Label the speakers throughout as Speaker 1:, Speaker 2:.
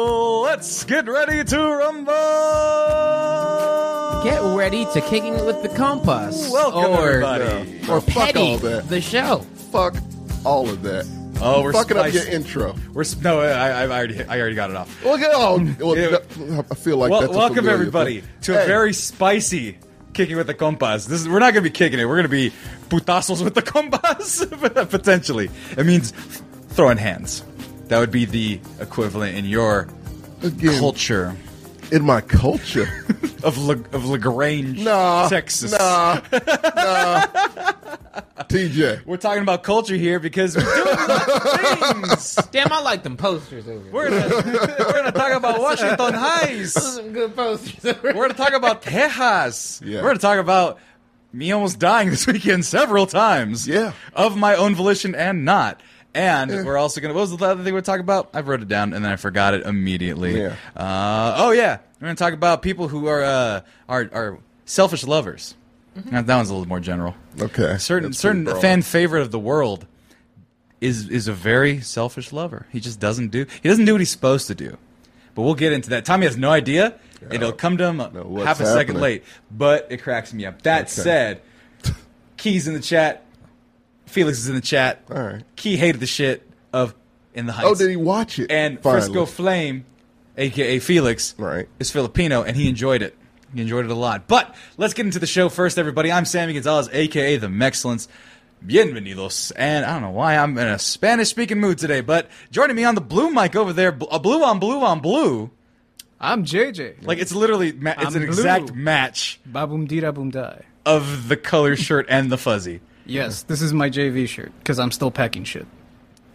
Speaker 1: Let's get ready to rumble.
Speaker 2: Get ready to kicking it with the compass.
Speaker 1: Welcome,
Speaker 2: or,
Speaker 1: everybody.
Speaker 2: Or
Speaker 3: Fuck
Speaker 2: petty
Speaker 3: all that.
Speaker 2: the show.
Speaker 3: Fuck all of that.
Speaker 1: Oh, we're
Speaker 3: fucking
Speaker 1: spiced.
Speaker 3: up your intro.
Speaker 1: We're sp- no, I, I already, I already got it off.
Speaker 3: Look at all. Oh, Well,
Speaker 1: Yeah.
Speaker 3: that- I feel like
Speaker 1: Well,
Speaker 3: that's a
Speaker 1: welcome
Speaker 3: familiar
Speaker 1: everybody
Speaker 3: thing.
Speaker 1: to a
Speaker 3: Hey,
Speaker 1: very spicy kicking with the compas. This is we're not going to be kicking it. We're going to be putazos with the compas potentially. It means throwing hands. That would be the equivalent in your
Speaker 3: again,
Speaker 1: culture
Speaker 3: in my culture.
Speaker 1: of La- of Lagrange,
Speaker 3: Nah,
Speaker 1: Texas.
Speaker 3: Nah, nah. TJ,
Speaker 1: We're talking about culture here because we're doing the things.
Speaker 2: Damn, I like them posters over.
Speaker 1: We're gonna, we're gonna talk about Washington Heights.
Speaker 2: some good posters over.
Speaker 1: We're gonna talk about Tejas.
Speaker 3: Yeah.
Speaker 1: We're gonna talk about me almost dying this weekend several times.
Speaker 3: Yeah.
Speaker 1: Of my own volition and not. And we're also gonna. What was the other thing we were talking about? I wrote it down and then I forgot it immediately.
Speaker 3: Yeah.
Speaker 1: Uh, oh yeah, we're gonna talk about people who are uh, are are selfish lovers.
Speaker 3: Mm-hmm.
Speaker 1: That that one's a little more general.
Speaker 3: okay.
Speaker 1: Certain
Speaker 3: That's
Speaker 1: certain
Speaker 3: pretty broad.
Speaker 1: fan favorite of the world is is a very selfish lover. He just doesn't do he doesn't do what he's supposed to do. But we'll get into that. Tommy has no idea. It'll come to him
Speaker 3: what's
Speaker 1: half a second
Speaker 3: happening.
Speaker 1: late, but it cracks me up. That said, Key's in the chat. Felix is in the chat.
Speaker 3: All right.
Speaker 1: Key hated the shit of in the heights.
Speaker 3: Oh, did he watch it?
Speaker 1: And
Speaker 3: Finally.
Speaker 1: Frisco Flame, aka Felix,
Speaker 3: Right.
Speaker 1: is Filipino, and he enjoyed it. He enjoyed it a lot. But let's get into the show first, everybody. I'm Sammy Gonzalez, aka the Mexcellence. Bienvenidos. And I don't know why I'm in a Spanish speaking mood today, but joining me on the blue mic over there, bl- a blue on blue on blue.
Speaker 4: I'm JJ.
Speaker 1: Like it's literally ma- it's
Speaker 4: I'm
Speaker 1: an
Speaker 4: blue.
Speaker 1: exact match
Speaker 4: Baboom dee da boom die.
Speaker 1: of the color shirt and the fuzzy.
Speaker 4: Yes, this is my JV shirt because I'm still packing shit.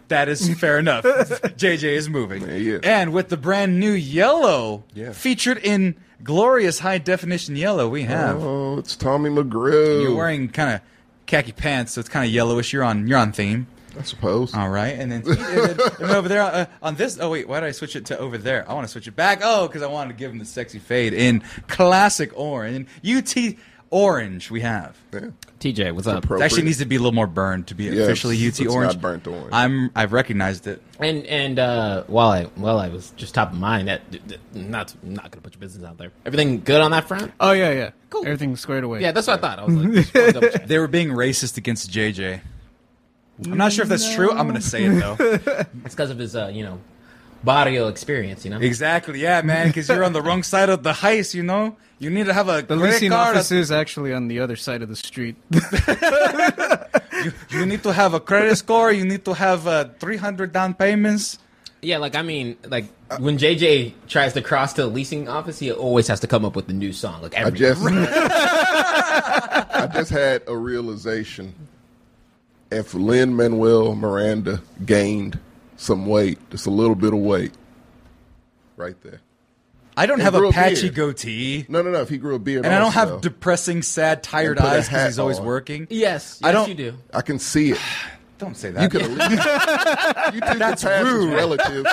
Speaker 1: That is fair enough. JJ is moving.
Speaker 3: Yeah, he is.
Speaker 1: And with the brand new yellow
Speaker 3: Yeah.
Speaker 1: featured in glorious high definition yellow, we have.
Speaker 3: Oh, it's Tommy McGrew.
Speaker 1: You're wearing kind of khaki pants, so it's kind of yellowish. You're on you're on theme.
Speaker 3: I suppose.
Speaker 1: All right. And then, and then- and then over there uh, on this Oh wait, why did I switch it to over there? I want to switch it back. Oh, cuz I wanted to give him the sexy fade in classic orange. UT orange we have.
Speaker 2: TJ, what's up?
Speaker 3: Pro-
Speaker 1: It actually
Speaker 3: Appropriate.
Speaker 1: needs to be a little more burned to be
Speaker 3: Yeah,
Speaker 1: officially
Speaker 3: it's-
Speaker 1: UT
Speaker 3: it's not
Speaker 1: orange.
Speaker 3: burnt orange.
Speaker 1: I'm I've recognized it.
Speaker 2: And and uh, while I while I was just top of mind, that d- d- not not gonna put your business out there. Everything good on that front?
Speaker 4: Oh yeah, yeah.
Speaker 2: Cool.
Speaker 4: Everything's squared away.
Speaker 2: Yeah, that's what I thought. I was like, just wanna double check.
Speaker 1: They were being racist against JJ. I'm not sure if that's true. I'm going to say it though.
Speaker 2: it's because of his uh, you know barrio experience. You know,
Speaker 1: exactly. Yeah, man, because you're on the wrong side of the heist, you know? You need to have a
Speaker 4: the
Speaker 1: credit
Speaker 4: leasing
Speaker 1: card.
Speaker 4: office is actually on the other side of the street.
Speaker 1: You need to have a credit score. You need to have uh, 300 down payments.
Speaker 2: yeah. Like I mean, like
Speaker 3: Uh,
Speaker 2: when JJ tries to cross to the leasing office, he always has to come up with a new song. Like
Speaker 3: I
Speaker 2: every
Speaker 3: just, I just had a realization. If Lynn Manuel Miranda gained some weight, just a little bit of weight, right there.
Speaker 1: I don't
Speaker 3: And
Speaker 1: have
Speaker 3: grew
Speaker 1: a
Speaker 3: a
Speaker 1: patchy
Speaker 3: beard.
Speaker 1: goatee.
Speaker 3: No, no, no. If he grew a beard,
Speaker 1: And I don't
Speaker 3: also,
Speaker 1: have depressing, sad, tired
Speaker 3: put a
Speaker 1: eyes because
Speaker 3: hat
Speaker 1: he's always
Speaker 3: on.
Speaker 1: working.
Speaker 2: yes, yes,
Speaker 1: I don't-
Speaker 2: you do.
Speaker 3: I can see it.
Speaker 1: Don't say
Speaker 3: You
Speaker 1: that.
Speaker 3: could. you two That's pass as
Speaker 1: rude.
Speaker 3: relatives.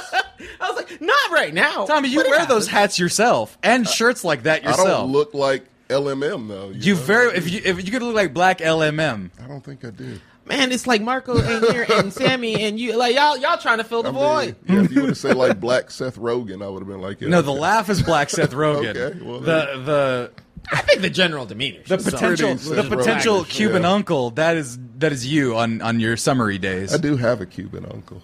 Speaker 2: I was like, not right now,
Speaker 1: Tommy, you
Speaker 2: But it
Speaker 1: wear those
Speaker 2: happens.
Speaker 1: hats yourself and shirts like that
Speaker 3: I
Speaker 1: yourself.
Speaker 3: don't look like LMM though.
Speaker 1: you
Speaker 3: know?
Speaker 1: very if you if you could look like black LMM.
Speaker 3: I don't think I do.
Speaker 2: Man, it's like Marco and here and Sammy and you. Like y'all, y'all trying to fill the
Speaker 3: I mean,
Speaker 2: void.
Speaker 3: yeah, if you would have said like Black Seth Rogen, I would have been like, yeah,
Speaker 1: No, the
Speaker 3: okay.
Speaker 1: laugh is black Seth Rogen.
Speaker 3: Okay, well, there
Speaker 1: the the
Speaker 2: I think the general demeanor.
Speaker 1: the
Speaker 2: should suck.
Speaker 1: potential
Speaker 3: Pretty
Speaker 1: the
Speaker 3: Seth
Speaker 1: potential
Speaker 3: Rogen.
Speaker 1: Cuban
Speaker 3: Yeah.
Speaker 1: uncle that is that is you on on your summary days.
Speaker 3: I do have a Cuban uncle.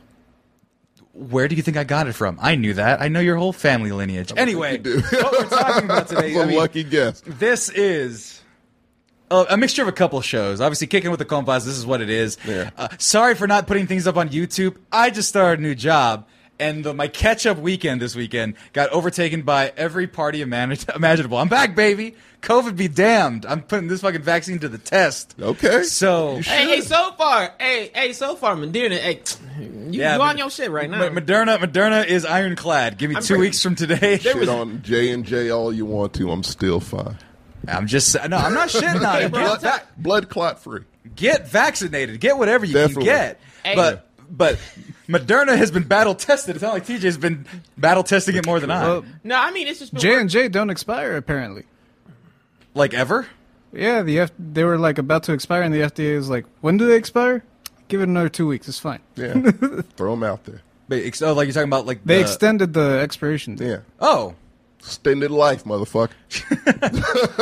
Speaker 1: Where do you think I got it from? I knew that. I know your whole family lineage. Anyway,
Speaker 3: you do.
Speaker 1: what we're talking about
Speaker 3: That's
Speaker 1: today.
Speaker 3: a
Speaker 1: I mean,
Speaker 3: lucky guess.
Speaker 1: this is. A, a mixture of a couple shows. Obviously, Kicking with the Compas, this is what it is.
Speaker 3: Yeah.
Speaker 1: Uh, sorry for not putting things up on YouTube. I just started a new job, and the, my catch up weekend this weekend got overtaken by every party imagin- imaginable. I'm back, baby. COVID be damned. I'm putting this fucking vaccine to the test.
Speaker 3: Okay.
Speaker 1: So,
Speaker 3: You should-
Speaker 2: Hey, hey, so far, hey, hey, so far, Moderna, hey, you,
Speaker 1: Yeah,
Speaker 2: you
Speaker 1: but-
Speaker 2: on your shit right now.
Speaker 1: Ma- Moderna, Moderna is ironclad. Give me
Speaker 2: I'm
Speaker 1: two
Speaker 2: pretty-
Speaker 1: weeks from today.
Speaker 3: shit on J and J all you want to. I'm still fine.
Speaker 1: I'm just no, I'm not shitting on it.
Speaker 2: bro,
Speaker 1: Get,
Speaker 2: I'm
Speaker 1: va-
Speaker 3: Blood clot free.
Speaker 1: get vaccinated. Get whatever you
Speaker 3: Definitely.
Speaker 1: can get.
Speaker 2: Hey.
Speaker 1: But but Moderna has been battle tested. It's not like TJ's been battle testing it more than I,
Speaker 4: Well,
Speaker 2: no, I mean it's just been
Speaker 4: J
Speaker 2: work-
Speaker 4: and J don't expire apparently.
Speaker 1: like ever.
Speaker 4: Yeah, the F- they were like about to expire, and the FDA is like, when do they expire? Give it another two weeks. It's fine.
Speaker 3: Yeah. Throw them out there.
Speaker 1: But ex- oh, like you're talking about like
Speaker 4: They
Speaker 1: the-
Speaker 4: extended the expiration date.
Speaker 3: Yeah.
Speaker 1: Oh,
Speaker 3: Extended life, motherfucker.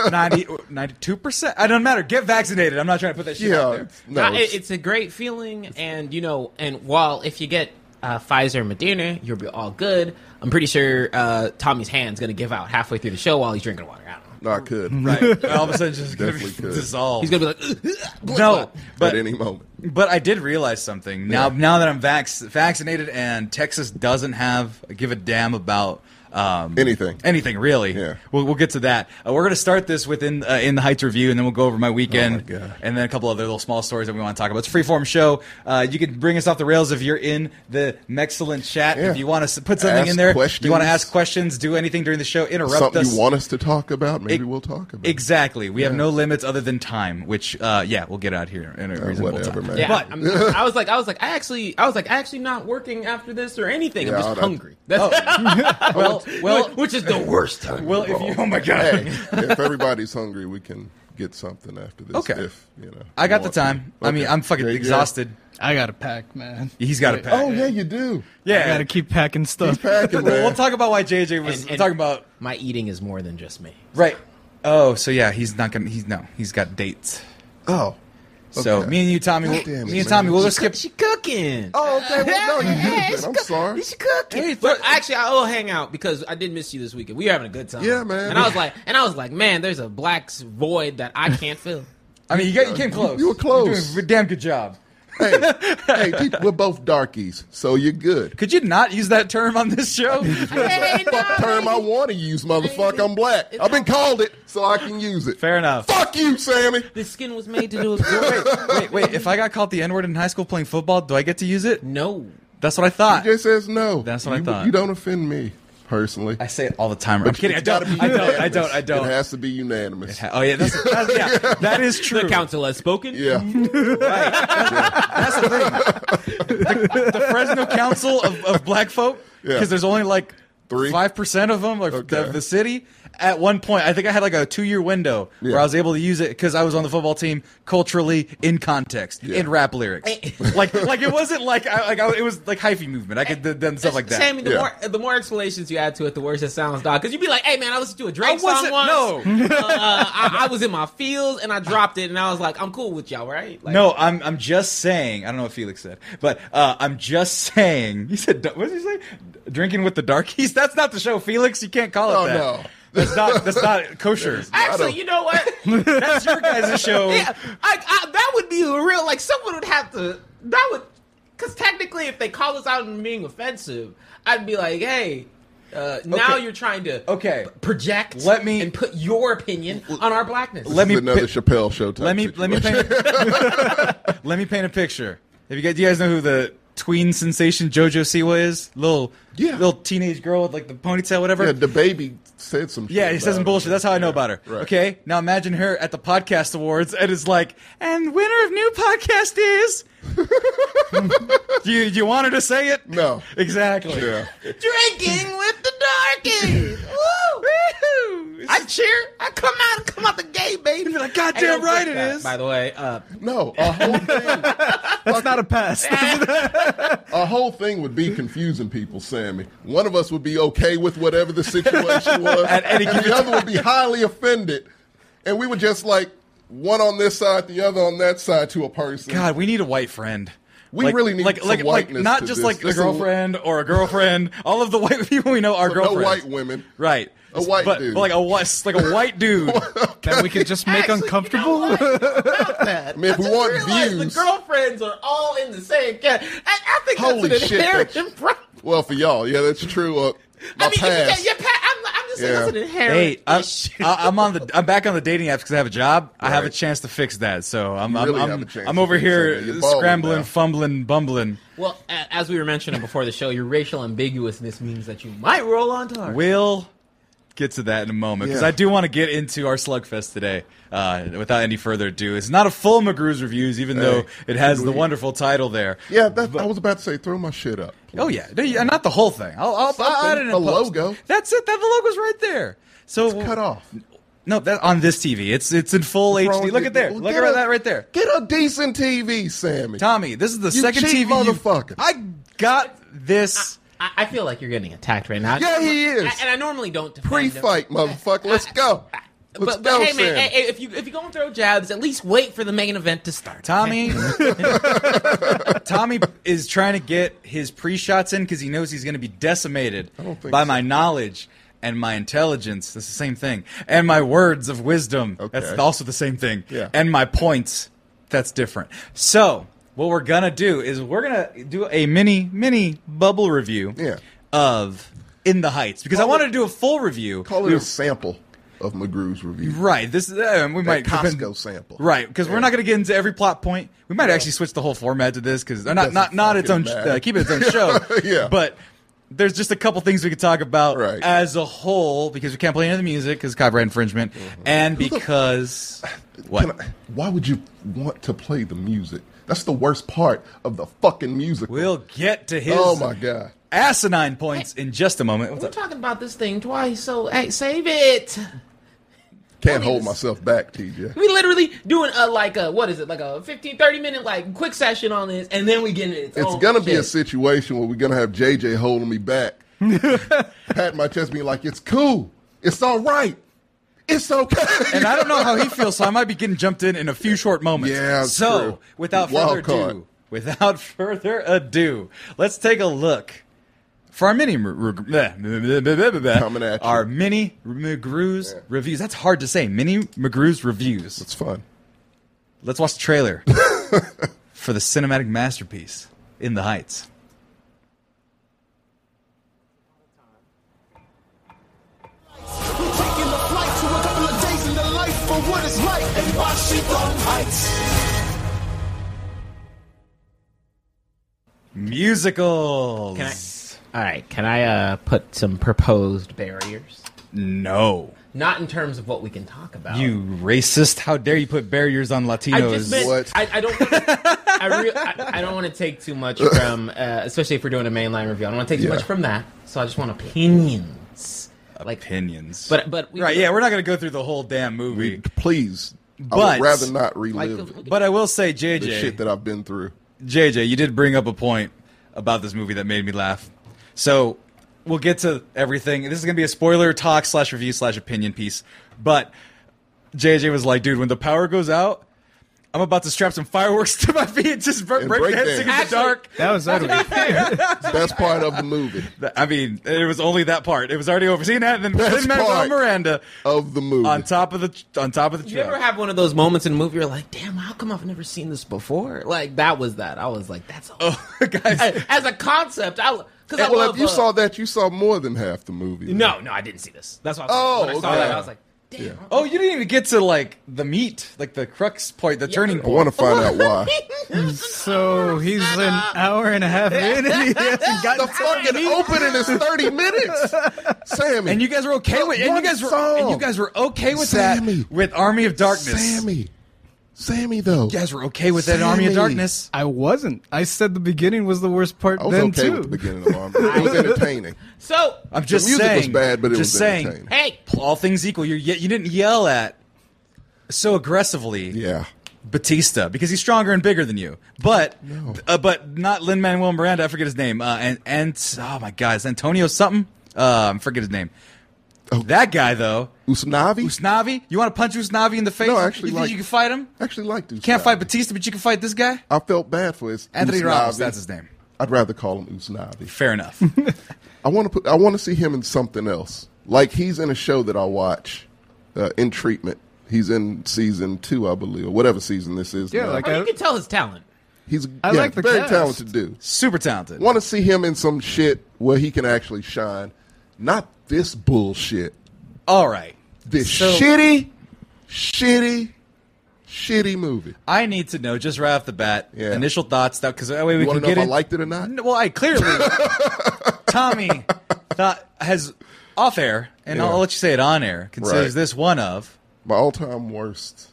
Speaker 1: 92 percent. I don't matter. Get vaccinated. I'm not trying to put that shit out
Speaker 3: Yeah.
Speaker 1: there.
Speaker 3: No,
Speaker 2: Uh, it- it's a great feeling, and you know, and while if you get uh, Pfizer and Moderna, you'll be all good. I'm pretty sure uh, Tommy's hand's gonna give out halfway through the show while he's drinking water. I don't know.
Speaker 3: no, I could.
Speaker 1: Right. All of a sudden, just gonna be
Speaker 3: Definitely could.
Speaker 1: dissolved.
Speaker 2: He's gonna be like, "Ugh, ugh, blood,
Speaker 1: no,
Speaker 2: blood."
Speaker 1: but
Speaker 3: At any moment.
Speaker 1: But I did realize something. Now
Speaker 3: Yeah.
Speaker 1: now that I'm vax- vaccinated and Texas doesn't have give a damn about um,
Speaker 3: Anything.
Speaker 1: anything really.
Speaker 3: Yeah.
Speaker 1: We'll, we'll get to that. Uh, we're going to start this within uh, in the Heights review, and then we'll go over my weekend,
Speaker 3: Oh, my God.
Speaker 1: and then a couple other little small stories that we want to talk about. It's a freeform show. Uh, you can bring us off the rails if you're in the excellent chat.
Speaker 3: Yeah.
Speaker 1: If you want to put something
Speaker 3: Ask
Speaker 1: in there, you want
Speaker 3: questions.
Speaker 1: to ask questions, do anything during the show, interrupt
Speaker 3: Something
Speaker 1: us.
Speaker 3: you want us to talk about, maybe
Speaker 1: Ex-
Speaker 3: we'll talk about. it.
Speaker 1: Exactly. We have
Speaker 3: Yeah.
Speaker 1: no limits other than time, which uh, yeah, we'll get out here in a reasonable
Speaker 3: Uh, whatever,
Speaker 1: time.
Speaker 3: man.
Speaker 2: Yeah,
Speaker 1: But
Speaker 2: I'm- I was like, I was like, I actually, I was like, I actually not working after this or anything.
Speaker 3: Yeah,
Speaker 2: I'm
Speaker 3: I
Speaker 2: just
Speaker 3: don't-
Speaker 2: hungry. That's
Speaker 1: well, well,
Speaker 2: Oh. which is the worst time.
Speaker 1: well, if you, oh my god,
Speaker 3: Hey, if everybody's hungry, we can get something after this.
Speaker 1: Okay.
Speaker 3: If, you know,
Speaker 1: I got the
Speaker 3: want
Speaker 1: time.
Speaker 3: to.
Speaker 1: I mean,
Speaker 3: Okay.
Speaker 1: I'm fucking
Speaker 3: Yeah, yeah.
Speaker 1: exhausted.
Speaker 4: I gotta pack, man.
Speaker 1: He's got to
Speaker 4: Wait,
Speaker 1: pack.
Speaker 3: Oh yeah, you do.
Speaker 4: I
Speaker 1: yeah.
Speaker 4: gotta keep packing stuff.
Speaker 3: Packing,
Speaker 1: Well, we'll
Speaker 3: man.
Speaker 1: talk about why JJ was
Speaker 2: And- and-
Speaker 1: talking about
Speaker 2: my eating is more than just me.
Speaker 1: right. Oh, so yeah, he's not gonna. He's no. He's got dates.
Speaker 3: Oh.
Speaker 1: So
Speaker 3: Okay.
Speaker 1: me and you, Tommy.
Speaker 3: God
Speaker 1: We'll,
Speaker 3: damn it,
Speaker 1: me and
Speaker 3: man.
Speaker 1: Tommy, we'll just
Speaker 2: She
Speaker 1: skip.
Speaker 2: cook- She cooking.
Speaker 3: Oh, okay. Well, no, you
Speaker 2: Yeah,
Speaker 3: did.
Speaker 2: she
Speaker 3: I'm
Speaker 2: cook-
Speaker 3: sorry.
Speaker 2: She cooking.
Speaker 1: Hey,
Speaker 2: but
Speaker 1: throw-
Speaker 2: actually, I will hang out because I did miss you this weekend. We were having a good time.
Speaker 3: Yeah, man.
Speaker 2: And I was like, and I was like, man, there's a black void that I can't fill.
Speaker 1: I mean, you, got, you came close.
Speaker 3: you were close.
Speaker 1: You're doing a damn good job.
Speaker 3: hey, hey, people, we're both darkies, so you're good.
Speaker 1: Could you not use that term on this show?
Speaker 2: hey,
Speaker 3: Fuck term I want to use, motherfucker. I'm black. I've been called it, so I can use it.
Speaker 1: Fair enough.
Speaker 3: Fuck you, Sammy.
Speaker 2: This skin was made to do absorb.
Speaker 1: Wait, wait. If I got called the N word in high school playing football, do I get to use it?
Speaker 2: no.
Speaker 1: That's what I thought.
Speaker 3: Jay says no.
Speaker 1: That's what I
Speaker 3: You-
Speaker 1: thought.
Speaker 3: You don't offend me personally.
Speaker 1: I say it all the time. I'm kidding. I
Speaker 3: It's
Speaker 1: don't.
Speaker 3: gotta
Speaker 1: I
Speaker 3: be
Speaker 1: don't. I
Speaker 3: unanimous.
Speaker 1: don't. I don't.
Speaker 3: It has to be unanimous.
Speaker 1: oh yeah, that's, that's, yeah, that is true.
Speaker 2: The council has spoken.
Speaker 3: yeah.
Speaker 1: the Fresno Council of, of Black folk,
Speaker 3: Yeah.
Speaker 1: because there's only like
Speaker 3: Three?
Speaker 1: five percent of them, like
Speaker 3: Okay.
Speaker 1: the, the city. At one point, I think I had like a two year window where
Speaker 3: Yeah.
Speaker 1: I was able to use it because I was on the football team culturally in context
Speaker 3: Yeah.
Speaker 1: in rap lyrics. like, like it wasn't like I, like I, it was like hyphy movement. I could do done stuff like that.
Speaker 2: Sammy, the
Speaker 3: Yeah.
Speaker 2: more the more explanations you add to it, the worse it sounds, dog. Because you'd be like, "Hey, man, I listened to a Drake
Speaker 1: I wasn't-
Speaker 2: song once.
Speaker 1: no.
Speaker 2: uh, uh, I, I was in my fields and I dropped it, and I was like, I'm cool with y'all, right? Like,
Speaker 1: No, I'm I'm just saying. I don't know what Felix said, but uh, I'm just saying. He said, "What did he say? Drinking with the darkies." That's not the show, Felix. You can't call it
Speaker 3: Oh,
Speaker 1: that.
Speaker 3: no.
Speaker 1: That's not that's not kosher.
Speaker 2: Actually,
Speaker 3: don't-
Speaker 2: you know what?
Speaker 1: That's your guys' show.
Speaker 2: yeah, I, I, that would be a real like someone would have to that would because technically if they call us out and being offensive, I'd be like, hey, uh, now
Speaker 1: Okay.
Speaker 2: you're trying to
Speaker 1: Okay.
Speaker 2: project
Speaker 1: Let me-
Speaker 2: and put your opinion on our blackness.
Speaker 1: Let me
Speaker 3: It's another
Speaker 1: pi-
Speaker 3: Chappelle show type
Speaker 1: let me let me
Speaker 3: situation.
Speaker 1: paint let me paint a picture. If you guys, do you guys know who the tween sensation JoJo Siwa is? Little
Speaker 3: Yeah.
Speaker 1: little teenage girl with like the ponytail, whatever.
Speaker 3: Yeah, the baby said some shit.
Speaker 1: Yeah, he says some
Speaker 3: about
Speaker 1: bullshit.
Speaker 3: it.
Speaker 1: That's how I know about her.
Speaker 3: right.
Speaker 1: Okay, now imagine her at the podcast awards, and it's like, and winner of new podcast is. do you do you want her to say it?
Speaker 3: No.
Speaker 1: exactly.
Speaker 3: Yeah.
Speaker 2: Drinking with the darkies. Woo!
Speaker 1: Woo!
Speaker 2: I cheer. I come out. Come out the gate, baby.
Speaker 1: You're like, "God damn
Speaker 2: don't
Speaker 1: right
Speaker 2: click
Speaker 1: it
Speaker 2: that,
Speaker 1: is."
Speaker 2: By the way, uh,
Speaker 3: No, a whole thing,
Speaker 4: That's not a pass.
Speaker 3: a whole thing would
Speaker 1: Mm-hmm.
Speaker 3: be confusing people, Sammy. One of us would be okay with whatever the situation was,
Speaker 1: At any
Speaker 3: and the
Speaker 1: given
Speaker 3: other would be highly offended, and we would just like one on this side, the other on that side to a person.
Speaker 1: God, we need a white friend.
Speaker 3: We
Speaker 1: Like-
Speaker 3: really need
Speaker 1: like
Speaker 3: some
Speaker 1: like like
Speaker 3: whiteness
Speaker 1: not
Speaker 3: to
Speaker 1: just
Speaker 3: this.
Speaker 1: like
Speaker 3: This
Speaker 1: a
Speaker 3: is a-
Speaker 1: girlfriend or a girlfriend. All of the white people we know are
Speaker 3: no
Speaker 1: girlfriends.
Speaker 3: white women.
Speaker 1: Right.
Speaker 3: A white
Speaker 1: but,
Speaker 3: dude.
Speaker 1: But like a whi- like a white dude.
Speaker 4: that we could just make
Speaker 2: Actually, you know
Speaker 4: uncomfortable.
Speaker 2: what? About that.
Speaker 3: I mean, if we want
Speaker 2: realized
Speaker 3: views-
Speaker 2: the girlfriends are all in the same cat. I, I think
Speaker 3: Holy
Speaker 2: that's an
Speaker 3: shit,
Speaker 2: inherent
Speaker 3: that's-
Speaker 2: problem.
Speaker 3: Well, for y'all, yeah, that's true. Uh, my
Speaker 2: I mean,
Speaker 3: past.
Speaker 2: Yeah, yeah, pa- I'm, I'm just saying
Speaker 3: Yeah.
Speaker 2: that's an inherent
Speaker 1: Hey, I'm,
Speaker 2: issue.
Speaker 1: I- I'm on the. I'm back on the dating apps because I have a job. I have a
Speaker 3: Right.
Speaker 1: chance to fix that. So I'm.
Speaker 3: really
Speaker 1: I'm,
Speaker 3: have a
Speaker 1: I'm,
Speaker 3: chance
Speaker 1: I'm
Speaker 3: to
Speaker 1: over
Speaker 3: fix
Speaker 1: here
Speaker 3: that. You're balling
Speaker 1: scrambling,
Speaker 3: now.
Speaker 1: fumbling, bumbling.
Speaker 2: well, a- as we were mentioning before the show, your racial ambiguousness means that you might roll on target.
Speaker 1: We'll get to that in a moment because
Speaker 3: Yeah.
Speaker 1: I do want to get into our slugfest today. Uh, without any further ado, it's not a full McGrew's reviews, even though it has the wonderful title there.
Speaker 3: Yeah, that, I was about to say, throw my shit up.
Speaker 1: Oh yeah, No, yeah, not the whole thing. I'll, I'll, I'll add it in
Speaker 3: Something, a
Speaker 1: post.
Speaker 3: logo.
Speaker 1: That's it. That the logo's right there. So
Speaker 3: Cut off.
Speaker 1: No, that on this TV. It's it's in full
Speaker 3: Wrong
Speaker 1: HD.
Speaker 3: with
Speaker 1: Look
Speaker 3: you.
Speaker 1: at there.
Speaker 3: Well,
Speaker 1: Look
Speaker 3: get
Speaker 1: at
Speaker 3: a-
Speaker 1: that right there.
Speaker 3: Get a decent TV, Sammy.
Speaker 1: Tommy, this is the
Speaker 3: You
Speaker 1: second
Speaker 3: cheap
Speaker 1: TV. you-
Speaker 3: motherfucker.
Speaker 1: I got this.
Speaker 2: I, I feel like you're getting attacked right now.
Speaker 3: Yeah, he is.
Speaker 2: I- and I normally don't defend him.
Speaker 3: Pre-fight, motherfucker. Let's go. Let's
Speaker 2: But,
Speaker 3: go,
Speaker 2: but hey, man,
Speaker 3: Sam.
Speaker 2: hey, hey, if you if you're gonna throw jabs, at least wait for the main event to start.
Speaker 1: Tommy, Tommy is trying to get his pre-shots in because he knows he's going to be decimated
Speaker 3: don't think
Speaker 1: by
Speaker 3: so.
Speaker 1: my knowledge and my intelligence. That's the same thing, and my words of wisdom. That's
Speaker 3: Okay.
Speaker 1: also the same thing.
Speaker 3: Yeah.
Speaker 1: And my points. That's different. So what we're gonna do is we're gonna do a mini mini bubble review.
Speaker 3: Yeah.
Speaker 1: Of In the Heights because I
Speaker 3: Call
Speaker 1: wanted
Speaker 3: it-
Speaker 1: to do a full review.
Speaker 3: Call it a sample of McGrew's review.
Speaker 1: Right. This is uh, we might
Speaker 3: That Costco
Speaker 1: depend-
Speaker 3: sample.
Speaker 1: Right, because we're
Speaker 3: Yeah.
Speaker 1: not going to get into every plot point. We might actually switch the whole format to this because not
Speaker 3: Doesn't
Speaker 1: not not its own
Speaker 3: fucking
Speaker 1: uh,
Speaker 3: matter.
Speaker 1: keep it its own show.
Speaker 3: Yeah.
Speaker 1: but there's just a couple things we could talk about
Speaker 3: Right.
Speaker 1: as a whole because we can't play any of the music because copyright infringement
Speaker 3: Mm-hmm.
Speaker 1: and because what
Speaker 3: Can I- why would you want to play the music? That's the worst part of the fucking music.
Speaker 1: we'll get to his
Speaker 3: oh my god.
Speaker 1: asinine points in just a moment. What's
Speaker 2: We're
Speaker 1: up?
Speaker 2: talking about this thing twice, so hey, save it.
Speaker 3: Can't hold
Speaker 2: is-
Speaker 3: myself back, TJ.
Speaker 2: We literally doing a like a what is it like a 15, 30 minute like quick session on this, and then we get into its,
Speaker 3: It's
Speaker 2: own
Speaker 3: gonna be a
Speaker 2: shit.
Speaker 3: situation where we're gonna have JJ holding me back, patting my chest, being like, "It's cool, it's all right, it's okay."
Speaker 1: And I don't know how he feels, so I might be getting jumped in in a few short moments.
Speaker 3: Yeah, it's
Speaker 1: so
Speaker 3: true.
Speaker 1: without further
Speaker 3: Wild
Speaker 1: ado,
Speaker 3: card.
Speaker 1: without further ado, let's take a look for our mini r- r- bleh, bleh, bleh, bleh, bleh, bleh,
Speaker 3: Coming at you.
Speaker 1: our mini McGrew's reviews. That's hard to say. Mini McGrew's reviews.
Speaker 3: It's fun.
Speaker 1: Let's watch the trailer for the cinematic masterpiece in the Heights.
Speaker 5: We're taking a flight to a couple of days in the life for what it's like in Washington Heights.
Speaker 1: Musicals.
Speaker 2: Can I, all right, can I uh, put some proposed barriers?
Speaker 1: No.
Speaker 2: Not in terms of what we can talk about.
Speaker 1: You racist. How dare you put barriers on
Speaker 2: I
Speaker 1: Latinos?
Speaker 2: just meant,
Speaker 3: What?
Speaker 2: I, I don't. I, re- I, I don't want to take too much from, uh, especially if we're doing a mainline review. I don't want to take too
Speaker 3: Yeah.
Speaker 2: much from that. So I just want opinions. Like
Speaker 1: opinions.
Speaker 2: But but we,
Speaker 1: right, yeah, we're not going to go through the whole damn movie.
Speaker 3: Please, I
Speaker 1: But-
Speaker 3: would rather not
Speaker 2: like
Speaker 3: relive
Speaker 1: But I will say,
Speaker 3: the shit
Speaker 1: JJ,
Speaker 3: that I've been through.
Speaker 1: JJ, you did bring up a point about this movie that made me laugh. So we'll get to everything. This is going to be a spoiler talk slash review slash opinion piece. But JJ was like, dude, when the power goes out. I'm about to strap some fireworks to my feet, just break,
Speaker 3: And
Speaker 1: break
Speaker 3: break
Speaker 1: dancing in the
Speaker 2: dance.
Speaker 1: dark.
Speaker 4: That was Edward.
Speaker 3: Best part of the movie,
Speaker 1: Th- I mean, it was only that part. It was already over. Seeing that, and then
Speaker 3: Best
Speaker 1: Lin Manuel
Speaker 3: part. Oh.
Speaker 1: Miranda
Speaker 3: of the movie.
Speaker 1: on top of the on top of the
Speaker 2: you ever
Speaker 1: truck.
Speaker 2: have one of those moments in a movie you're like, damn, how come I've never seen this before? Like that was that. I was like, that's a
Speaker 1: Guys,
Speaker 2: I- as a concept. I because I
Speaker 3: Oh, well,
Speaker 2: love.
Speaker 3: if you
Speaker 2: uh,
Speaker 3: saw that, you saw more than half the movie.
Speaker 2: no, no, I didn't see this. That's why.
Speaker 3: Oh,
Speaker 2: when I saw
Speaker 3: okay.
Speaker 2: that, I was like, damn.
Speaker 1: Oh, you didn't even get to like the meat, like the crux point, the turning
Speaker 3: I
Speaker 1: point.
Speaker 3: want to find out why.
Speaker 4: So he's an hour and a half in, and he hasn't
Speaker 3: the
Speaker 4: gotten
Speaker 3: fucking opening is thirty minutes, Sammy.
Speaker 1: And you guys were okay with, and you
Speaker 3: One
Speaker 1: guys were,
Speaker 3: song.
Speaker 1: and you guys were okay with
Speaker 3: Sammy.
Speaker 1: that with Army of Darkness.
Speaker 3: Sammy, Sammy though.
Speaker 1: You guys were okay with that Army of
Speaker 3: Sammy.
Speaker 1: Darkness.
Speaker 4: I wasn't. I said the beginning was the worst part
Speaker 3: I was
Speaker 4: then
Speaker 3: okay
Speaker 4: too.
Speaker 3: with the beginning of Army. It was entertaining.
Speaker 2: So
Speaker 1: I'm just
Speaker 3: music was
Speaker 1: saying,
Speaker 3: bad, but it
Speaker 1: just
Speaker 3: was
Speaker 1: saying,
Speaker 3: entertaining.
Speaker 2: hey,
Speaker 1: all things equal, you you didn't yell at so aggressively
Speaker 3: Yeah.
Speaker 1: Batista because he's stronger and bigger than you, but uh, but not Lin Manuel Miranda. I forget his name. Uh, and and oh my God, is Antonio something? Um, forget his name.
Speaker 3: Oh.
Speaker 1: That guy though.
Speaker 3: Usnavi?
Speaker 1: Usnavi? You want to punch Usnavi in the face?
Speaker 3: No, I actually
Speaker 1: You think
Speaker 3: like- Uh,
Speaker 1: you can fight him?
Speaker 3: actually liked Usnavi.
Speaker 1: Can't fight Batista, but you can fight this guy?
Speaker 3: I felt bad for his
Speaker 1: Anthony
Speaker 3: Usnavi.
Speaker 1: Ramos, that's his name.
Speaker 3: I'd rather call him Usnavi.
Speaker 1: Fair enough.
Speaker 3: I want to put. I want to see him in something else. Like he's in a show that I watch, uh, in treatment. He's in season two, I believe, or whatever season this is.
Speaker 4: Yeah,
Speaker 3: now.
Speaker 4: like
Speaker 2: I mean, you
Speaker 4: I-
Speaker 2: can tell his talent.
Speaker 3: he's
Speaker 4: I
Speaker 3: yeah,
Speaker 4: like the
Speaker 3: very
Speaker 4: cast.
Speaker 3: talented dude.
Speaker 1: Super talented.
Speaker 3: want to see him in some shit where he can actually shine. Not this bullshit.
Speaker 1: All right.
Speaker 3: This
Speaker 1: So-
Speaker 3: shitty, shitty, shitty movie.
Speaker 1: I need to know just right off the bat
Speaker 3: Yeah.
Speaker 1: initial thoughts that because that way we
Speaker 3: You want
Speaker 1: can
Speaker 3: to know
Speaker 1: get
Speaker 3: if I
Speaker 1: in-
Speaker 3: liked it or not?
Speaker 1: No, Well, I clearly Tommy thought has off air, and
Speaker 3: Yeah.
Speaker 1: I'll let you say it on air. Considers
Speaker 3: Right.
Speaker 1: this one of
Speaker 3: My all-time worst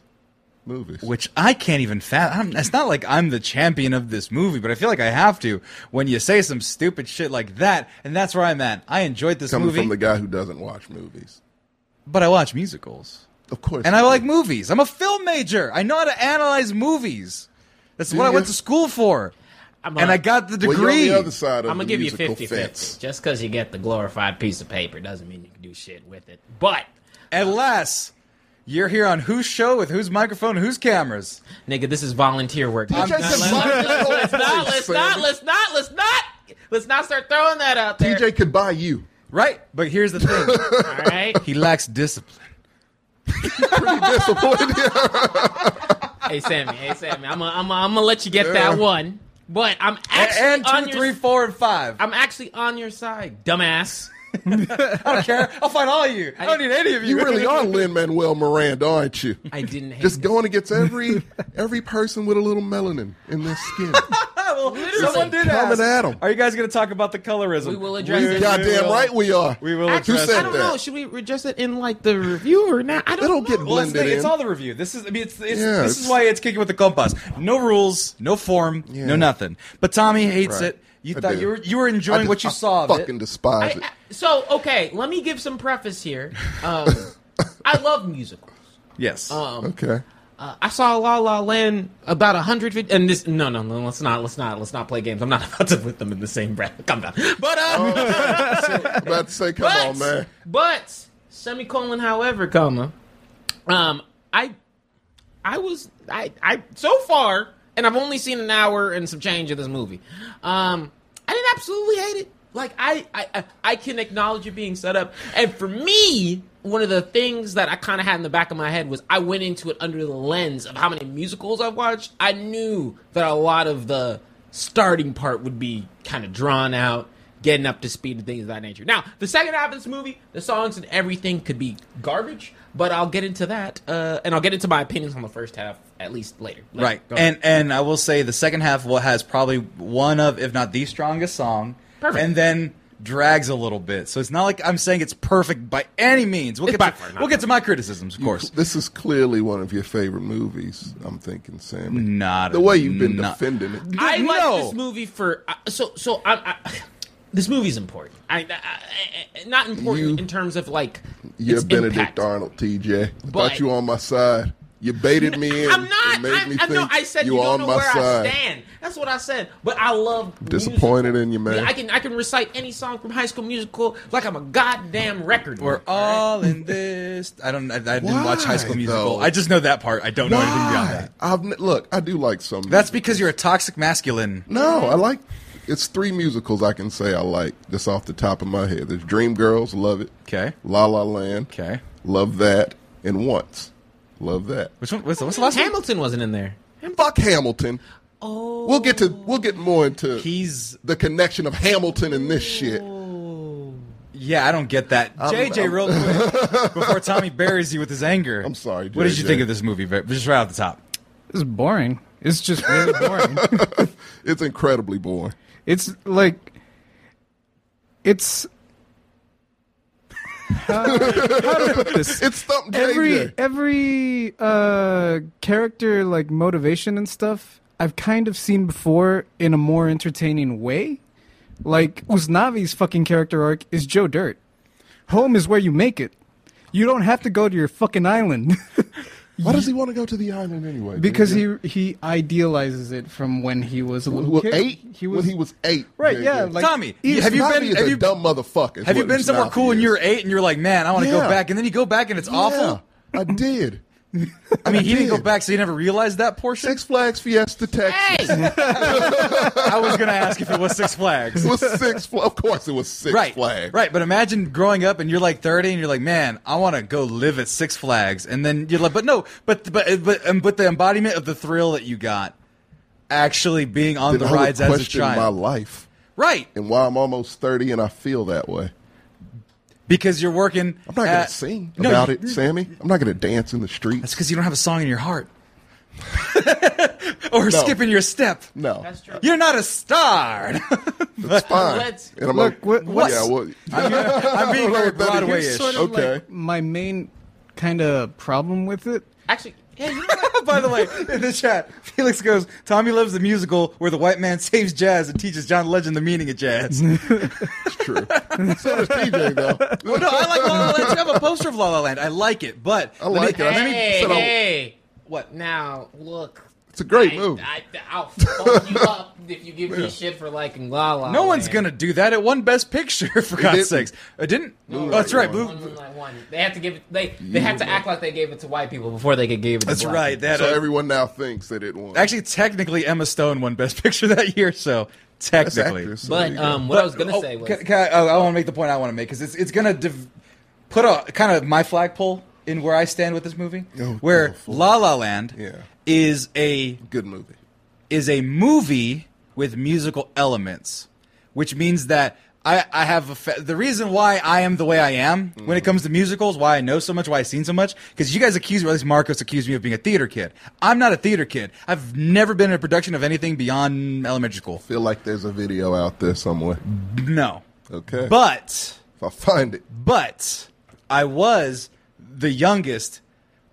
Speaker 3: movies.
Speaker 1: which I can't even fathom. It's not like I'm the champion of this movie, but I feel like I have to when you say some stupid shit like that, and that's where I'm at. I enjoyed this
Speaker 3: Coming
Speaker 1: movie,
Speaker 3: from the guy who doesn't watch movies,
Speaker 1: but I watch musicals.
Speaker 3: of course.
Speaker 1: And I
Speaker 3: you
Speaker 1: like
Speaker 3: do.
Speaker 1: movies. I'm a film major. I know how to analyze movies. That's what I
Speaker 3: you?
Speaker 1: went to school for.
Speaker 2: I'm
Speaker 1: and
Speaker 2: a-
Speaker 1: I got the
Speaker 3: Well, you're on
Speaker 1: degree.
Speaker 3: the other side of
Speaker 2: I'm
Speaker 3: the
Speaker 2: gonna give you
Speaker 3: musical
Speaker 2: 50
Speaker 3: fence.
Speaker 2: 50. Just because you get the glorified piece of paper doesn't mean you can do shit with it. But,
Speaker 1: Unless you're here on whose show with whose microphone, whose cameras.
Speaker 2: nigga, this is volunteer work.
Speaker 3: DJ
Speaker 2: Let's
Speaker 3: can buy you a
Speaker 2: let's not,
Speaker 3: place,
Speaker 2: let's not,
Speaker 3: Sammy.
Speaker 2: let's not, let's not, let's not start throwing that out there.
Speaker 3: DJ could buy you.
Speaker 1: Right? But here's the thing
Speaker 2: All right.
Speaker 1: he lacks discipline.
Speaker 3: Pretty disappointed.
Speaker 2: hey, Sammy. Hey, Sammy. I'm gonna I'm gonna- I'm gonna let you get that one. But I'm actually
Speaker 1: And
Speaker 2: on
Speaker 1: two,
Speaker 2: your,
Speaker 1: three, four, and five. I
Speaker 2: I'm actually on your side, dumbass.
Speaker 1: don't care. I'll fight all of you. I don't need any of you.
Speaker 3: You really are Lin Manuel Miranda, aren't you?
Speaker 2: I didn't hate
Speaker 3: Just
Speaker 2: this.
Speaker 3: going against every every person with a little melanin in their skin.
Speaker 1: Well, Someone did ask.
Speaker 3: Coming at 'em.
Speaker 1: Are you guys going to talk about the colorism?
Speaker 2: We will address it.
Speaker 3: Goddamn
Speaker 1: will.
Speaker 3: right we are.
Speaker 1: We will
Speaker 2: Actually,
Speaker 1: address
Speaker 3: Who said
Speaker 2: I don't
Speaker 3: that?
Speaker 2: know. Should we address it in like the review or not? I don't
Speaker 3: It'll
Speaker 2: know.
Speaker 3: get
Speaker 1: Well, that's the
Speaker 3: blended
Speaker 1: thing.
Speaker 3: in.
Speaker 1: It's all the review. This is, I mean, it's, it's
Speaker 3: Yeah,
Speaker 1: this is
Speaker 3: it's-
Speaker 1: why it's kicking with the compass. No rules, no form, no nothing. But Tommy hates
Speaker 3: Right.
Speaker 1: it. You
Speaker 3: I
Speaker 1: thought
Speaker 3: do.
Speaker 1: you were you were
Speaker 3: I
Speaker 1: enjoying
Speaker 3: just-
Speaker 1: what you
Speaker 3: I
Speaker 1: saw of
Speaker 3: fucking
Speaker 1: it.
Speaker 3: despise it.
Speaker 2: I- I- so okay, let me give some preface here. Um, I love musicals.
Speaker 1: Yes.
Speaker 3: okay.
Speaker 2: Uh, I saw La La Land about a hundred vid- and this. No, no, no. Let's not. Let's not. Let's not play games. I'm not about to put them in the same breath. Come down. But uh,
Speaker 3: I'm about to say, come
Speaker 2: but,
Speaker 3: on, man.
Speaker 2: but semicolon, however, comma, um, I, I was, I, I, so far, and I've only seen an hour and some change of this movie. Um, I didn't absolutely hate it. Like I, I, I- I can acknowledge it being set up, and for me. One of the things that I kind of had in the back of my head was I went into it under the lens of how many musicals I've watched. I knew that a lot of the starting part would be kind of drawn out, getting up to speed and things of that nature. Now, the second half of this movie, the songs and everything could be garbage, but I'll get into that, uh, and I'll get into my opinions on the first half at least later. Like,
Speaker 1: right.
Speaker 2: go ahead.
Speaker 1: And and I will say the second half wa- has probably one of, if not the strongest song.
Speaker 2: Perfect.
Speaker 1: And then drags a little bit. So it's not like I'm saying it's perfect by any means. We'll
Speaker 2: It's
Speaker 1: get to,
Speaker 2: by far not
Speaker 1: we'll get to my criticisms, of course.
Speaker 3: This is clearly one of your favorite movies, I'm thinking, Sammy.
Speaker 1: Not
Speaker 3: the way you've been
Speaker 1: not-
Speaker 3: defending it.
Speaker 2: I
Speaker 1: No.
Speaker 2: like this movie for uh, so so. I, I, this movie's important. I, I, I- I- not important
Speaker 3: You-
Speaker 2: in terms of like
Speaker 3: You're
Speaker 2: its
Speaker 3: Benedict
Speaker 2: impact.
Speaker 3: Arnold, TJ. I
Speaker 2: But-
Speaker 3: thought you were on my side. You baited me in.
Speaker 2: I'm not.
Speaker 3: It made
Speaker 2: I,
Speaker 3: me
Speaker 2: I know.
Speaker 3: think
Speaker 2: I said you,
Speaker 3: were
Speaker 2: don't
Speaker 3: on
Speaker 2: know
Speaker 3: my
Speaker 2: where
Speaker 3: side.
Speaker 2: I stand. That's what I said. But I love
Speaker 3: Disappointed
Speaker 2: musicals.
Speaker 3: in you, man.
Speaker 2: Yeah, I can I can recite any song from High School Musical like I'm a goddamn record.
Speaker 1: We're all in this. I don't. I, I didn't watch High School
Speaker 3: Why,
Speaker 1: Musical.
Speaker 3: though?
Speaker 1: I just know that part. I don't know anything beyond
Speaker 3: Why?
Speaker 1: that.
Speaker 3: I've n- look. I do like some.
Speaker 1: That's because you're a toxic masculine.
Speaker 3: No, I like. It's three musicals I can say I like just off the top of my head. There's Dreamgirls, love it.
Speaker 1: Okay.
Speaker 3: La La Land,
Speaker 1: Okay.
Speaker 3: love that. And Once, love that.
Speaker 1: Which one? What's, what's the last one?
Speaker 2: Hamilton wasn't in there.
Speaker 3: Fuck Hamilton.
Speaker 2: Oh,
Speaker 3: We'll get to. We'll get more into
Speaker 1: He's
Speaker 3: the connection of Hamilton and this shit.
Speaker 1: yeah. I don't get that. JJ,
Speaker 3: I'm-
Speaker 1: real quick before Tommy buries you with his anger.
Speaker 3: um, I'm sorry,
Speaker 1: What did you
Speaker 3: JJ.
Speaker 1: think of this movie? Ver- Just right off the top.
Speaker 4: It's boring. It's just really boring.
Speaker 3: It's incredibly boring.
Speaker 4: it's like it's how, how to put this.
Speaker 3: It's something.
Speaker 4: every
Speaker 3: JJ.
Speaker 4: every uh character like motivation and stuff I've kind of seen before in a more entertaining way. Like Usnavi's fucking character arc is Joe Dirt. Home is where you make it. You don't have to go to your fucking island
Speaker 3: Why does he want to go to the island anyway?
Speaker 4: because
Speaker 3: JJ?
Speaker 4: he he idealizes it from when he was a little
Speaker 3: Mm-hmm. Well,
Speaker 4: kid.
Speaker 3: eight.
Speaker 4: He was,
Speaker 3: when he was eight.
Speaker 4: Right,
Speaker 3: JJ.
Speaker 4: yeah, like-
Speaker 1: Tommy,
Speaker 4: He's-
Speaker 1: have you
Speaker 3: Snobby
Speaker 1: been?
Speaker 3: is
Speaker 1: Have
Speaker 3: a
Speaker 1: you,
Speaker 3: dumb motherfucker. is
Speaker 1: have you
Speaker 3: what
Speaker 1: been somewhere
Speaker 3: Snobby
Speaker 1: cool and
Speaker 3: is.
Speaker 1: you were eight and you're like, man, I want to go
Speaker 3: Yeah.
Speaker 1: back, and then you go back and it's awful.
Speaker 3: Yeah, I did.
Speaker 1: I mean, he didn't go
Speaker 3: did.
Speaker 1: back, so you never realized that portion.
Speaker 3: Six Flags Fiesta Texas.
Speaker 2: Hey,
Speaker 1: I was gonna ask if it was Six Flags.
Speaker 3: It was Six Flags. Of course, it was Six
Speaker 1: right,
Speaker 3: Flags.
Speaker 1: Right, but imagine growing up and you're like 30 and you're like, man, I want to go live at Six Flags, and then you're like, but no, but but but um, but the embodiment of the thrill that you got actually being on
Speaker 3: Then
Speaker 1: the
Speaker 3: I would
Speaker 1: rides as a
Speaker 3: question my
Speaker 1: child,
Speaker 3: life
Speaker 1: right?
Speaker 3: and why I'm almost thirty and I feel that way.
Speaker 1: Because you're working.
Speaker 3: I'm not gonna
Speaker 1: at-
Speaker 3: sing
Speaker 1: Uh, No,
Speaker 3: about
Speaker 1: you-
Speaker 3: it, Sammy. I'm not gonna dance in the
Speaker 1: That's
Speaker 3: streets.
Speaker 1: because you don't have a song in your heart, or
Speaker 3: No.
Speaker 1: skipping your step.
Speaker 3: No,
Speaker 2: that's true.
Speaker 1: You're not a star.
Speaker 3: it's fine.
Speaker 2: Let's-
Speaker 3: and I'm
Speaker 4: Look,
Speaker 3: like,
Speaker 4: what- what's-
Speaker 3: yeah, well,
Speaker 1: I'm being very
Speaker 3: what that is.
Speaker 1: Broadway-ish.
Speaker 4: sort of
Speaker 3: Okay.
Speaker 4: like my main kind of problem with it.
Speaker 2: Actually, yeah, you know what?
Speaker 1: By the way, in the chat, Felix goes, Tommy loves the musical where the white man saves jazz and teaches John Legend the meaning of jazz. well,
Speaker 3: it's true. so does TJ though.
Speaker 1: Oh, no, I like La La Land. too. I have a poster of La La Land. I like it, but
Speaker 3: I
Speaker 1: let
Speaker 3: like
Speaker 1: me-
Speaker 3: it. I
Speaker 1: let me-
Speaker 2: hey,
Speaker 3: so-
Speaker 2: hey,
Speaker 1: what?
Speaker 2: now look.
Speaker 3: It's a great
Speaker 2: I,
Speaker 3: move.
Speaker 2: I, will fuck you up. if you give me shit for liking La La
Speaker 1: No one's
Speaker 2: Land.
Speaker 1: gonna do that. It won Best Picture for God's
Speaker 3: didn't.
Speaker 1: sakes. It didn't.
Speaker 3: Blue
Speaker 1: Oh,
Speaker 3: Light
Speaker 1: that's right.
Speaker 3: won.
Speaker 1: Blue.
Speaker 2: Moonlight won. They have to give it. They they have to act like they gave it to white people before they could give it. to
Speaker 1: That's
Speaker 2: black
Speaker 1: right.
Speaker 2: people.
Speaker 1: That uh,
Speaker 3: So everyone now thinks that it won.
Speaker 1: actually technically Emma Stone won Best Picture that year. So
Speaker 3: That's
Speaker 1: technically,
Speaker 3: actress, so there
Speaker 2: But
Speaker 3: you go.
Speaker 2: um, what I was gonna
Speaker 1: Oh,
Speaker 2: say was
Speaker 1: can- can I, want to make the point I want to make because it's it's gonna div- put a kind of my flagpole in where I stand with this movie,
Speaker 3: Oh,
Speaker 1: where
Speaker 3: oh, fuck.
Speaker 1: La La Land
Speaker 3: Yeah.
Speaker 1: is a
Speaker 3: good movie.
Speaker 1: is a movie with musical elements, which means that I, I have a fa- the reason why I am the way I am when it comes to musicals, why I know so much, why I've seen so much, because you guys accuse me, or at least Marcos accused me of being a theater kid. I'm not a theater kid. I've never been in a production of anything beyond elementary school.
Speaker 3: Feel like there's a video out there somewhere.
Speaker 1: No.
Speaker 3: Okay,
Speaker 1: But
Speaker 3: if I find it,
Speaker 1: but I was the youngest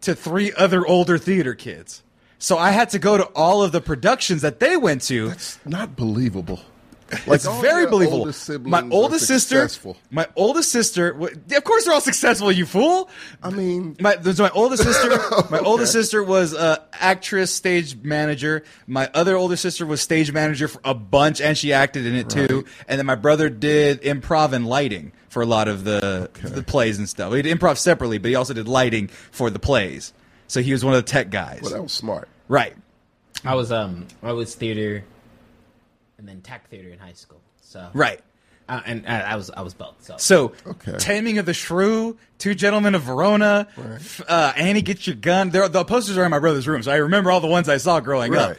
Speaker 1: to three other older theater kids. So I had to go to all of the productions that they went to.
Speaker 3: it's not believable.
Speaker 1: It's
Speaker 3: all
Speaker 1: very
Speaker 3: your
Speaker 1: believable.
Speaker 3: older siblings
Speaker 1: my
Speaker 3: are
Speaker 1: oldest sister,
Speaker 3: successful.
Speaker 1: my oldest sister, wa- of course they're all successful. You fool!
Speaker 3: I mean,
Speaker 1: My, so my oldest sister, my oldest sister was uh, actress, stage manager. My other older sister was stage manager for a bunch, and she acted in it too. And then my brother did improv and lighting for a lot of the the plays and stuff. He did improv separately, but he also did lighting for the plays. So he was one of the tech guys,
Speaker 3: well, that was smart.
Speaker 1: right?
Speaker 2: I was um I was theater, and then tech theater in high school. So
Speaker 1: Right.
Speaker 2: I, and uh, I, I was I was both. So,
Speaker 1: So,
Speaker 3: Okay.
Speaker 1: Taming of the Shrew, Two Gentlemen of Verona, f- uh, Annie, Get Your Gun. They're, the posters are in my brother's room, so I remember all the ones I saw growing up.
Speaker 3: Right.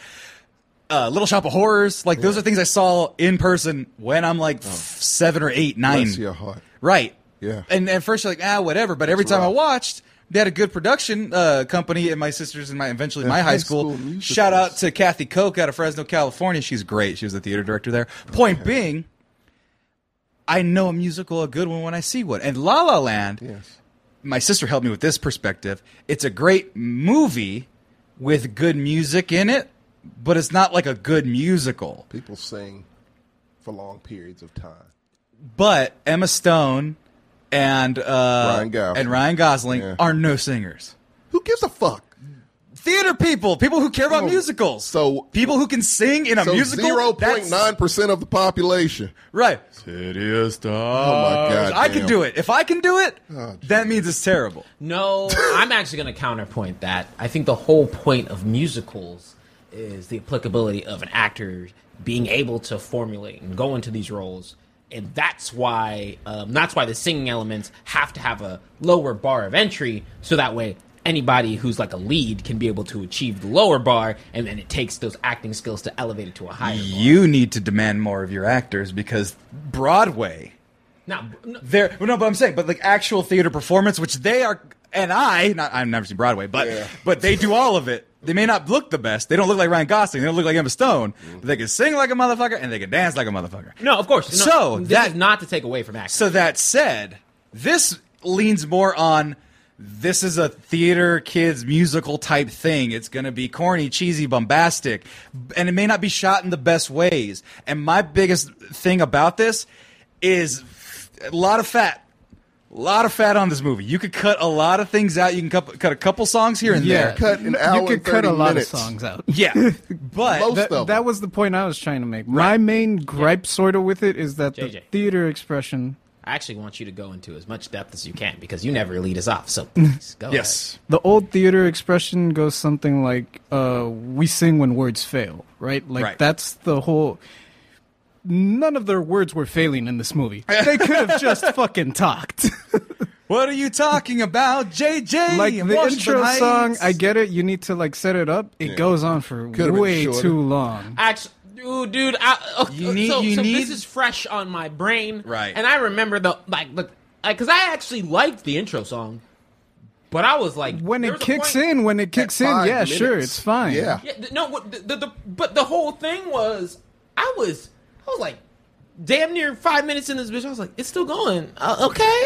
Speaker 1: uh, Little Shop of Horrors. Like those are things I saw in person when I'm like f- seven or eight, nine.
Speaker 3: Oh. Bless your heart.
Speaker 1: Right.
Speaker 3: Yeah.
Speaker 1: And at first you're like, ah, whatever. But every time I
Speaker 3: rough.
Speaker 1: watched, they had a good production uh, company and my sisters and my eventually my
Speaker 3: And
Speaker 1: high
Speaker 3: high
Speaker 1: school.
Speaker 3: school musicals.
Speaker 1: Shout out to Kathy Koch out of Fresno, California. She's great. She was the theater director there. Point being, I know a musical, a good one when I see one. And La La Land
Speaker 3: Yes.
Speaker 1: my sister helped me with this perspective. It's a great movie with good music in it, but it's not like a good musical.
Speaker 3: People sing for long periods of time.
Speaker 1: But Emma Stone and uh,
Speaker 3: Ryan Gosling.
Speaker 1: and Ryan Gosling
Speaker 3: Yeah.
Speaker 1: are no singers.
Speaker 3: Who gives a fuck?
Speaker 1: Theater people, people who care about
Speaker 3: Oh,
Speaker 1: musicals,
Speaker 3: so-
Speaker 1: people who can sing in a
Speaker 3: So
Speaker 1: musical.
Speaker 3: zero point
Speaker 1: that's-
Speaker 3: nine percent of the population.
Speaker 1: right? City of
Speaker 3: Oh, my God,
Speaker 1: I can
Speaker 3: damn.
Speaker 1: do it. If I can do it,
Speaker 3: Oh,
Speaker 1: that means it's terrible.
Speaker 2: no, I'm actually going to counterpoint that. I think the whole point of musicals is the applicability of an actor being able to formulate and go into these roles. And that's why, um, that's why the singing elements have to have a lower bar of entry, so that way anybody who's like a lead can be able to achieve the lower bar, and then it takes those acting skills to elevate it to a higher. bar.
Speaker 1: You need to demand more of your actors because Broadway
Speaker 2: Now, no,
Speaker 1: There, well, no, but I'm saying, but like actual theater performance, which they are, and I, not I've never seen Broadway, but
Speaker 3: Yeah.
Speaker 1: but they do all of it. They may not look the best. They don't look like Ryan Gosling. They don't look like Emma Stone. But they can sing like a motherfucker and they can dance like a motherfucker.
Speaker 2: no, of course. No,
Speaker 1: So,
Speaker 2: this
Speaker 1: that-
Speaker 2: is not to take away from acting.
Speaker 1: So that said, this leans more on this is a theater kids musical type thing. It's going to be corny, cheesy, bombastic, and it may not be shot in the best ways. And my biggest thing about this is a lot of fat. A lot of fat on this movie. You could cut a lot of things out. You can cut, cut a couple songs here and
Speaker 4: Yeah.
Speaker 1: there.
Speaker 3: Cut an hour.
Speaker 4: you could
Speaker 3: and 30
Speaker 4: cut a lot
Speaker 3: minutes.
Speaker 4: of songs out.
Speaker 1: Yeah, but
Speaker 3: Most
Speaker 4: That,
Speaker 3: of
Speaker 4: that
Speaker 3: them.
Speaker 4: was the point I was trying to make. My main gripe, sort of, with it is that the
Speaker 2: JJ.
Speaker 4: theater expression,
Speaker 2: I actually want you to go into as much depth as you can because you never lead us off. So please go.
Speaker 1: yes,
Speaker 4: the old theater expression goes something like, uh, "We sing when words fail," right? Like
Speaker 1: Right.
Speaker 4: that's the whole. None of their words were failing in this movie. They could have just fucking talked.
Speaker 1: what are you talking about, JJ?
Speaker 4: like the
Speaker 1: Washington
Speaker 4: intro
Speaker 1: Heights?
Speaker 4: song, I get it. You need to like set it up. It goes on for
Speaker 3: Could've been
Speaker 4: way
Speaker 3: shorter.
Speaker 4: too long.
Speaker 2: Actually, dude, dude I, okay,
Speaker 1: You need-
Speaker 2: so,
Speaker 1: you
Speaker 2: so
Speaker 1: need-
Speaker 2: this is fresh on my brain.
Speaker 1: Right.
Speaker 2: And I remember the, like, the, because I actually liked the intro song, but I was like,
Speaker 4: when
Speaker 2: there
Speaker 4: it
Speaker 2: was a
Speaker 4: kicks
Speaker 2: point-
Speaker 4: in, when it kicks in,
Speaker 3: five
Speaker 4: yeah, sure,
Speaker 3: minutes.
Speaker 4: it's fine.
Speaker 3: Yeah.
Speaker 2: Yeah, th- no, what- the, the, the, but the whole thing was, I was, I was like, damn near five minutes in this bitch. I was like, it's still going. Uh, okay.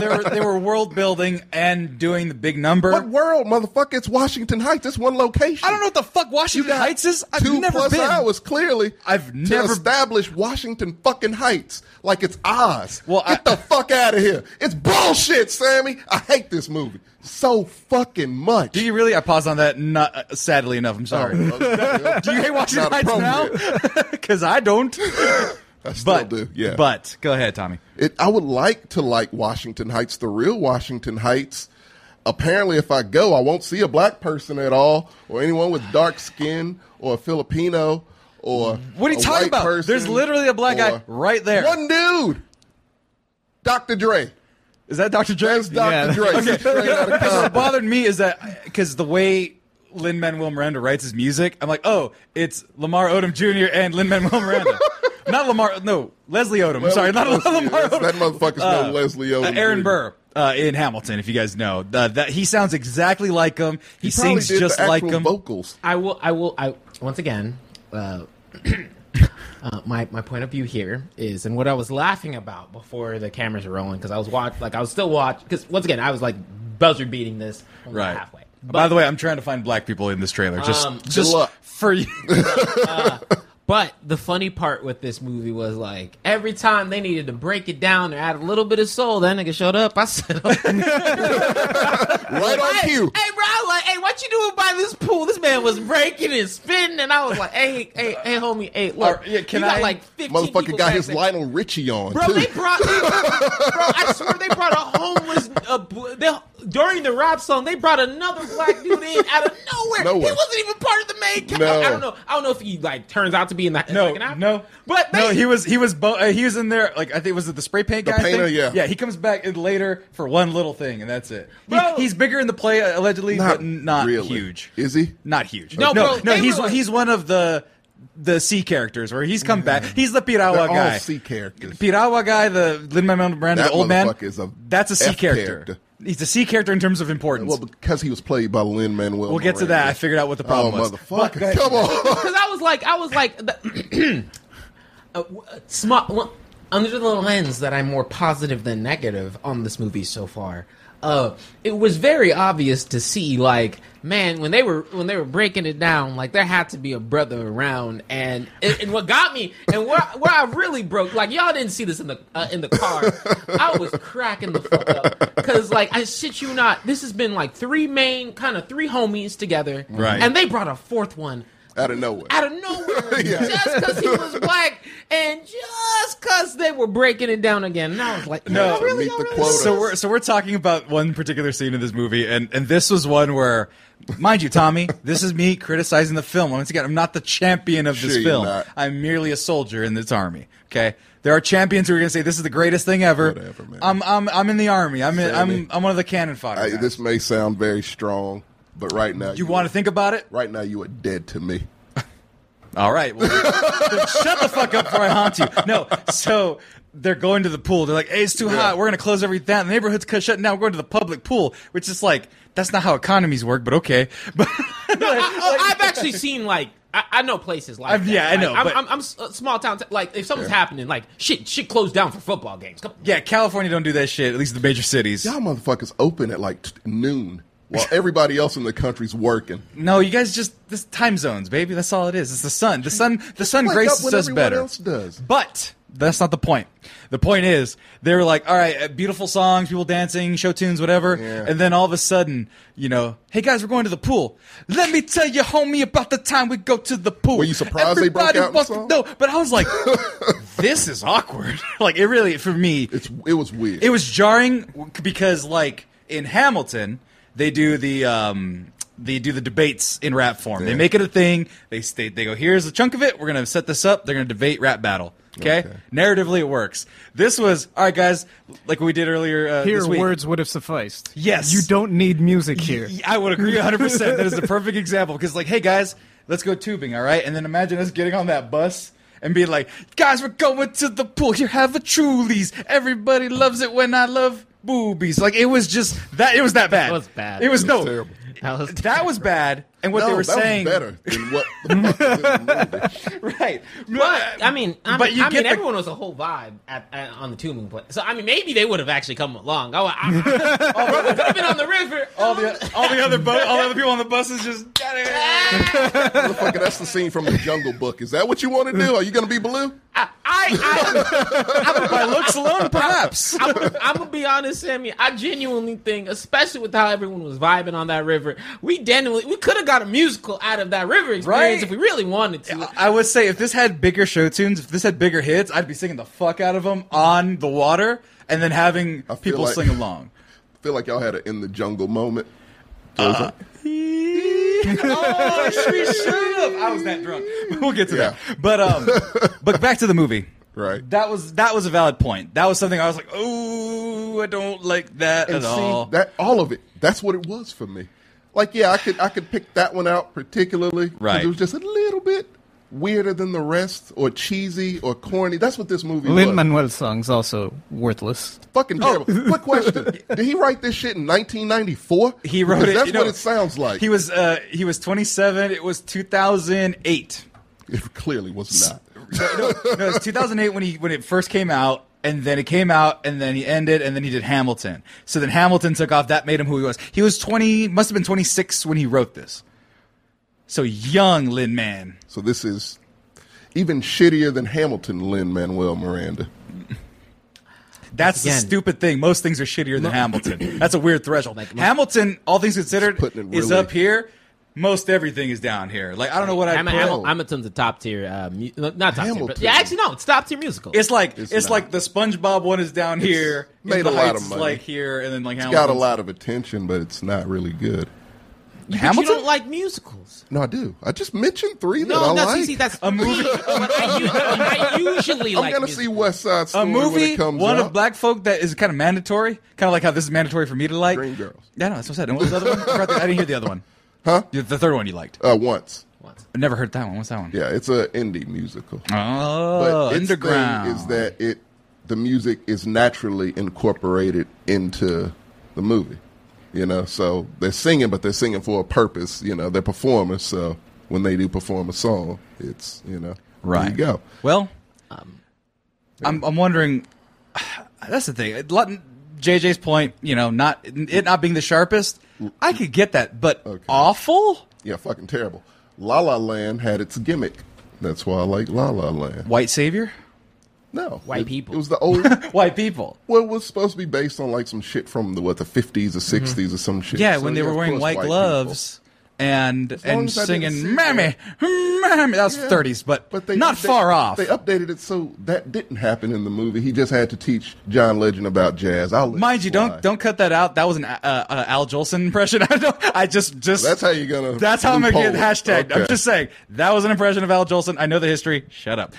Speaker 1: they, were, they were world building and doing the big number.
Speaker 3: What world, motherfucker? It's Washington Heights. It's one location.
Speaker 1: I don't know what the fuck
Speaker 3: You
Speaker 1: Washington
Speaker 3: got
Speaker 1: Heights is. I've
Speaker 3: two
Speaker 1: never
Speaker 3: plus
Speaker 1: been.
Speaker 3: hours clearly.
Speaker 1: I've
Speaker 3: to
Speaker 1: never-
Speaker 3: establish Washington fucking Heights like it's Oz.
Speaker 1: Well,
Speaker 3: get
Speaker 1: I-
Speaker 3: the fuck out of here. It's bullshit, Sammy. I hate this movie so fucking much.
Speaker 1: Do you really? I paused on that. Not uh, sadly enough. I'm sorry. do you hate Washington
Speaker 3: Not
Speaker 1: Heights now? Because I don't.
Speaker 3: I still
Speaker 1: But
Speaker 3: do. Yeah,
Speaker 1: But go ahead, Tommy.
Speaker 3: It, I would like to like Washington Heights, the real Washington Heights. Apparently, if I go, I won't see a black person at all, or anyone with dark skin, or a Filipino, or
Speaker 1: What are you
Speaker 3: a
Speaker 1: talking
Speaker 3: white
Speaker 1: about?
Speaker 3: person,
Speaker 1: There's literally a black guy
Speaker 3: or-
Speaker 1: right there.
Speaker 3: One dude, Dr. Dre.
Speaker 1: Is that Dr. Dre?
Speaker 3: That's Dr.
Speaker 4: Yeah.
Speaker 3: Dre. Straight outta Compton.
Speaker 1: what bothered me is that because the way Lin Manuel Miranda writes his music, I'm like, oh, it's Lamar Odom Jr. and Lin Manuel Miranda. not Lamar, no, Leslie Odom. I'm sorry, not
Speaker 3: Leslie,
Speaker 1: Lamar Odom.
Speaker 3: that's- that motherfucker's no Leslie Odom
Speaker 1: uh, Aaron
Speaker 3: Jr..
Speaker 1: Burr. Uh, in Hamilton, if you guys know, uh, that he sounds exactly like him. He,
Speaker 3: Probably
Speaker 1: sings
Speaker 3: did
Speaker 1: just
Speaker 3: the
Speaker 1: like
Speaker 3: actual
Speaker 1: him.
Speaker 3: Vocals.
Speaker 2: I will. I will. I once again. Uh, uh, my my point of view here is, and what I was laughing about before the cameras were rolling because I was watch like I was still watch because once again I was like buzzer beating this only
Speaker 1: Right.
Speaker 2: halfway.
Speaker 1: By the way, I'm trying to find black people in this trailer. Just,
Speaker 2: Um,
Speaker 1: just
Speaker 3: luck.
Speaker 1: for you.
Speaker 2: But the funny part with this movie was like every time they needed to break it down or add a little bit of soul, that nigga showed up. I said, "Hey, hey,
Speaker 3: Right on
Speaker 2: bro,
Speaker 3: cue.
Speaker 2: I'm like, hey, what you doing by this pool?" This man was breaking and spinning, and I was like, "Hey, hey, hey, homie, hey, look,
Speaker 1: Or, yeah, can
Speaker 2: you got
Speaker 1: I-
Speaker 2: like 15 people
Speaker 3: Motherfucker got
Speaker 2: back
Speaker 3: his
Speaker 2: there.
Speaker 3: Lionel Richie on,
Speaker 2: Bro,
Speaker 3: too.
Speaker 2: they brought. They, bro, I swear they brought a homeless. Uh, bl- they, during the rap song, they brought another black dude in out of nowhere.
Speaker 3: Nowhere.
Speaker 2: He wasn't even part of the main cast.
Speaker 3: No.
Speaker 2: I don't know. I don't know if he like turns out to be in the
Speaker 1: No,
Speaker 2: second half.
Speaker 1: no,
Speaker 2: But they,
Speaker 1: no, he was he was bo- uh, he was in there. Like I think was it the spray paint guy? I
Speaker 3: painter,
Speaker 1: think?
Speaker 3: yeah.
Speaker 1: yeah. He comes back in later for one little thing, and that's it. He-
Speaker 2: Bro.
Speaker 1: he's bigger in the play uh, allegedly, but n- not
Speaker 3: really.
Speaker 1: huge.
Speaker 3: Is he?
Speaker 1: Not huge.
Speaker 2: No,
Speaker 1: no,
Speaker 2: bro,
Speaker 1: no.
Speaker 2: they
Speaker 1: He's
Speaker 2: were-
Speaker 1: one he's one of the the C characters where he's come back. He's the
Speaker 3: They're
Speaker 1: Pirawa
Speaker 3: all
Speaker 1: guy.
Speaker 3: C characters.
Speaker 1: Pirawa guy, the Lin Manuel Miranda,
Speaker 3: That
Speaker 1: the old man.
Speaker 3: motherfucker is a
Speaker 1: that's a C
Speaker 3: F
Speaker 1: character.
Speaker 3: character.
Speaker 1: He's a C character in terms of importance.
Speaker 3: Well, because he was played by Lin Manuel.
Speaker 1: We'll get to that. I figured out what the problem
Speaker 3: oh,
Speaker 1: was. But go
Speaker 3: motherfucker!
Speaker 1: ahead.
Speaker 3: Come on.
Speaker 2: because I was like, I was like, the- uh, w- uh, smart well, under the lens that I'm more positive than negative on this movie so far. Uh, it was very obvious to see, like, man, when they were when they were breaking it down, like there had to be a brother around, and and, and what got me, and where where I really broke, like y'all didn't see this in the uh, in the car, I was cracking the fuck up because, like, I shit you not, this has been like three main kind of three homies together,
Speaker 1: Right.
Speaker 2: And they brought a fourth one
Speaker 3: Out of nowhere.
Speaker 2: out of nowhere
Speaker 3: Yeah.
Speaker 2: just because he was black and just because they were breaking it down again. And I was like,
Speaker 1: No.
Speaker 2: no, really,
Speaker 3: Meet
Speaker 2: y'all
Speaker 3: the
Speaker 2: really
Speaker 3: quota.
Speaker 1: So we're so we're talking about one particular scene in this movie, and and this was one where, mind you, Tommy, this is me criticizing the film. Once again, I'm not the champion of this
Speaker 3: Sure you're
Speaker 1: film.
Speaker 3: not.
Speaker 1: I'm merely a soldier in this army. Okay, there are champions who are going to say this is the greatest thing ever.
Speaker 3: Whatever, man.
Speaker 1: I'm I'm I'm in the army. I'm in, I'm
Speaker 3: Sammy.
Speaker 1: I'm one of the cannon fodder.
Speaker 3: I,
Speaker 1: guys.
Speaker 3: this may sound very strong, but right now
Speaker 1: you want to think about it?
Speaker 3: Right now, you are dead to me.
Speaker 1: All right. Well, then shut the fuck up before I haunt you. No. So they're going to the pool. They're like, hey, it's too hot. We're going to close everything down. The neighborhood's cut shut down. We're going to the public pool, which is like, that's not how economies work, but okay. But
Speaker 2: I, have actually seen like. I, I know places like
Speaker 1: I've-
Speaker 2: that.
Speaker 1: yeah, I
Speaker 2: Like,
Speaker 1: know,
Speaker 2: I'm,
Speaker 1: but-
Speaker 2: I'm, I'm s- uh, small town. T- like, if something's happening, like shit, shit closed down for football games. Come on.
Speaker 1: yeah, California don't do that shit, at least the major cities.
Speaker 3: Y'all motherfuckers open at like t- noon while everybody else in the country's working.
Speaker 1: No, you guys just, this time zones, baby. That's all it is. It's the sun. The sun, the sun
Speaker 3: Wake up
Speaker 1: graces
Speaker 3: when
Speaker 1: us
Speaker 3: everyone
Speaker 1: better.
Speaker 3: else does.
Speaker 1: But that's not the point. The point is they were like, all right, uh, beautiful songs, people dancing, show tunes, whatever.
Speaker 3: Yeah.
Speaker 1: And then all of a sudden, you know, hey guys, we're going to the pool. Let me tell you, homie, about the time we go to the pool.
Speaker 3: Were you surprised they broke out in
Speaker 1: wants
Speaker 3: song?
Speaker 1: to know. But I was like, this is awkward. like it really for me,
Speaker 3: It's it was weird.
Speaker 1: it was jarring because like in Hamilton, they do the um they do the debates in rap form. They
Speaker 3: Yeah.
Speaker 1: make it a thing. They stay, they go here's a chunk of it. We're gonna set this up. They're gonna debate rap battle. Okay?
Speaker 3: Okay.
Speaker 1: narratively it works. This was all right, guys. Like we did earlier uh,
Speaker 4: Here,
Speaker 1: this week.
Speaker 4: words would have sufficed.
Speaker 1: Yes.
Speaker 4: You don't need music here.
Speaker 1: I would agree 100. percent That is the perfect example because like hey guys, let's go tubing. All right, and then imagine us getting on that bus. And being like, guys, we're going to the pool. Here, have a Trulies. Everybody loves it when I love boobies. Like it was just that. It was that bad.
Speaker 2: That was bad.
Speaker 1: It was
Speaker 2: It
Speaker 1: no.
Speaker 3: terrible.
Speaker 2: That was
Speaker 1: That was bad. and what
Speaker 3: no,
Speaker 1: they were
Speaker 3: that was
Speaker 1: saying.
Speaker 3: better than what the fuck was in the movie.
Speaker 1: Right.
Speaker 2: But I mean, I
Speaker 1: But
Speaker 2: mean,
Speaker 1: you
Speaker 2: I
Speaker 1: get
Speaker 2: mean
Speaker 1: the-
Speaker 2: everyone was a whole vibe at, at, on the Two Moon Place. So I mean, maybe they would have actually come along. I, I, I, could have been on the river.
Speaker 1: all the all the other bo- all the other people on the buses just
Speaker 3: Motherfucker, that's the scene from the Jungle Book. Is that what you want to do? Are you going to be blue?
Speaker 2: I, I,
Speaker 1: by looks alone, perhaps.
Speaker 2: I, am I'm gonna be honest, Sammy. I genuinely think, especially with how everyone was vibing on that river, we genuinely we could have got a musical out of that river experience
Speaker 1: Right?
Speaker 2: if we really wanted to.
Speaker 1: I would say if this had bigger show tunes, if this had bigger hits, I'd be singing the fuck out of them on the water, and then having
Speaker 3: I feel
Speaker 1: people
Speaker 3: like-
Speaker 1: sing along.
Speaker 3: feel like y'all had an in the jungle moment. So it's like,
Speaker 1: oh, sweet shut up! I was that drunk. We'll get to
Speaker 3: Yeah.
Speaker 1: that. But um, but back to the movie.
Speaker 3: Right.
Speaker 1: That was that was a valid point. That was something I was like, oh, I don't like that
Speaker 3: and
Speaker 1: at
Speaker 3: see
Speaker 1: all.
Speaker 3: that all of it. That's what it was for me. Like, yeah, I could I could pick that one out particularly. 'cause
Speaker 1: Right.
Speaker 3: It was just a little bit weirder than the rest, or cheesy, or corny. That's what this movie
Speaker 4: Lin
Speaker 3: was.
Speaker 4: Manuel songs also worthless.
Speaker 3: Fucking terrible. Quick question: Did he write this shit in 1994?
Speaker 1: he wrote it.
Speaker 3: That's
Speaker 1: you know,
Speaker 3: what it sounds like.
Speaker 1: He was uh, he was 27. It was 2008.
Speaker 3: It clearly was not.
Speaker 1: No, it was 2008 when he when it first came out, and then it came out, and then he ended, and then he did Hamilton. So then Hamilton took off. That made him who he was. He was 20, must have been 26 when he wrote this. So young Lin Man.
Speaker 3: So this is even shittier than Hamilton. Lin Manuel Miranda.
Speaker 1: That's the
Speaker 2: Again.
Speaker 1: stupid thing. Most things are shittier than Hamilton. That's a weird threshold. Hamilton, all things considered,
Speaker 3: putting it
Speaker 1: is
Speaker 3: really-
Speaker 1: up here. Most everything is down here. Like I don't know what I.
Speaker 2: I'm, a, I'm, a,
Speaker 3: Bro.
Speaker 2: I'm a tons of top tier, uh, mu- not top tier, but
Speaker 3: Hamilton.
Speaker 2: yeah, actually no, it's top tier musical.
Speaker 1: It's like it's,
Speaker 3: It's not.
Speaker 1: like the SpongeBob one is down here,
Speaker 3: made
Speaker 1: and the
Speaker 3: a lot
Speaker 1: Heights
Speaker 3: of
Speaker 1: is,
Speaker 3: money.
Speaker 1: like here, and then like
Speaker 3: Got a
Speaker 1: Hamilton's-
Speaker 3: lot of attention, but it's not really good.
Speaker 2: But
Speaker 1: Hamilton.
Speaker 2: you don't like musicals.
Speaker 3: No, I do. I just mentioned three that I
Speaker 2: No, that's
Speaker 3: like.
Speaker 2: see, that's
Speaker 1: A movie-
Speaker 2: me, but I, u- I usually
Speaker 3: I'm
Speaker 2: like
Speaker 3: gonna see
Speaker 2: musicals.
Speaker 3: West Side Story
Speaker 1: a
Speaker 3: when
Speaker 1: movie,
Speaker 3: it comes
Speaker 1: one
Speaker 3: out.
Speaker 1: of black folk that is kind of mandatory, kind of like how this is mandatory for me to like.
Speaker 3: Dreamgirls.
Speaker 1: Yeah, no, that's what I said. And what was the other one? I, forgot the- I didn't hear the other one.
Speaker 3: Huh?
Speaker 1: The- The third one you liked.
Speaker 3: Uh, once.
Speaker 2: Once.
Speaker 1: I never heard that one. What's that one?
Speaker 3: Yeah, it's a indie musical.
Speaker 1: Oh,
Speaker 3: its thing
Speaker 1: underground.
Speaker 3: is that it the music is naturally incorporated into the movie. You know, so they're singing, but they're singing for a purpose. You know, they're performers, so when they do perform a song, it's you know,
Speaker 1: right?
Speaker 3: There you go.
Speaker 1: Well, I'm I'm wondering. That's the thing. A lot- JJ's point, you know, not it not being the sharpest. I could get that, but
Speaker 3: Okay.
Speaker 1: awful.
Speaker 3: Yeah, fucking terrible. La La Land had its gimmick. That's why I like La La Land.
Speaker 1: White savior,
Speaker 3: No,
Speaker 2: White
Speaker 3: it-
Speaker 2: people.
Speaker 3: It was the old.
Speaker 1: white people.
Speaker 3: Well, it was supposed to be based on like some shit from the what the fifties or 60s or some shit.
Speaker 1: Mm-hmm. Yeah,
Speaker 3: So,
Speaker 1: when they were
Speaker 3: of
Speaker 1: wearing
Speaker 3: course,
Speaker 1: white,
Speaker 3: people.
Speaker 1: gloves and
Speaker 3: long
Speaker 1: and
Speaker 3: as I didn't
Speaker 1: singing
Speaker 3: see
Speaker 1: "Mammy,
Speaker 3: that.
Speaker 1: Mammy." That was
Speaker 3: Yeah.
Speaker 1: thirties, but,
Speaker 3: they-
Speaker 1: not
Speaker 3: they-
Speaker 1: far off.
Speaker 3: They updated it so that didn't happen in the movie. He just had to teach John Legend about jazz. I'll let
Speaker 1: Mind you,
Speaker 3: it fly.
Speaker 1: don't don't cut that out. That was an uh, uh, Al Jolson impression. I don't. I just just.
Speaker 3: That's how you're gonna
Speaker 1: That's how I'm gonna get
Speaker 3: loophole it.
Speaker 1: hashtag. I'm
Speaker 3: Okay.
Speaker 1: just saying that was an impression of Al Jolson. I know the history. Shut up.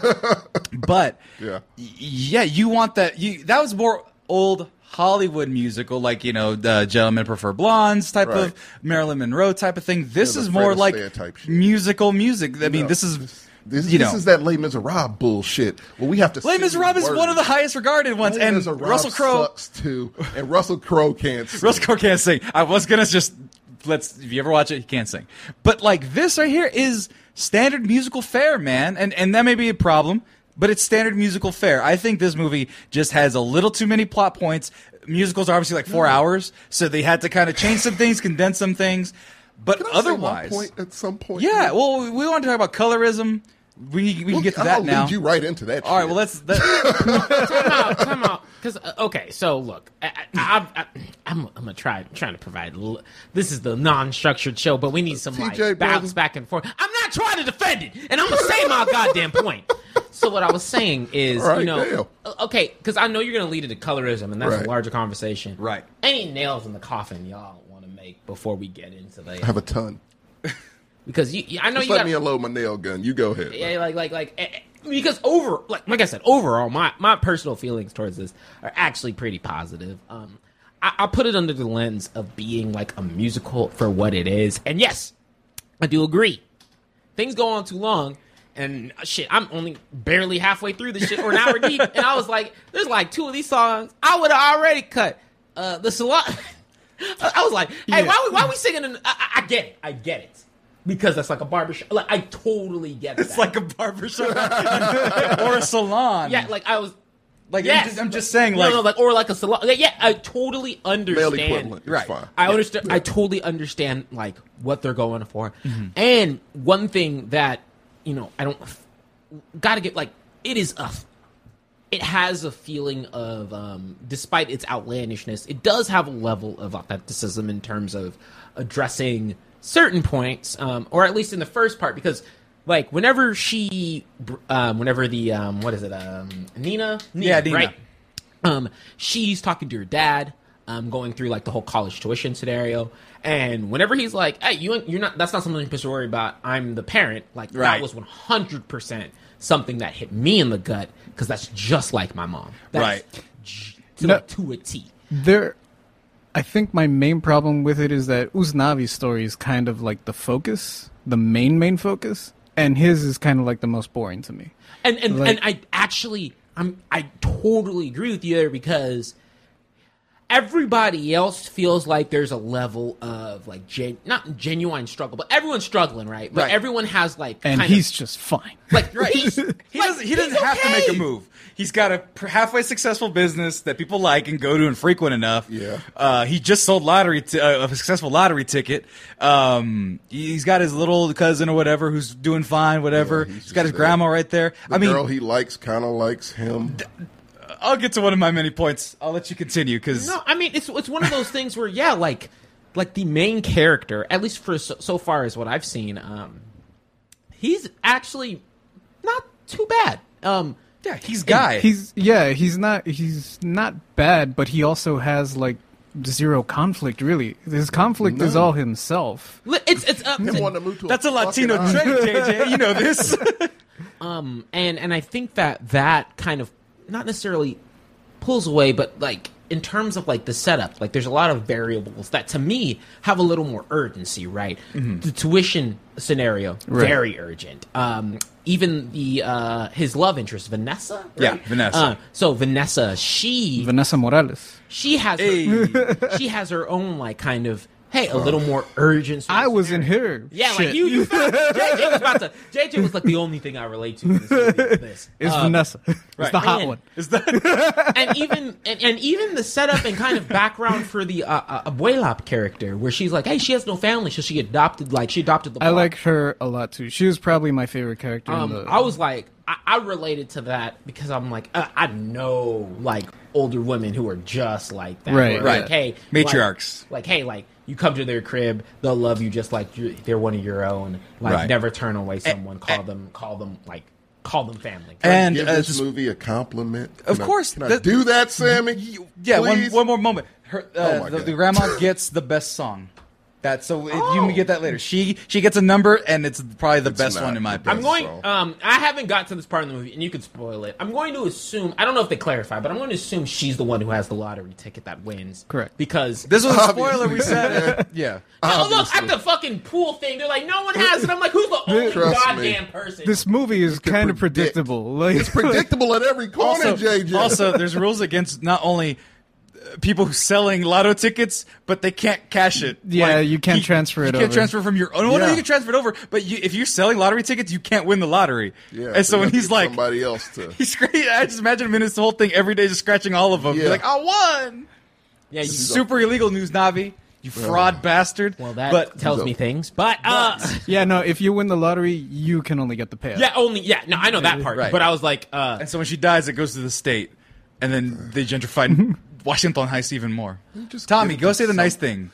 Speaker 1: But, but
Speaker 3: Yeah.
Speaker 1: y- yeah, you want that. You that was more old Hollywood musical, like you know, the Gentlemen Prefer Blondes type
Speaker 3: Right.
Speaker 1: of Marilyn Monroe type of thing. This
Speaker 3: Yeah, the
Speaker 1: is more
Speaker 3: Fred Astaire type
Speaker 1: like
Speaker 3: shit.
Speaker 1: musical music. I mean,
Speaker 3: No.
Speaker 1: this is
Speaker 3: This,
Speaker 1: you
Speaker 3: this
Speaker 1: know.
Speaker 3: is that Les Miserables bullshit. Well, we have to.
Speaker 1: Les
Speaker 3: sing
Speaker 1: Miserables is
Speaker 3: words.
Speaker 1: one of the highest regarded ones,
Speaker 3: Les
Speaker 1: and
Speaker 3: Miserables
Speaker 1: Russell Crowe.
Speaker 3: sucks too, and Russell Crowe can't. Sing.
Speaker 1: Russell Crowe can't sing. I was gonna just let's if you ever watch it, he can't sing. But like this right here is standard musical fare, man, and and that may be a problem, but it's standard musical fare. I think this movie just has a little too many plot points. Musicals are obviously like four hours, so they had to kind of change some things, condense some things. But
Speaker 3: Can I say my
Speaker 1: otherwise,
Speaker 3: point at some point.
Speaker 1: yeah. Well, we want to talk about colorism. We we can get to that
Speaker 3: I'll
Speaker 1: now.
Speaker 3: Lead you right into that.
Speaker 1: All right.
Speaker 3: shit.
Speaker 1: Well, let's. That,
Speaker 2: time out, time out. Because okay, so look, I, I, I, I, I'm, I'm gonna try trying to provide. l- This is the non-structured show, but we need some like
Speaker 3: TJ, brother.
Speaker 2: bounce back and forth. I'm not trying to defend it, and I'm gonna say my goddamn point. So what I was saying is,
Speaker 3: All right,
Speaker 2: you know,
Speaker 3: damn.
Speaker 2: o- okay, because I know you're gonna lead it to colorism, and that's
Speaker 3: Right.
Speaker 2: a larger conversation.
Speaker 1: Right.
Speaker 2: Any nails in the coffin y'all want to make before we get into
Speaker 3: I
Speaker 2: the
Speaker 3: have a ton.
Speaker 2: because you, you- I know
Speaker 3: Just
Speaker 2: you
Speaker 3: let
Speaker 2: got,
Speaker 3: me unload my nail gun. You go ahead.
Speaker 2: yeah, like like like eh, eh, because over like like I said, overall my my personal feelings towards this are actually pretty positive. Um, I, I put it under the lens of being like a musical for what it is, and yes, I do agree. Things go on too long. And uh, shit, I'm only barely halfway through this shit, or an hour deep, and I was like, "There's like two of these songs I would have already cut." Uh, the salon, I I was like, hey,
Speaker 4: Yeah.
Speaker 2: why, we, why we singing? In, I, I- I get it. I get it. Because that's like a barbershop. Like, I totally get it.
Speaker 1: It's like a barbershop or a salon.
Speaker 2: yeah, like I was.
Speaker 1: like
Speaker 2: yes.
Speaker 1: I'm, just, I'm just saying,
Speaker 2: No,
Speaker 1: like,
Speaker 2: no, like or like a salon. Yeah, yeah, I totally understand.
Speaker 3: Male equivalent. It's
Speaker 1: Right.
Speaker 3: fine.
Speaker 2: I understand. I totally understand like what they're going for.
Speaker 1: Mm-hmm.
Speaker 2: And one thing that you know, I don't got to get like it is a. It has a feeling of, um, despite its outlandishness, it does have a level of authenticism in terms of addressing certain points, um, or at least in the first part, because like whenever she, br- um, whenever the um, what is it, um, Nina, Nina,
Speaker 1: Yeah, Nina.
Speaker 2: right? um, she's talking to her dad, um, going through like the whole college tuition scenario. And whenever he's like, "Hey, you, ain't- you're not. That's not something you're supposed to worry about. I'm the parent." Like
Speaker 1: Right.
Speaker 2: that was 100 percent something that hit me in the gut because that's just like my mom. That's
Speaker 1: Right.
Speaker 2: j- To,
Speaker 4: No.
Speaker 2: like, to a T.
Speaker 4: There, I think my main problem with it is that Uznavi's story is kind of like the focus, the main main focus, and his is kind of like the most boring to me.
Speaker 2: and and,
Speaker 4: Like-
Speaker 2: and I actually I'm I totally agree with you there because everybody else feels like there's a level of like gen, not genuine struggle, but everyone's struggling, right? But
Speaker 1: Right.
Speaker 2: everyone has like
Speaker 4: And
Speaker 2: kind of-
Speaker 4: he's just fine.
Speaker 2: like
Speaker 1: Right.
Speaker 2: he's-
Speaker 1: He
Speaker 2: like,
Speaker 1: doesn't, he
Speaker 2: he's
Speaker 1: doesn't have to make a
Speaker 2: okay.
Speaker 1: move. He's got a pr- halfway successful business that people like and go to and frequent enough.
Speaker 3: Yeah.
Speaker 1: Uh, he just sold lottery t- uh, a successful lottery ticket. Um, he's got his little cousin or whatever who's doing fine, whatever.
Speaker 3: Yeah, he's
Speaker 1: he's got
Speaker 3: just
Speaker 1: his
Speaker 3: there.
Speaker 1: grandma right there.
Speaker 3: The
Speaker 1: I mean,
Speaker 3: girl he likes kind of likes him.
Speaker 1: I'll get to one of my many points. I'll let you continue because
Speaker 2: No, I mean it's it's one of those things where yeah, like like the main character, at least for so, so far as what I've seen, um, he's actually not too bad. Um,
Speaker 1: yeah, he's guy.
Speaker 4: He's yeah, he's not he's not bad, but he also has like zero conflict really. His conflict is all himself.
Speaker 2: li- it's it's uh,
Speaker 3: Him wanting to move to
Speaker 1: That's a
Speaker 3: fucking
Speaker 1: Latino
Speaker 3: island.
Speaker 1: trait, JJ. You know this.
Speaker 2: um and and i think that that kind of not necessarily pulls away but like in terms of like the setup like there's a lot of variables that to me have a little more urgency right the tuition scenario
Speaker 4: Mm-hmm. Right.
Speaker 2: very urgent um even the uh his love interest vanessa right?
Speaker 1: Yeah, Vanessa.
Speaker 2: Uh, so vanessa she
Speaker 4: Vanessa Morales.
Speaker 2: she has her, she has her own like kind of hey a little more urgent sort of
Speaker 4: I was in her.
Speaker 2: yeah,
Speaker 4: shit.
Speaker 2: like you, you found, JJ was about to. JJ was like the only thing I relate to. In this, movie is this.
Speaker 4: It's
Speaker 2: Uh,
Speaker 4: Vanessa. It's the hot
Speaker 2: Man.
Speaker 4: one.
Speaker 1: Is that
Speaker 2: and even and, and even the setup and kind of background for the uh, uh, abuela character, where she's like, hey, she has no family, so she adopted like she adopted the.
Speaker 4: I
Speaker 2: block.
Speaker 4: like her a lot too. She was probably my favorite character. in
Speaker 2: Um,
Speaker 4: the,
Speaker 2: I was like, I, I related to that because I'm like, uh, I know like older women who are just like that, where,
Speaker 4: Right, right.
Speaker 2: Like, hey,
Speaker 1: Matriarchs.
Speaker 2: Like, like, hey, like you come to their crib, they'll love you just like you, they're one of your own. Like,
Speaker 1: Right.
Speaker 2: never turn away someone. Call them, call them, like call them family.
Speaker 1: and
Speaker 3: Give
Speaker 1: uh,
Speaker 3: this
Speaker 1: just-
Speaker 3: movie a compliment.
Speaker 1: Of
Speaker 3: Can I-
Speaker 1: course,
Speaker 3: can I
Speaker 1: that-
Speaker 3: do that, Sammy?
Speaker 1: yeah, one,
Speaker 3: Please?
Speaker 1: one more moment. Her, uh,
Speaker 3: Oh my
Speaker 1: the,
Speaker 3: God.
Speaker 1: the grandma gets the best song. That so it- you
Speaker 2: Oh.
Speaker 1: can get that later. She she gets a number and it's probably the best
Speaker 3: not
Speaker 1: one in my
Speaker 3: the
Speaker 1: opinion.
Speaker 2: I'm going.
Speaker 3: So-
Speaker 2: Um, I haven't got to this part of the movie, and you can spoil it. I'm going to assume. I don't know if they clarify, but I'm going to assume she's the one who has the lottery ticket that wins.
Speaker 4: Correct.
Speaker 2: Because
Speaker 1: This was a
Speaker 3: Obviously.
Speaker 1: spoiler. We said it. yeah.
Speaker 2: oh, look at the fucking pool thing. They're like, no one has it. I'm like, who's the only
Speaker 3: Trust
Speaker 2: goddamn
Speaker 3: me.
Speaker 2: person?
Speaker 4: this movie is kind of
Speaker 3: predict.
Speaker 4: predictable. Like
Speaker 3: It's predictable at every corner,
Speaker 1: Also,
Speaker 3: JJ.
Speaker 1: also, there's rules against not only uh, people who's selling lotto tickets, but they can't cash it.
Speaker 4: Yeah, you can't transfer it
Speaker 1: You can't
Speaker 4: over.
Speaker 1: transfer from your own. Well, no,
Speaker 3: Yeah.
Speaker 1: you can transfer it over, but you, if you're selling lottery tickets, you can't win the lottery.
Speaker 3: Yeah,
Speaker 1: and
Speaker 3: they
Speaker 1: so when
Speaker 3: have to
Speaker 1: he's
Speaker 3: get
Speaker 1: like,
Speaker 3: somebody else to.
Speaker 1: he's great. I just imagine him in this whole thing every day, just scratching all of them. Be
Speaker 3: Yeah.
Speaker 1: like, I won.
Speaker 2: yeah, you,
Speaker 1: Super illegal news, Navi. You fraud bastard.
Speaker 2: well, that
Speaker 1: but
Speaker 2: tells me things. But uh,
Speaker 4: yeah, no. If you win the lottery, you can only get the payout.
Speaker 2: yeah, only yeah. No, I know that part.
Speaker 1: Right.
Speaker 2: But I was like, uh,
Speaker 1: and so when she dies, it goes to the state, and then they gentrify Washington Heights even more.
Speaker 3: just
Speaker 1: Tommy,
Speaker 3: give
Speaker 1: go
Speaker 3: them
Speaker 1: say the nice
Speaker 3: some-
Speaker 1: thing.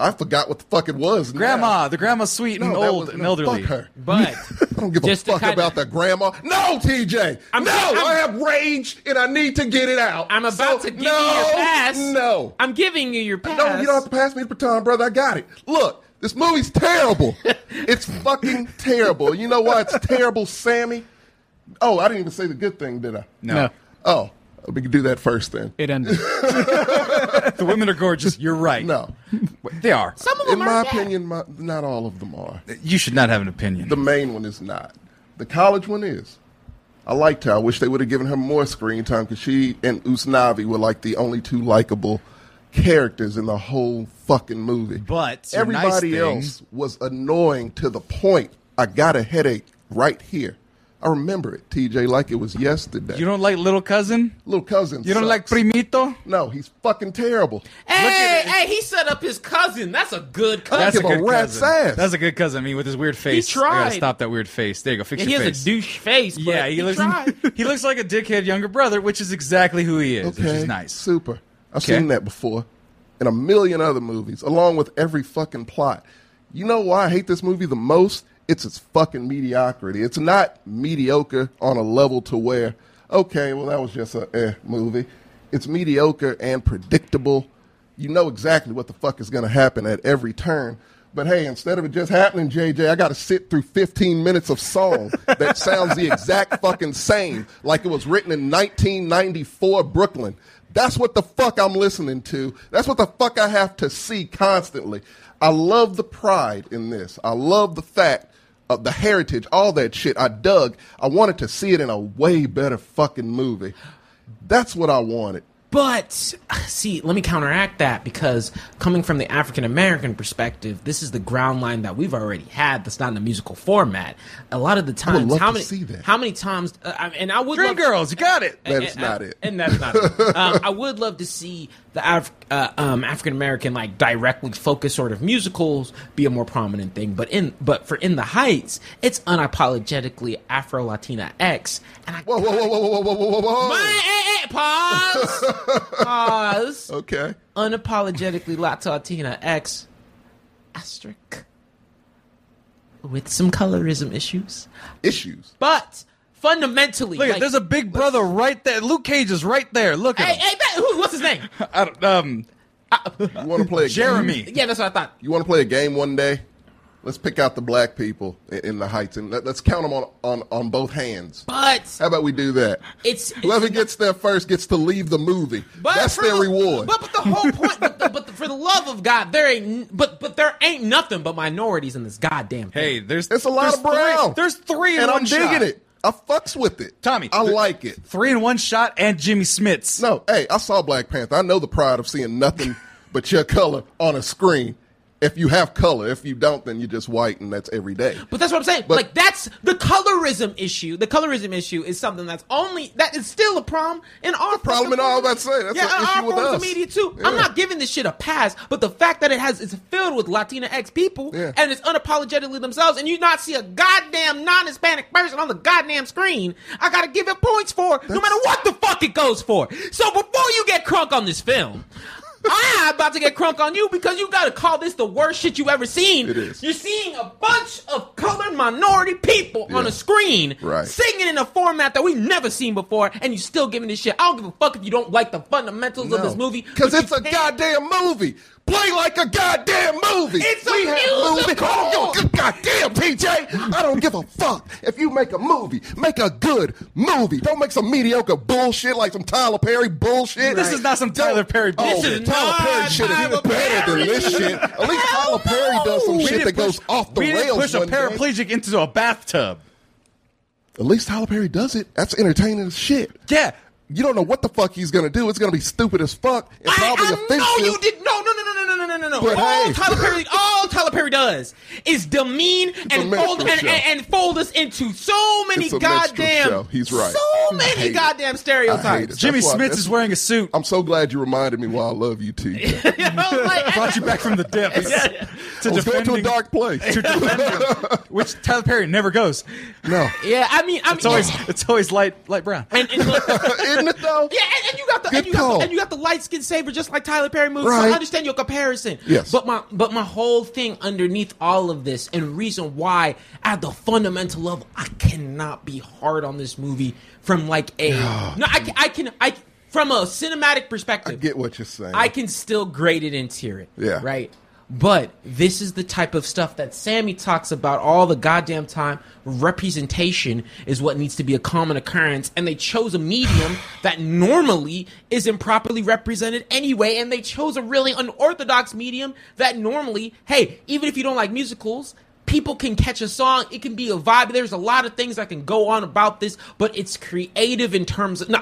Speaker 3: I forgot what the fuck it was. now.
Speaker 1: Grandma, the grandma's sweet and
Speaker 3: No, that
Speaker 1: old
Speaker 3: was-
Speaker 1: and
Speaker 3: no,
Speaker 1: elderly.
Speaker 3: Fuck her.
Speaker 2: but
Speaker 3: I don't give
Speaker 2: Just to
Speaker 3: a fuck
Speaker 2: kinda-
Speaker 3: about the grandma. No, TJ.
Speaker 2: I'm-
Speaker 3: no,
Speaker 2: I'm-
Speaker 3: I have rage and I need to get it out.
Speaker 2: I'm about
Speaker 3: So,
Speaker 2: to give
Speaker 3: no,
Speaker 2: you your pass.
Speaker 3: No,
Speaker 2: I'm giving you your pass.
Speaker 3: no, you don't have to pass me the baton, brother. I got it. Look, this movie's terrible. it's fucking terrible. You know why it's terrible, Sammy? Oh, I didn't even say the good thing, did I?
Speaker 1: No.
Speaker 4: No,
Speaker 3: Oh, we can do that first then.
Speaker 4: it ended.
Speaker 1: The women are gorgeous. You're right.
Speaker 3: No,
Speaker 1: They are.
Speaker 2: Some of them
Speaker 3: in my
Speaker 2: are bad.
Speaker 3: opinion, my, not all of them are.
Speaker 1: you should not have an opinion.
Speaker 3: The main one is not. The college one is. I liked her. I wish they would have given her more screen time because she and Usnavi were like the only two likable characters in the whole fucking movie.
Speaker 1: But your nice
Speaker 3: everybody
Speaker 1: thing-
Speaker 3: else was annoying to the point I got a headache right here. I remember it, TJ, like it was yesterday.
Speaker 1: You don't like little cousin?
Speaker 3: Little cousin.
Speaker 1: You don't like
Speaker 3: sucks.
Speaker 1: primito?
Speaker 3: No, he's fucking terrible.
Speaker 2: Hey, hey, he set up his cousin. That's a good cousin.
Speaker 3: That's- give a rat's
Speaker 1: cousin.
Speaker 3: ass.
Speaker 1: That's a good cousin. I mean, with his weird face. I
Speaker 2: tried.
Speaker 1: gotta stop that weird face. There you go. Fix
Speaker 2: Yeah, he
Speaker 1: your
Speaker 2: has
Speaker 1: face.
Speaker 2: a douche face. But
Speaker 1: yeah, he, looks.
Speaker 2: tried.
Speaker 1: he looks like a dickhead younger brother, which is exactly who he is, which is nice.
Speaker 3: Super. I've
Speaker 1: Okay.
Speaker 3: seen that before in a million other movies, along with every fucking plot. You know why I hate this movie the most? It's its fucking mediocrity. It's not mediocre on a level to where, okay, well, that was just a eh movie. It's mediocre and predictable. You know exactly what the fuck is going to happen at every turn. But hey, instead of it just happening, JJ, I got to sit through 15 minutes of song that sounds the exact fucking same, like it was written in 1994 Brooklyn. That's what the fuck I'm listening to. That's what the fuck I have to see constantly. I love the pride in this. I love the fact of the heritage, all that shit. I dug. I wanted to see it in a way better fucking movie. That's what I wanted.
Speaker 2: But see, let me counteract that because coming from the African American perspective, this is the ground line that we've already had. That's not in the musical format. A lot of the times,
Speaker 3: love
Speaker 2: how
Speaker 3: to
Speaker 2: many,
Speaker 3: see that.
Speaker 2: how many times, uh, I- and I would
Speaker 1: Dream
Speaker 2: love
Speaker 1: girls, you got it.
Speaker 3: That is not it.
Speaker 2: and that's not it. Um, I would love to see the Af- uh, um, African American like directly focused sort of musicals be a more prominent thing. But in but for In the Heights, it's unapologetically Afro Latina X, and I
Speaker 3: Whoa, whoa, whoa, whoa, whoa, whoa, whoa, whoa, whoa.
Speaker 2: My- eh, eh, pause, pause.
Speaker 3: Okay.
Speaker 2: Unapologetically Latina X, asterisk, with some colorism issues,
Speaker 3: Issues.
Speaker 2: but fundamentally,
Speaker 1: Look, at
Speaker 2: like-
Speaker 1: there's a big brother right there. Luke Cage is right there. Look at
Speaker 2: Hey,
Speaker 1: him.
Speaker 2: hey, that- who, what's his name?
Speaker 1: I don't- um,
Speaker 3: You want to play a game?
Speaker 1: Jeremy.
Speaker 2: Yeah, that's what I thought.
Speaker 3: You want to play a game one day? Let's pick out the black people i- in the heights and let, let's count them on, on, on both hands.
Speaker 2: But
Speaker 3: How about we do that?
Speaker 2: it's, it's
Speaker 3: Whoever gets there first gets to leave the movie.
Speaker 2: but
Speaker 3: That's
Speaker 2: for
Speaker 3: their
Speaker 2: the-
Speaker 3: reward.
Speaker 2: But, but the whole point, but, the, but the, for the love of God, there ain't n- but but there ain't nothing but minorities in this goddamn. Thing.
Speaker 1: Hey, there's
Speaker 3: It's a lot
Speaker 1: there's
Speaker 3: of
Speaker 1: Three,
Speaker 3: brown.
Speaker 1: there's three in
Speaker 3: and
Speaker 1: one
Speaker 3: I'm digging
Speaker 1: shot.
Speaker 3: it. I fucks with it.
Speaker 1: Tommy,
Speaker 3: I
Speaker 1: th-
Speaker 3: like it.
Speaker 1: Three in one shot and Jimmy Smits.
Speaker 3: No, hey, I saw Black Panther. I know the pride of seeing nothing but your color on a screen. If you have color, if you don't, then you're just white, and that's every day.
Speaker 2: But that's what I'm saying.
Speaker 3: But-
Speaker 2: like that's the colorism issue. The colorism issue is something that's only that is still a problem in our
Speaker 3: problem in all
Speaker 2: forms of-
Speaker 3: that say. That's
Speaker 2: yeah,
Speaker 3: an
Speaker 2: in
Speaker 3: issue
Speaker 2: our
Speaker 3: with
Speaker 2: forms
Speaker 3: us.
Speaker 2: of media too.
Speaker 3: Yeah.
Speaker 2: I'm not giving this shit a pass, but the fact that it has it's filled with Latina ex people
Speaker 3: Yeah.
Speaker 2: and it's unapologetically themselves, and you not see a goddamn non-Hispanic person on the goddamn screen. I gotta give it points for no matter what the fuck it goes for. So before you get crunk on this film. I'm about to get crunk on you because you gotta call this the worst shit you ever seen.
Speaker 3: It is.
Speaker 2: You're seeing a bunch of colored minority people on a screen
Speaker 3: Right.
Speaker 2: singing in a format that we've never seen before, and you still giving this shit. I don't give a fuck if you don't like the fundamentals of this movie
Speaker 3: Because
Speaker 2: but
Speaker 3: it's
Speaker 2: you
Speaker 3: a
Speaker 2: can't-
Speaker 3: goddamn movie. Play like a goddamn movie.
Speaker 2: It's a
Speaker 3: we have movies.
Speaker 2: musical.
Speaker 3: I don't give a good goddamn PJ. I don't give a fuck. If you make a movie, make a good movie. Don't make some mediocre bullshit like some Tyler Perry bullshit.
Speaker 1: This is not some Tyler Perry
Speaker 3: Oh,
Speaker 1: bullshit.
Speaker 3: Tyler Perry
Speaker 2: not
Speaker 3: shit
Speaker 2: Tyler
Speaker 3: is better
Speaker 2: Perry.
Speaker 3: than this shit. At least
Speaker 2: Hell
Speaker 3: Tyler Perry does some
Speaker 2: no.
Speaker 3: shit
Speaker 1: didn't
Speaker 3: that goes
Speaker 1: push-
Speaker 3: off the
Speaker 1: we
Speaker 3: rails.
Speaker 1: didn't push a
Speaker 3: one day.
Speaker 1: paraplegic into a bathtub.
Speaker 3: At least Tyler Perry does it. That's entertaining as shit.
Speaker 1: Yeah.
Speaker 3: You don't know what the fuck he's gonna do. It's gonna be stupid as fuck. It's
Speaker 2: I,
Speaker 3: probably
Speaker 2: I
Speaker 3: offensive.
Speaker 2: know you did. No, no, no, no, no, no, no, no, no.
Speaker 3: But
Speaker 2: all
Speaker 3: hey.
Speaker 2: Tyler Perry, all Tyler Perry does is demean
Speaker 3: a
Speaker 2: and
Speaker 3: minstrel
Speaker 2: fold and, and,
Speaker 3: show.
Speaker 2: and fold us into so many
Speaker 3: It's a minstrel show.
Speaker 2: goddamn.
Speaker 3: He's right.
Speaker 2: So
Speaker 3: I hate
Speaker 2: many
Speaker 3: it.
Speaker 2: goddamn stereotypes.
Speaker 3: it.
Speaker 1: Jimmy
Speaker 3: why-
Speaker 1: Smits
Speaker 3: that's-
Speaker 1: is wearing a suit.
Speaker 3: I'm so glad you reminded me why I love you, T. I
Speaker 2: You know, like,
Speaker 1: Brought you back from the depths to
Speaker 3: was going to
Speaker 1: defending,
Speaker 3: a dark place.
Speaker 1: to defending, which Tyler Perry never goes.
Speaker 3: no.
Speaker 2: yeah, I mean, I mean,
Speaker 1: It's always it's always light light brown.
Speaker 2: and, and look,
Speaker 3: Isn't it though?
Speaker 2: Yeah, and, and you got the
Speaker 3: Good
Speaker 2: and you got
Speaker 3: call.
Speaker 2: the, and you got the light skin saver just like Tyler Perry movies. So
Speaker 3: Right.
Speaker 2: I understand your comparison.
Speaker 3: Yes.
Speaker 2: But my but my whole thing underneath all of this and reason why at the fundamental level I cannot be hard on this movie from like a no I can, I can I from a cinematic perspective.
Speaker 3: I get what you're saying.
Speaker 2: I can still grade it and tier it.
Speaker 3: Yeah.
Speaker 2: Right. But this is the type of stuff that Sammy talks about all the goddamn time. Representation is what needs to be a common occurrence, and they chose a medium that normally is improperly represented anyway, and they chose a really unorthodox medium that normally, hey, even if you don't like musicals, people can catch a song it can be a vibe there's a lot of things that can go on about this but it's creative in terms of no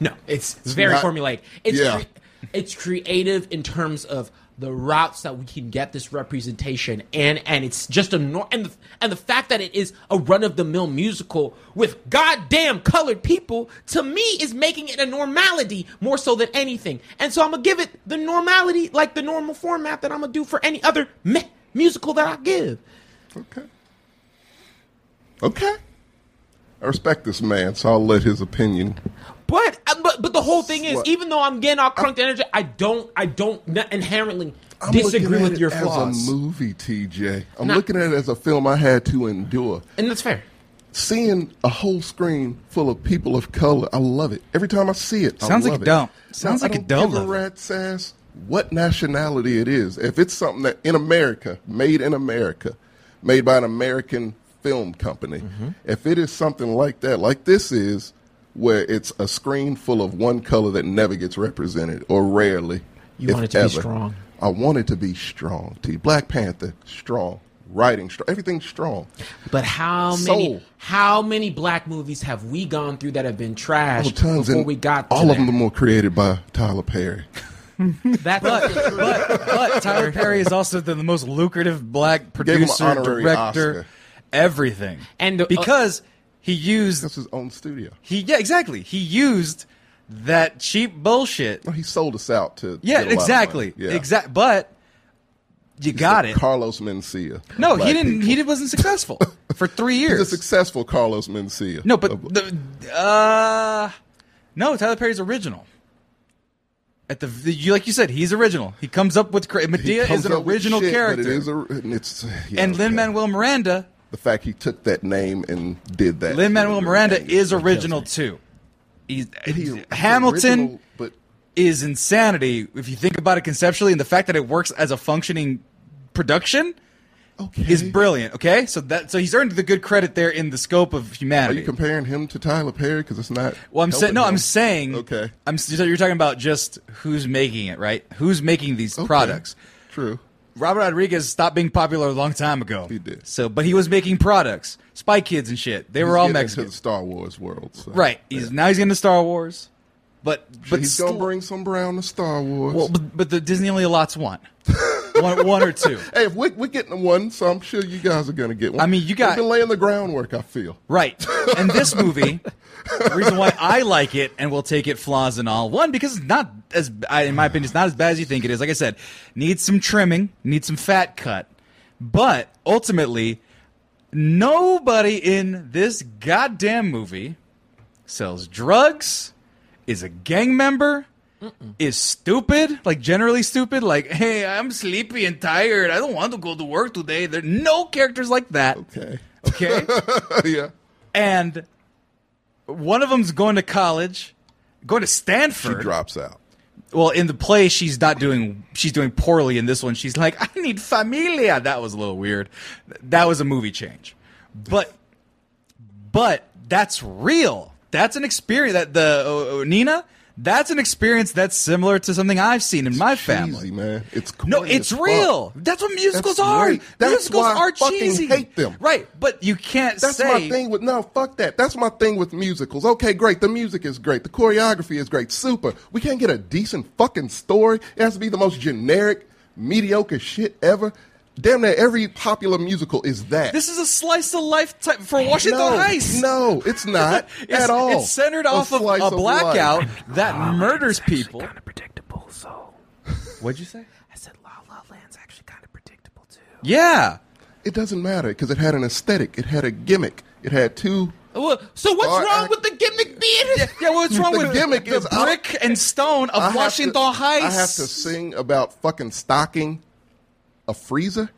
Speaker 2: no it's, very
Speaker 3: not-
Speaker 2: formulaic it's
Speaker 3: Yeah.
Speaker 2: cre- it's creative in terms of the routes that we can get this representation and and it's just a nor- and the, and the fact that it is a run of the mill musical with goddamn colored people to me is making it a normality more so than anything and so i'm gonna give it the normality like the normal format that i'm gonna do for any other meh musical that i give
Speaker 3: Okay. Okay. I respect this man, so I'll let his opinion.
Speaker 2: But uh, but but the whole thing is,
Speaker 3: What?
Speaker 2: even though I'm getting all crunked energy, I don't I don't n- inherently
Speaker 3: I'm
Speaker 2: disagree
Speaker 3: looking at
Speaker 2: with
Speaker 3: it
Speaker 2: your
Speaker 3: as
Speaker 2: flaws,
Speaker 3: a movie, TJ. I'm
Speaker 2: Nah.
Speaker 3: looking at it as a film I had to endure.
Speaker 2: and that's fair.
Speaker 3: Seeing a whole screen full of people of color, I love it. Every time I see it, I
Speaker 1: Sounds like
Speaker 3: love
Speaker 1: you
Speaker 3: it.
Speaker 1: don't. Sounds
Speaker 3: Now,
Speaker 1: like
Speaker 3: I
Speaker 1: you
Speaker 3: don't
Speaker 1: don't
Speaker 3: Give
Speaker 1: love
Speaker 3: a
Speaker 1: it.
Speaker 3: rat's ass what nationality it is. If it's something that in America, made in America, made by an American film company, if it is something like that, like this is, where it's a screen full of one color that never gets represented or rarely.
Speaker 2: You
Speaker 3: if
Speaker 2: want it to be
Speaker 3: ever.
Speaker 2: strong.
Speaker 3: I want it to be strong. T Black Panther strong, writing strong, everything's strong.
Speaker 2: But how many
Speaker 3: Soul.
Speaker 2: how many black movies have we gone through that have been
Speaker 3: Oh,
Speaker 2: trashed
Speaker 3: tons,
Speaker 2: before
Speaker 3: and
Speaker 2: we got to
Speaker 3: all of
Speaker 2: that?
Speaker 3: them were created by Tyler Perry.
Speaker 2: That's
Speaker 1: But, but, but Tyler Perry is also the, the most lucrative black
Speaker 3: him an
Speaker 1: producer,
Speaker 3: honorary
Speaker 1: director,
Speaker 3: Oscar.
Speaker 1: everything.
Speaker 2: And, uh,
Speaker 1: because he used
Speaker 3: That's his own studio.
Speaker 1: he yeah exactly he used that cheap bullshit.
Speaker 3: He sold us out to
Speaker 1: Yeah,
Speaker 3: get a lot of
Speaker 1: exactly,
Speaker 3: money. Yeah.
Speaker 1: exact. But you got it.
Speaker 3: Carlos Mencia. of
Speaker 1: no, he
Speaker 3: black
Speaker 1: didn't.
Speaker 3: people.
Speaker 1: He did, wasn't successful for three years.
Speaker 3: He's a successful Carlos Mencia.
Speaker 1: No, but
Speaker 3: of-
Speaker 1: the uh, no Tyler Perry's original. At the, the you, like you said, he's original. He comes up with cra-
Speaker 3: he
Speaker 1: Medea is
Speaker 3: comes
Speaker 1: an
Speaker 3: up with
Speaker 1: original
Speaker 3: shit, but
Speaker 1: character,
Speaker 3: it is a, and it's, yeah,
Speaker 1: and
Speaker 3: okay.
Speaker 1: Lin Manuel Miranda.
Speaker 3: The fact he took that name and did that.
Speaker 1: Lin Manuel Miranda is original
Speaker 2: me.
Speaker 1: too. He's,
Speaker 3: He's- he's
Speaker 1: Hamilton
Speaker 3: original, but
Speaker 1: is insanity if you think about it conceptually, and the fact that it works as a functioning production
Speaker 3: okay.
Speaker 1: is brilliant. Okay, so that so he's earned the good credit there in the scope of
Speaker 3: Are
Speaker 1: humanity.
Speaker 3: you comparing him to Tyler Perry? Because it's not.
Speaker 1: Well, I'm saying
Speaker 3: helping
Speaker 1: no.
Speaker 3: him.
Speaker 1: I'm saying
Speaker 3: Okay.
Speaker 1: I'm so you're talking about just who's making it, right? Who's making these
Speaker 3: Okay.
Speaker 1: products?
Speaker 3: True.
Speaker 1: Robert Rodriguez stopped being popular a long time ago.
Speaker 3: He did.
Speaker 1: So, but he was making products, Spy Kids and shit. They were all
Speaker 3: getting
Speaker 1: Mexican,
Speaker 3: Into the Star Wars world. so-
Speaker 1: right? He's now he's into Star Wars, but but
Speaker 3: he's
Speaker 1: still,
Speaker 3: gonna bring some brown to Star Wars.
Speaker 1: well, but, but the Disney only allots one, one, one or two.
Speaker 3: Hey, if we're, we're getting one, so I'm sure you guys are going to get one.
Speaker 1: I mean, you got-
Speaker 3: We've been laying the groundwork, I feel.
Speaker 1: Right. And this movie, the reason why I like it and will take it flaws and all, one because it's not as I, in my opinion, it's not as bad as you think it is. Like I said, needs some trimming, needs some fat cut, but ultimately, nobody in this goddamn movie sells drugs, is a gang member. Is stupid, like generally stupid, like, hey, I'm sleepy and tired. I don't want to go to work today. There are no characters like that.
Speaker 3: Okay.
Speaker 1: Okay.
Speaker 3: yeah.
Speaker 1: and one of them's going to college, going to
Speaker 3: She
Speaker 1: Stanford.
Speaker 3: drops out.
Speaker 1: Well, in the play, she's not doing. She's doing poorly in this one. She's like, I need familia. That was a little weird. That was a movie change, but but that's real. That's an experience. That the uh, uh, Nina. That's an experience that's similar to something I've seen in my family.
Speaker 3: Cheesy, man. It's corny
Speaker 1: No, it's
Speaker 3: as fuck.
Speaker 1: real. That's what musicals
Speaker 3: That's
Speaker 1: are.
Speaker 3: right. That's
Speaker 1: musicals
Speaker 3: why I
Speaker 1: are
Speaker 3: fucking
Speaker 1: cheesy.
Speaker 3: hate them.
Speaker 1: Right, but you can't
Speaker 3: That's
Speaker 1: say
Speaker 3: my thing with no fuck that. That's my thing with musicals. Okay, great. The music is great. The choreography is great. Super. We can't get a decent fucking story. It has to be the most generic, mediocre shit ever. Damn near every popular musical is that.
Speaker 1: This is a slice of life type for Washington
Speaker 3: no,
Speaker 1: Heights.
Speaker 3: No, it's not
Speaker 1: It's-
Speaker 3: at all.
Speaker 1: It's centered
Speaker 3: A
Speaker 1: off of
Speaker 3: slice
Speaker 1: a
Speaker 3: of life. Ah,
Speaker 1: blackout that murders people.
Speaker 6: kind of predictable. So
Speaker 1: What'd you say?
Speaker 6: I said La La Land's actually kind of predictable too.
Speaker 1: Yeah.
Speaker 3: It doesn't matter because it had an aesthetic. It had a gimmick. It had two.
Speaker 2: Well, so what's
Speaker 3: Or
Speaker 2: wrong
Speaker 3: I-
Speaker 2: with the gimmick being?
Speaker 1: Yeah, yeah what's wrong
Speaker 3: The
Speaker 1: with
Speaker 3: gimmick
Speaker 1: the
Speaker 3: is I-
Speaker 1: brick and stone of
Speaker 3: I have to-
Speaker 1: Washington Heights?
Speaker 3: I have to sing about fucking stocking a freezer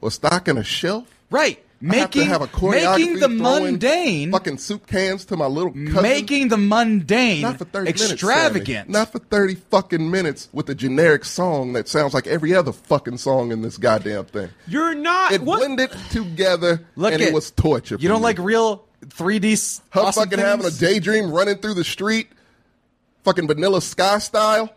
Speaker 3: or stocking a shelf.
Speaker 1: Right.
Speaker 3: I have to
Speaker 1: Making,
Speaker 3: have a choreography
Speaker 1: making the
Speaker 3: throwing
Speaker 1: mundane
Speaker 3: fucking soup cans to my little cousin.
Speaker 1: making the mundane
Speaker 3: not for thirty
Speaker 1: extravagant.
Speaker 3: minutes, Sammy. not for thirty fucking minutes with a generic song that sounds like every other fucking song in this goddamn thing.
Speaker 2: You're not.
Speaker 3: It
Speaker 2: what?
Speaker 3: blended together,
Speaker 1: Look
Speaker 3: and
Speaker 1: at
Speaker 3: it was torture.
Speaker 1: You
Speaker 3: for
Speaker 1: don't
Speaker 3: me.
Speaker 1: like real 3D s-
Speaker 3: Her
Speaker 1: awesome
Speaker 3: fucking having a
Speaker 1: things?
Speaker 3: daydream running through the street, fucking vanilla sky style.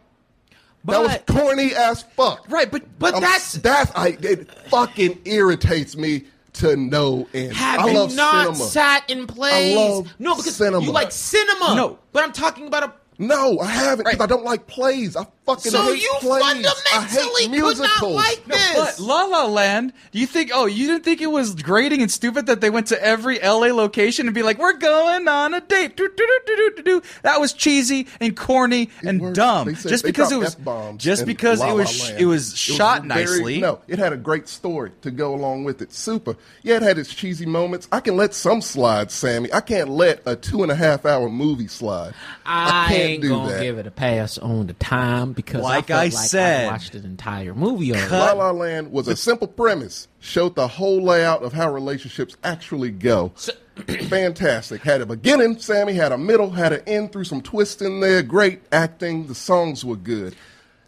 Speaker 3: that was
Speaker 2: But-
Speaker 3: corny as fuck.
Speaker 1: Right, but-
Speaker 2: but
Speaker 3: I'm-
Speaker 2: that's-
Speaker 3: that's I it fucking irritates me to no end.
Speaker 2: Have
Speaker 3: I
Speaker 2: you
Speaker 3: love
Speaker 2: not
Speaker 3: cinema.
Speaker 2: sat in plays?
Speaker 3: love
Speaker 2: no, because
Speaker 3: cinema.
Speaker 2: you like cinema.
Speaker 1: No.
Speaker 2: but I'm talking about a
Speaker 3: no, I haven't because
Speaker 1: Right.
Speaker 3: I don't like plays. I fucking
Speaker 2: So
Speaker 3: hate
Speaker 2: you
Speaker 3: plays. I
Speaker 2: fundamentally
Speaker 3: hate
Speaker 2: could
Speaker 3: musicals.
Speaker 2: not like
Speaker 1: But
Speaker 2: this.
Speaker 1: La La Land, do you think? Oh, you didn't think it was grating and stupid that they went to every LA location and be like, "We're going on a date." Do, do, do, do, do, do, do. That was cheesy and corny and
Speaker 3: worked.
Speaker 1: dumb.
Speaker 3: They said-
Speaker 1: just
Speaker 3: they
Speaker 1: because it
Speaker 3: dropped
Speaker 1: was,
Speaker 3: F-bombs
Speaker 1: just
Speaker 3: in
Speaker 1: because
Speaker 3: La
Speaker 1: it
Speaker 3: La
Speaker 1: was,
Speaker 3: Land.
Speaker 1: it was shot
Speaker 3: very-
Speaker 1: nicely.
Speaker 3: No, it had a great story to go along with it. Super. Yeah, it had its cheesy moments. I can let some slide, Sammy. I can't let a two and a half hour movie slide.
Speaker 2: I,
Speaker 3: can't
Speaker 2: ain't
Speaker 3: do
Speaker 2: gonna
Speaker 3: that.
Speaker 2: give it a pass on the time because
Speaker 1: Like
Speaker 2: I, felt
Speaker 1: I
Speaker 2: like
Speaker 1: said,
Speaker 2: I watched an entire movie already.
Speaker 3: La La Land was a simple premise. Showed the whole layout of how relationships actually go. Fantastic. Had a beginning, Sammy. Had a middle. Had an end. Through some twists in there. Great acting. The songs were good.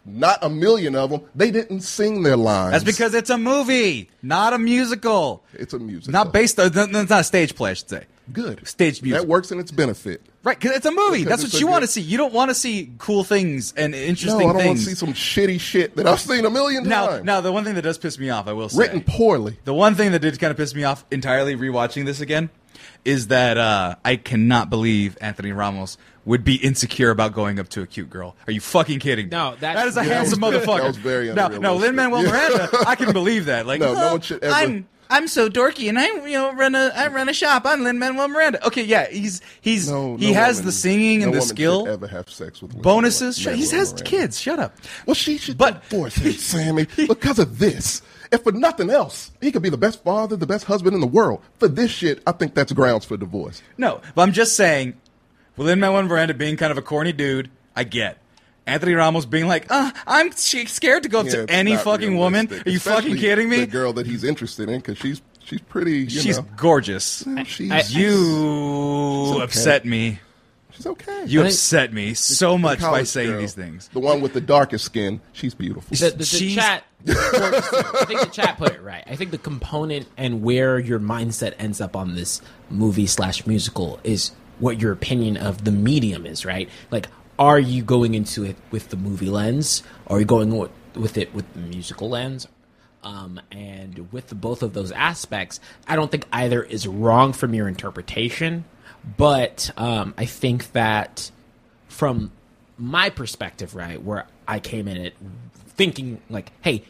Speaker 3: Not a million of them. They didn't sing their lines.
Speaker 1: That's because it's a movie, not a musical.
Speaker 3: it's a music.
Speaker 1: Not based. On, no, no, it's not a stage play. I should say.
Speaker 3: Good
Speaker 1: Stage music.
Speaker 3: That works in its benefit.
Speaker 1: Right, because it's a movie.
Speaker 3: Because
Speaker 1: That's
Speaker 3: it's
Speaker 1: what
Speaker 3: a
Speaker 1: you want to
Speaker 3: good-
Speaker 1: see. You don't want to see cool things and
Speaker 3: No,
Speaker 1: interesting
Speaker 3: I don't want to
Speaker 1: things.
Speaker 3: see some shitty shit that I've seen a million
Speaker 1: now,
Speaker 3: times.
Speaker 1: now, the one thing that does piss me off, I will say,
Speaker 3: written poorly.
Speaker 1: The one thing that did kind of piss me off entirely rewatching this again is that uh, I cannot believe Anthony Ramos would be insecure about going up to a cute girl. Are you fucking kiddting? me?
Speaker 2: No, that-
Speaker 1: that is a
Speaker 2: Yeah,
Speaker 1: handsome
Speaker 3: that was-
Speaker 1: motherfucker.
Speaker 3: that was very
Speaker 1: no, no,
Speaker 3: unrealistic.
Speaker 1: Lin Manuel
Speaker 3: Yeah.
Speaker 1: Miranda. I can believe that. Like,
Speaker 3: No, no
Speaker 1: "Huh,
Speaker 3: one should ever-
Speaker 1: I'm I'm so dorky, and I you know run a I run a shop. I'm Lin Manuel Miranda. Okay, yeah, he's he's
Speaker 3: No,
Speaker 1: he
Speaker 3: no
Speaker 1: has
Speaker 3: woman-
Speaker 1: the singing
Speaker 3: no
Speaker 1: and the
Speaker 3: woman should
Speaker 1: skill.
Speaker 3: Ever have sex with women.
Speaker 1: Bonuses.
Speaker 3: Man,
Speaker 1: Shut, he
Speaker 3: woman,
Speaker 1: has
Speaker 3: man.
Speaker 1: kids. Shut up.
Speaker 3: Well, she should
Speaker 1: But-
Speaker 3: divorce him, Sammy, because of this. If for nothing else, he could be the best father, the best husband in the world. For this shit, I think that's grounds for divorce.
Speaker 1: No, but I'm just saying, within my one veranda being kind of a corny dude, I get. Anthony Ramos being like, uh, I'm sh- scared to go up
Speaker 3: Yeah,
Speaker 1: to
Speaker 3: it's
Speaker 1: any
Speaker 3: not
Speaker 1: fucking woman.
Speaker 3: realistic,
Speaker 1: Are you
Speaker 3: especially
Speaker 1: fucking kidding me?
Speaker 3: The girl that he's interested in, because she's she's pretty. You
Speaker 1: She's
Speaker 3: know,
Speaker 1: gorgeous.
Speaker 3: Well, she's
Speaker 1: You
Speaker 3: okay.
Speaker 1: upset me.
Speaker 3: she's okay.
Speaker 1: You
Speaker 2: think-
Speaker 1: upset me so much by
Speaker 3: College
Speaker 1: saying
Speaker 3: girl.
Speaker 1: these things.
Speaker 3: The one with the darkest skin, she's beautiful.
Speaker 2: the, the, the
Speaker 1: She's-
Speaker 2: chat. I think the chat put it right. I think the component and where your mindset ends up on this movie slash musical is what your opinion of the medium is, right? Like, are you going into it with the movie lens? Are you going with, with it with the musical lens? Um, and with the, both of those aspects, I don't think either is wrong from your interpretation, but um, I think that from my perspective, right, where I came in it thinking like, hey,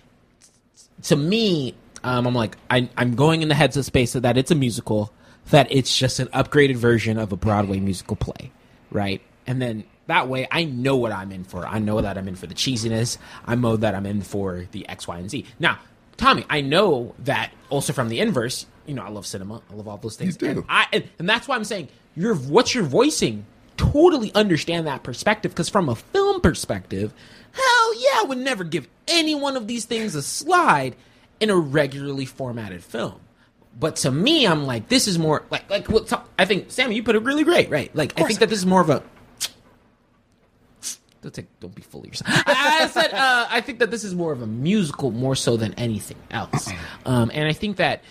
Speaker 2: to me, um, I'm like, I, I'm going in the heads of space so that it's a musical, that it's just an upgraded version of a Broadway musical play, right? And then that way, I know what I'm in for. I know that I'm in for the cheesiness. I know that I'm in for the X, Y, and Z. Now, Tommy, I know that also from the inverse. You know, I love cinema. I love all those things.
Speaker 3: do.
Speaker 2: And I and, and that's why I'm saying you're what you're voicing. Totally understand that perspective because from a film perspective, hell yeah, I would never give any one of these things a slide in a regularly formatted film. But to me, I'm like, this is more like like what Tom- I think. Sammy, you put it really great, right? Like I think that this is more of a don't take, don't be full of yourself. I, I said, uh, I think that this is more of a musical, more so than anything else. Um, and I think that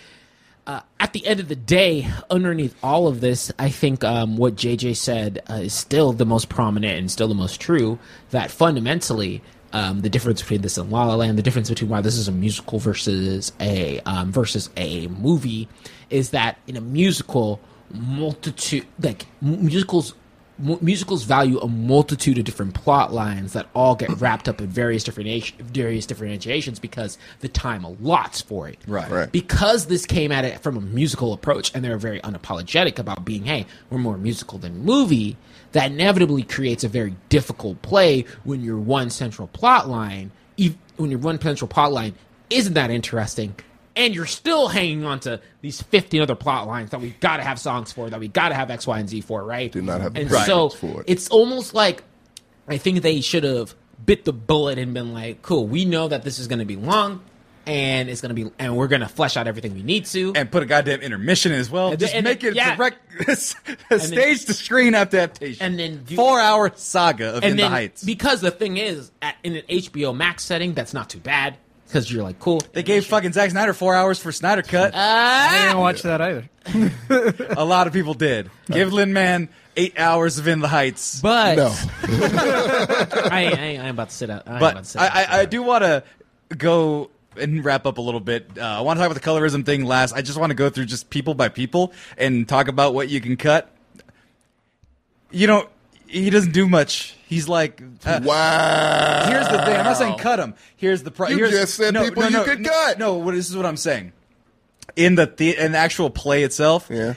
Speaker 2: uh, at the end of the day, underneath all of this, I think um, what JJ said uh, is still the most prominent and still the most true. That fundamentally, um, the difference between this and La La Land, the difference between why this is a musical versus a um, versus a movie, is that in a musical, multitude like m- musicals mu- musicals value a multitude of different plot lines that all get wrapped up in various different various differentiations because the time allots for it.
Speaker 1: Right.
Speaker 3: Right.
Speaker 2: Because this came at it from a musical approach and they're very unapologetic about being, hey, we're more musical than movie, that inevitably creates a very difficult play when your one central plot line ev- when your one central plot line isn't that interesting and you're still hanging on to these 15 other plot lines that we've got to have songs for, that we got to have X, Y, and Z for, right?
Speaker 3: Do not have the
Speaker 2: and
Speaker 3: patience
Speaker 2: so
Speaker 3: for it.
Speaker 2: it's almost like I think they should have bit the bullet and been like, "Cool, we know that this is going to be long, and it's going to be, and we're going to flesh out everything we need to."
Speaker 1: And put a goddamn intermission in as well.
Speaker 2: And
Speaker 1: Just
Speaker 2: then-
Speaker 1: make it
Speaker 2: yeah.
Speaker 1: direct, a stage to screen adaptation.
Speaker 2: And then do-
Speaker 1: four hour saga of In the Heights.
Speaker 2: because the thing is, at, in an HBO Max setting, that's not too bad because you're like, "Cool."
Speaker 1: they gave fucking Zack Snyder four hours for Snyder Cut.
Speaker 4: I didn't watch that either.
Speaker 1: a lot of people did. Give Lin Man eight hours of In the Heights.
Speaker 2: but
Speaker 3: no,
Speaker 2: I, ain't- I, ain't- I ain't about to sit up. I ain't about to
Speaker 1: but
Speaker 2: sit
Speaker 1: I,
Speaker 2: up.
Speaker 1: I, I do want to go and wrap up a little bit. Uh, I want to talk about the colorism thing last. I just want to go through just people by people and talk about what you can cut. You know, he doesn't do much. He He's like, uh,
Speaker 3: Wow.
Speaker 1: here's the thing. I'm not saying cut him. Here's the pro-
Speaker 3: You
Speaker 1: here's,
Speaker 3: just said
Speaker 1: no,
Speaker 3: people
Speaker 1: no,
Speaker 3: you
Speaker 1: no,
Speaker 3: could
Speaker 1: no,
Speaker 3: cut.
Speaker 1: No, what, this is what I'm saying. In the, the in the actual play itself,
Speaker 3: Yeah.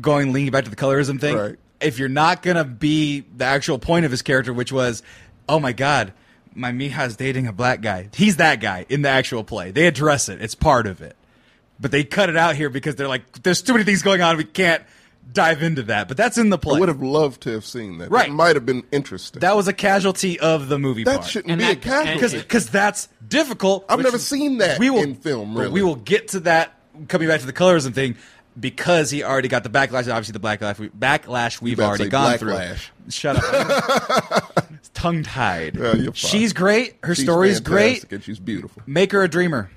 Speaker 1: going leaning back to the colorism thing.
Speaker 3: Right.
Speaker 1: If you're not gonna be the actual point of his character, which was, oh my god, my mija's dating a black guy. He's that guy in the actual play. They address it. It's part of it. But they cut it out here because they're like, there's too many things going on. We can't dive into that. But that's in the
Speaker 3: I
Speaker 1: play.
Speaker 3: would have loved to have seen that.
Speaker 1: Right.
Speaker 3: That might have been interesting.
Speaker 1: That was a casualty of the movie.
Speaker 3: that
Speaker 1: part.
Speaker 3: shouldn't
Speaker 2: And
Speaker 3: be
Speaker 2: that-
Speaker 3: a casualty.
Speaker 1: because
Speaker 2: It-
Speaker 1: because that's difficult.
Speaker 3: I've
Speaker 1: which
Speaker 3: never
Speaker 1: is-
Speaker 3: seen that in film,
Speaker 1: but
Speaker 3: really.
Speaker 1: we will get to that coming back to the colorism thing because he already got the backlash. Obviously, the backlash we, backlash we've
Speaker 3: better
Speaker 1: already
Speaker 3: say
Speaker 1: gone
Speaker 3: blacklash.
Speaker 1: through. Shut up. Tongue tied.
Speaker 3: Yeah, you're fine.
Speaker 1: she's great. Her
Speaker 3: She's
Speaker 1: story's
Speaker 3: fantastic
Speaker 1: great.
Speaker 3: And she's beautiful.
Speaker 1: Make her a dreamer.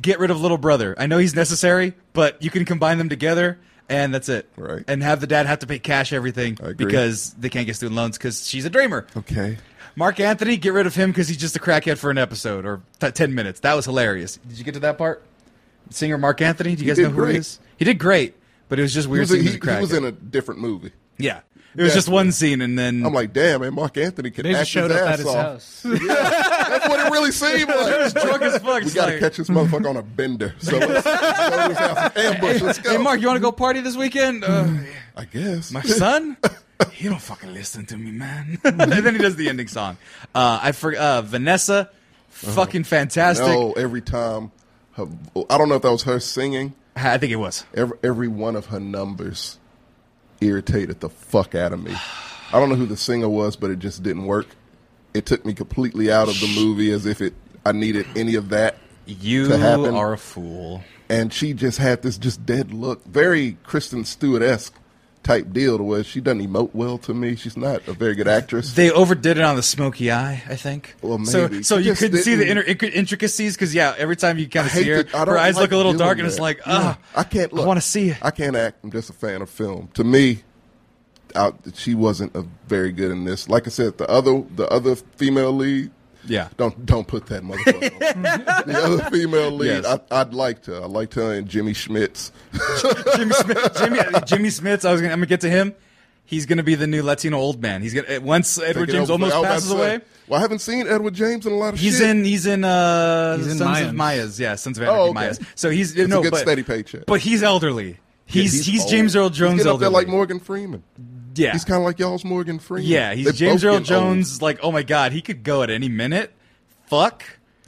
Speaker 1: Get rid of little brother. I know he's necessary, but you can combine them together. And that's it.
Speaker 3: Right.
Speaker 1: And have the dad have to pay cash everything
Speaker 3: I agree.
Speaker 1: because they can't get student loans because she's a dreamer.
Speaker 3: Okay.
Speaker 1: Mark Anthony, get rid of him because he's just a crackhead for an episode or t- ten minutes. That was hilarious. Did you get to that part? Singer Mark Anthony. Do you guys
Speaker 3: did
Speaker 1: know who he
Speaker 3: great.
Speaker 1: is? He did great, but it was just
Speaker 3: He
Speaker 1: weird.
Speaker 3: was,
Speaker 1: seeing
Speaker 3: in, he,
Speaker 1: him as a
Speaker 3: he was
Speaker 1: crackhead.
Speaker 3: in a different movie.
Speaker 1: yeah. It was just
Speaker 3: Definitely.
Speaker 1: one scene, and then
Speaker 3: I'm like, damn, man, Mark Anthony can
Speaker 4: They
Speaker 3: act
Speaker 4: just showed
Speaker 3: his
Speaker 4: up
Speaker 3: ass
Speaker 4: at his
Speaker 3: off.
Speaker 4: house.
Speaker 3: That's what it really seemed like.
Speaker 1: drunk as fuck.
Speaker 3: We
Speaker 1: It's
Speaker 3: gotta
Speaker 1: like,
Speaker 3: catch this motherfucker on a bender. So let's go to his house and ambush. Let's go.
Speaker 1: Hey, Mark, you want to go party this weekend? Uh,
Speaker 3: I guess.
Speaker 1: my son, he don't fucking listen to me, man. and then he does the ending song. Uh, I for uh, Vanessa, fucking fantastic.
Speaker 3: Uh-huh. No, every time. Her, I don't know if that was her singing.
Speaker 1: I think it was.
Speaker 3: Every, every one of her numbers irritated the fuck out of me. I don't know who the singer was, but it just didn't work. It took me completely out of the movie as if it I needed any of that.
Speaker 1: You
Speaker 3: To happen.
Speaker 1: are a fool.
Speaker 3: And she just had this just dead look, very Kristen Stewart esque type deal to where she doesn't emote well to me. She's not a very good actress.
Speaker 1: They overdid it on the smoky eye, I think.
Speaker 3: Well,
Speaker 1: So,
Speaker 3: maybe.
Speaker 1: so
Speaker 3: She
Speaker 1: you
Speaker 3: just
Speaker 1: couldn't see the inner
Speaker 3: didn't-
Speaker 1: inc- intricacies because yeah, every time you kind
Speaker 3: I
Speaker 1: of see
Speaker 3: hate
Speaker 1: her,
Speaker 3: that- I
Speaker 1: her
Speaker 3: don't
Speaker 1: eyes look
Speaker 3: like
Speaker 1: a little
Speaker 3: doing
Speaker 1: dark, and it's
Speaker 3: that.
Speaker 1: like,
Speaker 3: Yeah.
Speaker 1: ah,
Speaker 3: I can't. Look,
Speaker 1: I want to see it.
Speaker 3: I can't act. I'm just a fan of film. To me, I, she wasn't a very good in this. Like I said, the other the other female lead.
Speaker 1: Yeah.
Speaker 3: Don't don't put that motherfucker. on. the other female lead.
Speaker 1: Yes.
Speaker 3: I, I liked her. I liked her and Jimmy Schmitz.
Speaker 1: Jimmy Smith. Jimmy, Jimmy Smith. I was gonna. I'm gonna get to him. He's gonna be the new Latino old man. He's gonna once Edward
Speaker 3: Taking
Speaker 1: James
Speaker 3: over-
Speaker 1: almost
Speaker 3: I was about
Speaker 1: passes
Speaker 3: to say,
Speaker 1: away.
Speaker 3: Well, I haven't seen Edward James in a lot of
Speaker 1: He's
Speaker 3: shit. Oh,
Speaker 1: in. He's in. Uh,
Speaker 4: He's in
Speaker 1: Sons of
Speaker 4: Mayans.
Speaker 1: Mayas. Yeah, Sons of Anarchy
Speaker 3: okay.
Speaker 1: Mayas. So he's
Speaker 3: It's
Speaker 1: no,
Speaker 3: a good
Speaker 1: but,
Speaker 3: steady paycheck.
Speaker 1: But he's elderly.
Speaker 3: Yeah,
Speaker 1: He's he's,
Speaker 3: old.
Speaker 1: James Earl Jones
Speaker 3: He's getting up there
Speaker 1: elderly.
Speaker 3: like Morgan Freeman.
Speaker 1: yeah,
Speaker 3: He's kind of like y'all's Morgan Freeman.
Speaker 1: Yeah, he's
Speaker 3: They
Speaker 1: James
Speaker 3: both
Speaker 1: Earl
Speaker 3: getting old.
Speaker 1: Jones. Like, oh my god, he could go at any minute. Fuck.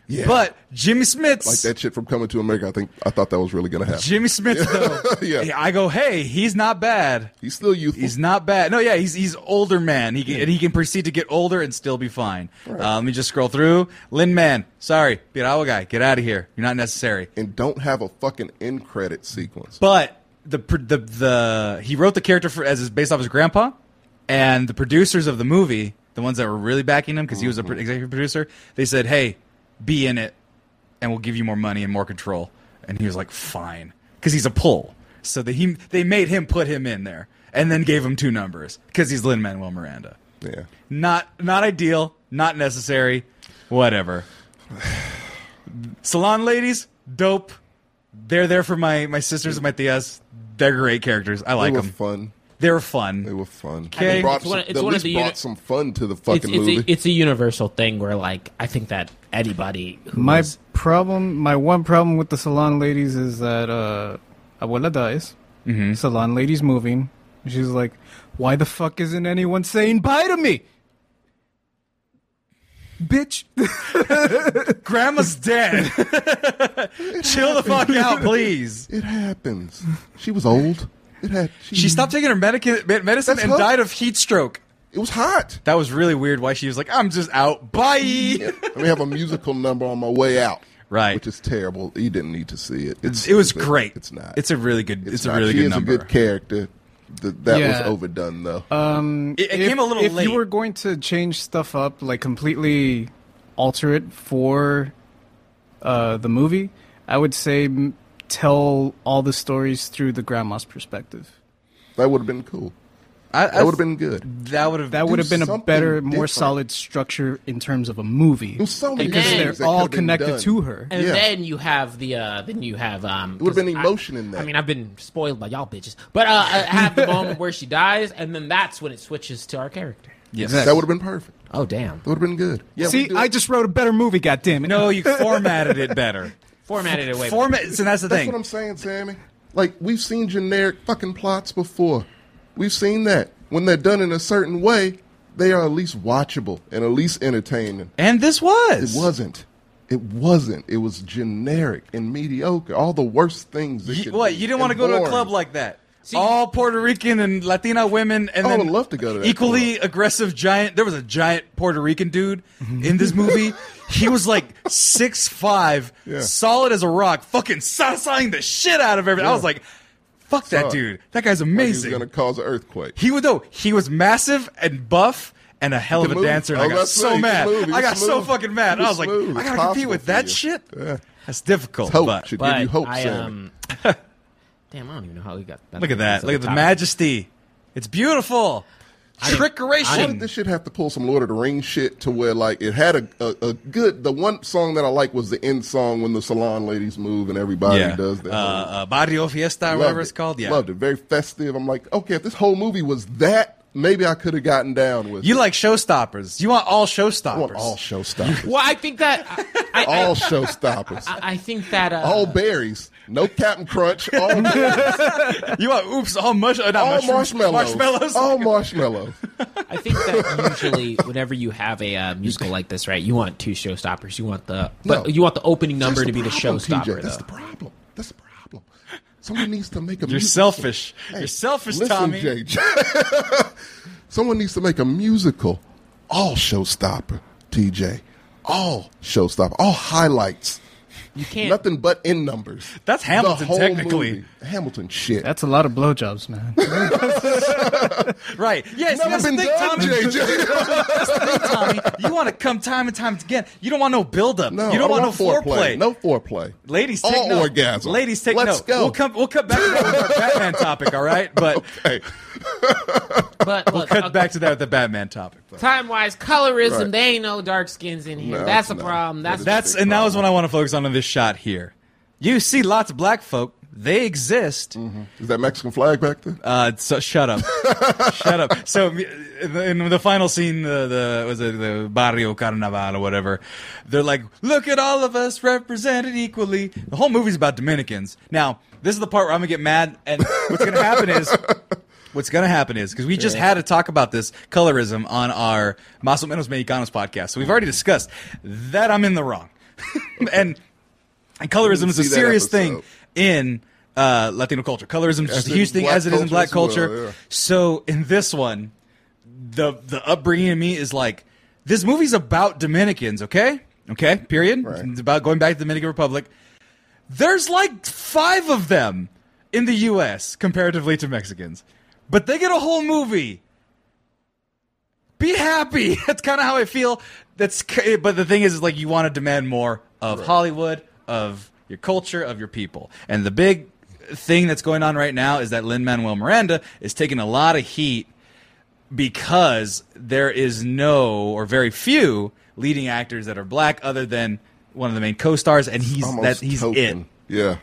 Speaker 3: Yeah.
Speaker 1: But Jimmy Smith's
Speaker 3: like that shit from Coming to America. I think I thought that was really gonna happen.
Speaker 1: Jimmy Smith though.
Speaker 3: Yeah.
Speaker 1: yeah. I go, hey, he's not bad.
Speaker 3: He's still youthful.
Speaker 1: He's not bad. No, yeah, he's he's older man. He can, and he can proceed to get older and still be fine. Uh, let me just scroll through. Lin Man, sorry, Pirawa guy, get out of here. You're not necessary.
Speaker 3: and don't have a fucking end credit sequence.
Speaker 1: But the pr- the the he wrote the character for as his based off his grandpa, and the producers of the movie, the ones that were really backing him because he was a pr- executive producer, they said, "Hey, be in it, and we'll give you more money and more control." And he was like, "Fine," because he's a pull. So they he they made him put him in there, and then gave him two numbers because he's Lin Manuel Miranda.
Speaker 3: yeah.
Speaker 1: Not not ideal, not necessary, whatever. Salon ladies, dope. They're there for my my sisters and my tias. They're great characters. I
Speaker 3: They
Speaker 1: like
Speaker 3: were
Speaker 1: them.
Speaker 3: fun.
Speaker 1: They're
Speaker 3: They
Speaker 1: fun.
Speaker 3: were fun.
Speaker 1: Okay.
Speaker 3: They brought
Speaker 2: It's one-
Speaker 3: some,
Speaker 2: it's
Speaker 3: they at
Speaker 2: one of
Speaker 3: least
Speaker 2: the
Speaker 3: brought
Speaker 2: uni-
Speaker 3: some fun to the
Speaker 2: It's,
Speaker 3: fucking movie.
Speaker 2: it's, a, it's a universal thing where, like, I think that anybody who
Speaker 4: My
Speaker 2: is-
Speaker 4: problem, my one problem with the salon ladies is that uh, Abuela dies. Salon lady's moving. She's like, "Why the fuck isn't anyone saying bye to me, bitch?"
Speaker 1: Grandma's dead. Chill the fuck out, please.
Speaker 3: it happens. She was old. It had. She,
Speaker 1: She stopped taking her medica- med- medicine
Speaker 3: That's
Speaker 1: and
Speaker 3: her.
Speaker 1: died of heat stroke.
Speaker 3: It was hot.
Speaker 1: That was really weird. Why she was like, "I'm just out. Bye."
Speaker 3: Let me have a musical number on my way out.
Speaker 1: Right.
Speaker 3: Which is terrible. You didn't need to see it. It's,
Speaker 1: It was
Speaker 3: stupid.
Speaker 1: great.
Speaker 3: It's not.
Speaker 1: It's a really good. It's, a
Speaker 3: not.
Speaker 1: really
Speaker 3: she
Speaker 1: good
Speaker 3: is
Speaker 1: number.
Speaker 3: a good character. Th- that
Speaker 4: Yeah.
Speaker 3: was overdone though.
Speaker 4: Um,
Speaker 1: It- it
Speaker 4: if-
Speaker 1: came a little
Speaker 4: If
Speaker 1: late.
Speaker 4: you were going to change stuff up, like completely alter it for uh, the movie, I would say m- tell all the stories through the grandma's perspective.
Speaker 3: that would have been cool.
Speaker 1: I, I,
Speaker 3: That would have been good.
Speaker 1: That would have.
Speaker 4: That would have been a
Speaker 3: something
Speaker 4: better, more
Speaker 3: different.
Speaker 4: solid structure in terms of a movie
Speaker 3: It was so many
Speaker 4: because
Speaker 2: then-
Speaker 3: things
Speaker 4: they're
Speaker 3: that
Speaker 4: all
Speaker 3: could've been
Speaker 4: connected
Speaker 3: done.
Speaker 4: to her.
Speaker 2: And
Speaker 3: Yeah.
Speaker 2: then you have the uh then you have um it
Speaker 3: would've been emotion in that.
Speaker 2: I mean, I've been spoiled by y'all bitches. But uh I have the moment where she dies and then that's when it switches to our character.
Speaker 1: Yes.
Speaker 3: That would have been perfect.
Speaker 2: Oh damn!
Speaker 3: That would have been good. Yeah, we
Speaker 4: See,
Speaker 3: do-
Speaker 4: I just wrote a better movie. God damn it!
Speaker 1: No, you formatted it better.
Speaker 2: Formatted it way. better.
Speaker 1: Format, so that's the
Speaker 3: That's
Speaker 1: thing.
Speaker 3: what I'm saying, Sammy. Like we've seen generic fucking plots before. We've seen that when they're done in a certain way, they are at least watchable and at least entertaining.
Speaker 1: and this was.
Speaker 3: It wasn't. It wasn't. It was generic and mediocre. All the worst things. That
Speaker 1: You,
Speaker 3: could
Speaker 1: what
Speaker 3: be,
Speaker 1: you didn't want to
Speaker 3: and
Speaker 1: go to a
Speaker 3: boring.
Speaker 1: club like that. All Puerto Rican and Latina women, and
Speaker 3: Oh, I
Speaker 1: then
Speaker 3: would love to go to that
Speaker 1: equally aggressive giant. There was a giant Puerto Rican dude
Speaker 3: Mm-hmm.
Speaker 1: in this movie. he was like six five,
Speaker 3: Yeah.
Speaker 1: solid as a rock, fucking sassing the shit out of everything. I was like, "Fuck that
Speaker 3: Saw it.
Speaker 1: dude! That guy's
Speaker 3: Like he was
Speaker 1: amazing."
Speaker 3: going to cause an earthquake.
Speaker 1: He would though. He was massive and buff and a hell of
Speaker 3: He
Speaker 1: a
Speaker 3: could move.
Speaker 1: dancer. And
Speaker 3: I
Speaker 1: I,
Speaker 3: was about
Speaker 1: got
Speaker 3: to
Speaker 1: so
Speaker 3: say, he
Speaker 1: mad.
Speaker 3: could move. He
Speaker 1: I got
Speaker 3: was
Speaker 1: so
Speaker 3: smooth.
Speaker 1: fucking mad.
Speaker 3: He
Speaker 1: I was
Speaker 3: was
Speaker 1: like,
Speaker 3: smooth.
Speaker 1: I
Speaker 3: It's
Speaker 1: gotta compete
Speaker 3: possible
Speaker 1: with
Speaker 3: for
Speaker 1: that
Speaker 3: you.
Speaker 1: shit.
Speaker 3: Yeah.
Speaker 1: That's difficult.
Speaker 3: Hope
Speaker 1: but
Speaker 3: should
Speaker 2: But
Speaker 3: give you hope,
Speaker 2: I,
Speaker 3: Sammy.
Speaker 2: um, damn, I don't even know how he got.
Speaker 1: look at that. Look at the
Speaker 2: top.
Speaker 1: majesty. It's beautiful.
Speaker 3: Why did this
Speaker 1: Trickeration.
Speaker 3: shit have to pull some Lord of the Rings shit to where like it had a, a, a good the one song that I like was the end song when the salon ladies move and everybody
Speaker 1: Yeah.
Speaker 3: does
Speaker 1: Uh,
Speaker 3: that.
Speaker 1: uh, Barrio Fiesta, or
Speaker 3: Loved
Speaker 1: whatever
Speaker 3: it.
Speaker 1: it's called. Yeah.
Speaker 3: Loved it. Very festive. I'm like, okay, if this whole movie was that, maybe I could have gotten down with
Speaker 1: You
Speaker 3: it.
Speaker 1: like showstoppers. You want all
Speaker 3: I want
Speaker 1: showstoppers.
Speaker 3: all showstoppers.
Speaker 2: Well, I think that I, I,
Speaker 3: all showstoppers.
Speaker 2: I, I think that uh,
Speaker 3: all berries. No Captain Crunch. All,
Speaker 1: you want oops, all, mush- uh, not
Speaker 3: all
Speaker 1: mushrooms,
Speaker 3: marshmallows. Oh.
Speaker 1: Marshmallows.
Speaker 3: All marshmallows.
Speaker 2: I think that usually whenever you have a uh, musical like this, right, you want two showstoppers. You want the but
Speaker 3: No.
Speaker 2: you want the opening number
Speaker 3: That's
Speaker 2: to be the
Speaker 3: problem,
Speaker 2: showstopper.
Speaker 3: TJ. That's
Speaker 2: though.
Speaker 3: the problem. That's the problem. Someone needs to make a.
Speaker 1: You're
Speaker 3: musical.
Speaker 1: selfish. You're selfish,
Speaker 3: listen,
Speaker 1: Tommy.
Speaker 3: JJ. Someone needs to make a musical, all showstopper, TJ, all showstopper, all highlights.
Speaker 2: you can't.
Speaker 3: Nothing but in numbers.
Speaker 1: That's
Speaker 3: The
Speaker 1: Hamilton,
Speaker 3: whole
Speaker 1: technically.
Speaker 3: movie. Hamilton shit.
Speaker 4: That's a lot of blowjobs, man.
Speaker 1: Right. Yes.
Speaker 3: never
Speaker 1: that's the
Speaker 3: been
Speaker 1: thing,
Speaker 3: done,
Speaker 1: Tommy.
Speaker 3: JJ.
Speaker 1: Tommy, you want to come time and time again. You don't want no buildup.
Speaker 3: No,
Speaker 1: you
Speaker 3: I
Speaker 1: don't want, no foreplay.
Speaker 3: No foreplay.
Speaker 1: Ladies,
Speaker 3: all
Speaker 1: take note.
Speaker 3: orgasm.
Speaker 1: Ladies, take
Speaker 3: Let's
Speaker 1: note.
Speaker 3: go.
Speaker 1: We'll come. We'll cut back to that with our Batman topic. All right, but
Speaker 3: Hey,
Speaker 2: but look,
Speaker 1: cut back to that with the Batman topic.
Speaker 2: time wise, colorism.
Speaker 3: Right.
Speaker 2: They ain't no dark skins in here.
Speaker 3: No,
Speaker 2: that's a
Speaker 3: no.
Speaker 2: problem. That's
Speaker 3: That
Speaker 1: That's and that was what I want to focus on in this shot here. You see lots of black folk. They exist.
Speaker 3: is that Mexican flag back there?
Speaker 1: Uh, so shut up, shut up. So in the, in the final scene, the, the was it the Barrio Carnaval or whatever, they're like, look at all of us represented equally. The whole movie's about Dominicans. Now this is the part where I'm gonna get mad, and what's gonna happen is. What's gonna happen is because we just had to talk about this colorism on our Más o Menos Mexicanos podcast, so we've already discussed that I'm in the wrong, and and colorism is a
Speaker 3: see that
Speaker 1: serious thing
Speaker 3: episode.
Speaker 1: in uh, Latino culture. Colorism is
Speaker 3: As
Speaker 1: just a
Speaker 3: in
Speaker 1: huge thing
Speaker 3: black
Speaker 1: as it is in
Speaker 3: culture
Speaker 1: black
Speaker 3: as well,
Speaker 1: culture.
Speaker 3: yeah.
Speaker 1: So in this one, the the upbringing in me is like this movie's about Dominicans. Okay, okay, period.
Speaker 3: Right.
Speaker 1: It's about going back to the Dominican Republic. There's like five of them in the U.S. comparatively to Mexicans, but they get a whole movie be happy. That's kind of how I feel. That's ca- but the thing is, is like you want to demand more of Hollywood, of your culture, of your people, and the big thing that's going on right now is that Lin Manuel Miranda is taking a lot of heat because there is no or very few leading actors that are black other than one of the main co-stars, and he's that
Speaker 3: Almost
Speaker 1: he's
Speaker 3: token.
Speaker 1: it.
Speaker 3: Yeah.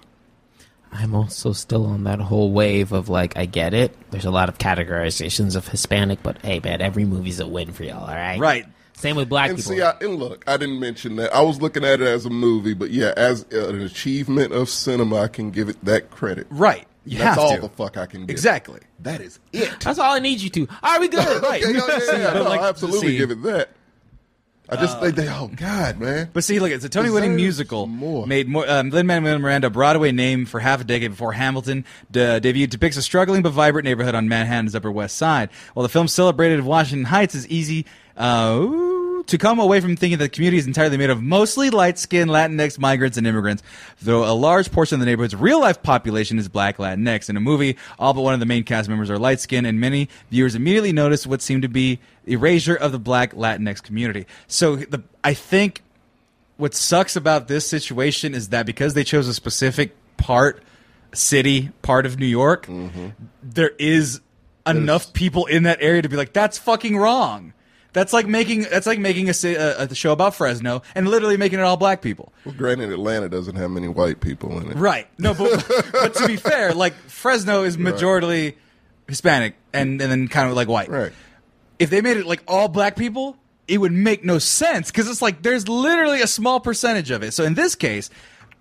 Speaker 2: I'm also still on that whole wave of like, I get it. There's a lot of categorizations of Hispanic, but hey, man, every movie's a win for y'all. All right,
Speaker 1: Right.
Speaker 2: Same with black
Speaker 3: And
Speaker 2: people.
Speaker 3: see, uh, I, and look, I didn't mention that. I was looking at it as a movie, but yeah, as uh, an achievement of cinema, I can give it that credit.
Speaker 1: Right. You
Speaker 3: That's
Speaker 1: have
Speaker 3: all
Speaker 1: to.
Speaker 3: the fuck I can give.
Speaker 1: Exactly.
Speaker 3: That is it.
Speaker 2: that's all I need you to. Are we good?
Speaker 1: Right.
Speaker 3: Yeah, yeah, yeah,
Speaker 1: See,
Speaker 3: yeah.
Speaker 1: but
Speaker 3: No,
Speaker 1: like,
Speaker 3: I absolutely
Speaker 1: see- Uh,
Speaker 3: give it that. I just think they, oh God, man.
Speaker 1: But see, look, it's a Tony winning
Speaker 3: Deserves
Speaker 1: musical.
Speaker 3: more.
Speaker 1: Made more, um, Lin Manuel Miranda, a Broadway name for half a decade before Hamilton d- debuted, depicts a struggling but vibrant neighborhood on Manhattan's Upper West Side. While the film celebrated Washington Heights is easy uh, ooh, to come away from thinking that the community is entirely made of mostly light skinned Latinx migrants and immigrants, though a large portion of the neighborhood's real life population is black Latinx. In a movie, all but one of the main cast members are light skinned, and many viewers immediately notice what seemed to be erasure of the black Latinx community. So the, I think what sucks about this situation is that because they chose a specific part city part of new york there is enough people in that area to be like that's fucking wrong that's like making that's like making a, ci- a, a show about fresno and literally making it all black people
Speaker 3: Well, granted, Atlanta doesn't have many white people in it.
Speaker 1: right no but, but to be fair like fresno is majorly hispanic and, and then kind of like white
Speaker 3: Right.
Speaker 1: if they made it like all black people, it would make no sense because it's like there's literally a small percentage of it. So in this case,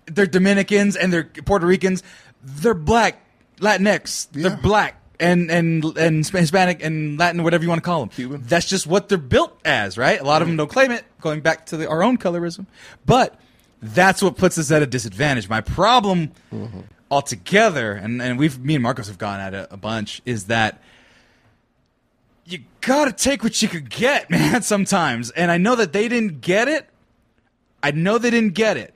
Speaker 1: they're Dominicans and they're Puerto Ricans. They're black, Latinx.
Speaker 3: Yeah.
Speaker 1: They're black and and and Sp- Hispanic and Latin, whatever you want to call them.
Speaker 3: Cuban.
Speaker 1: That's just what they're built as, right? A lot of them don't claim it, going back to the, our own colorism. But that's what puts us at a disadvantage. My problem
Speaker 3: Mm-hmm.
Speaker 1: altogether, and, and we've me and Marcos have gone at it a bunch, is that you gotta take what you could get, man, sometimes. And I know that they didn't get it. I know they didn't get it.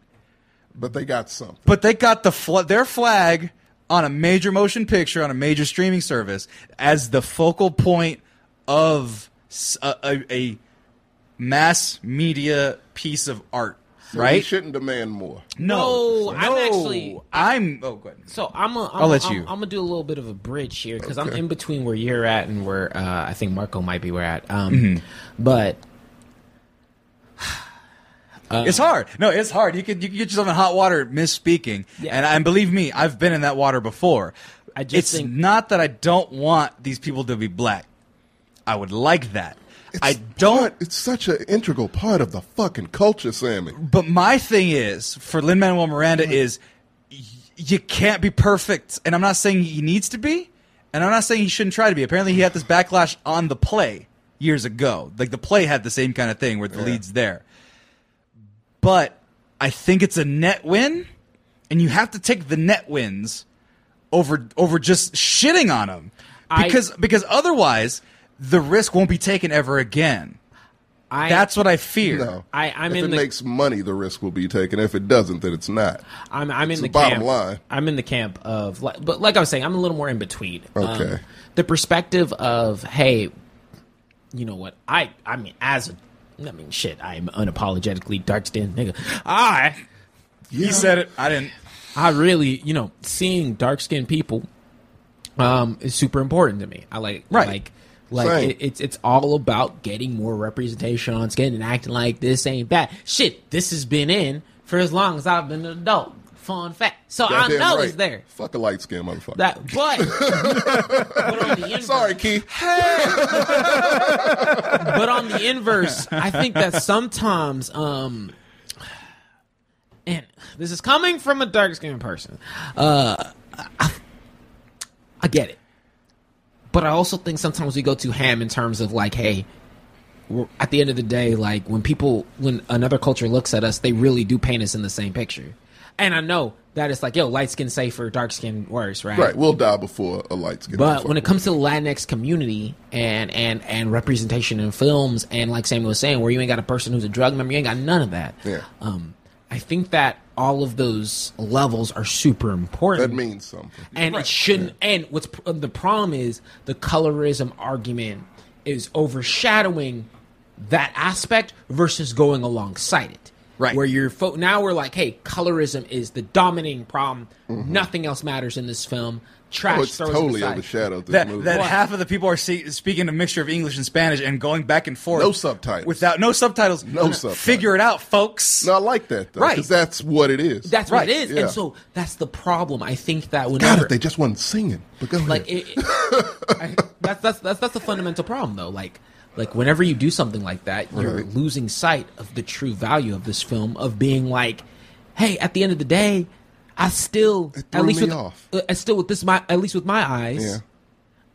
Speaker 3: But they got something.
Speaker 1: But they got the fl- their flag on a major motion picture on a major streaming service as the focal point of s- a, a- a mass media piece of art,
Speaker 3: So We
Speaker 1: right?
Speaker 3: shouldn't demand more.
Speaker 2: No,
Speaker 1: No,
Speaker 2: I'm actually-
Speaker 1: I'm. Oh, go ahead.
Speaker 2: So I'm a, I'm
Speaker 1: I'll let
Speaker 2: I'm,
Speaker 1: you.
Speaker 2: I'm gonna do a little bit of a bridge here because I'm
Speaker 3: Okay.
Speaker 2: in between where you're at and where uh, I think Marco might be where at. Um,
Speaker 3: Mm-hmm.
Speaker 2: But Uh-huh.
Speaker 1: it's hard. No, it's hard. You could you could get yourself in hot water misspeaking,
Speaker 2: Yeah.
Speaker 1: and and believe me, I've been in that water before.
Speaker 2: I just
Speaker 1: it's
Speaker 2: think-
Speaker 1: not that I don't want these people to be black. I would like that. I
Speaker 3: It's
Speaker 1: don't.
Speaker 3: part- it's such an integral part of the fucking culture, Sammy.
Speaker 1: But my thing is for Lin Manuel Miranda
Speaker 2: Mm-hmm.
Speaker 1: is y- you can't be perfect, and I'm not saying he needs to be, and I'm not saying he shouldn't try to be. Apparently, he had this backlash on the play years ago. Like the play had the same kind of thing where the lead's there, but I think it's a net win, and you have to take the net wins over over just shitting on him
Speaker 2: I-
Speaker 1: because because otherwise the risk won't be taken ever again.
Speaker 2: I
Speaker 1: That's what I fear.
Speaker 3: No.
Speaker 2: I- I'm
Speaker 3: if
Speaker 2: in
Speaker 3: it
Speaker 2: the-
Speaker 3: makes money, the risk will be taken. If it doesn't, then it's not.
Speaker 2: I'm I'm in the,
Speaker 3: the bottom
Speaker 2: camp.
Speaker 3: line.
Speaker 2: I'm in the camp of like, but like I was saying, I'm a little more in between. Um,
Speaker 3: Okay.
Speaker 2: the perspective of hey, you know what? I I mean as a I mean shit, I am unapologetically dark skinned nigga. I
Speaker 1: He said it. I didn't.
Speaker 2: I really, you know, seeing dark skinned people um is super important to me. I like
Speaker 1: Right.
Speaker 2: like like
Speaker 3: Same.
Speaker 2: it, it's it's all about getting more representation on skin and acting like this ain't bad. Shit, this has been in for as long as I've been an adult. Fun fact. So I
Speaker 3: Goddamn
Speaker 2: know
Speaker 3: right.
Speaker 2: it's there.
Speaker 3: Fuck a light skinned motherfucker.
Speaker 2: That but, but on the inverse,
Speaker 3: Sorry, Keith.
Speaker 2: but on the inverse, I think that sometimes um and this is coming from a dark skinned person. Uh I- I get it. But I also think sometimes we go too ham in terms of like, hey, we're- at the end of the day, like when people, when another culture looks at us, they really do paint us in the same picture. And I know that it's like, yo, light skin safer, dark skin worse,
Speaker 3: Right, we'll die before a light skinned
Speaker 2: But when it comes to the Latinx community and and and representation in films and like Samuel was saying, where you ain't got a person who's a drug member, you ain't got none of that.
Speaker 3: Yeah.
Speaker 2: Um, I think that all of those levels are super important.
Speaker 3: That means something.
Speaker 2: and it shouldn't. And what's pr- the problem is the colorism argument is overshadowing that aspect versus going alongside it.
Speaker 1: Right.
Speaker 2: Where you're fo- now we're like, hey, colorism is the dominating problem. Nothing else matters in this film. Trash
Speaker 3: Mm-hmm. Oh, it's
Speaker 2: throws it
Speaker 3: totally
Speaker 2: aside.
Speaker 3: overshadowed this
Speaker 1: that,
Speaker 3: movie.
Speaker 1: that half of the people are see, speaking a mixture of English and Spanish and going back and forth.
Speaker 3: No subtitles.
Speaker 1: Without no subtitles.
Speaker 3: No subtitles.
Speaker 1: Figure it out, folks.
Speaker 3: no, I like that though,
Speaker 1: Right.
Speaker 3: because that's what it is.
Speaker 2: That's what
Speaker 1: Right,
Speaker 2: it is,
Speaker 3: yeah.
Speaker 2: and so that's the problem. I think that
Speaker 3: God,
Speaker 2: whenever
Speaker 3: if they just wasn't singing. But go
Speaker 2: like
Speaker 3: ahead.
Speaker 2: it, it- I- that's that's that's that's the fundamental problem though. Like like whenever you do something like that, you're
Speaker 3: Right.
Speaker 2: losing sight of the true value of this film of being like, hey, at the end of the day, I still
Speaker 3: It threw
Speaker 2: at least
Speaker 3: me
Speaker 2: with
Speaker 3: off.
Speaker 2: uh, I still with this my at least with my eyes,
Speaker 3: Yeah.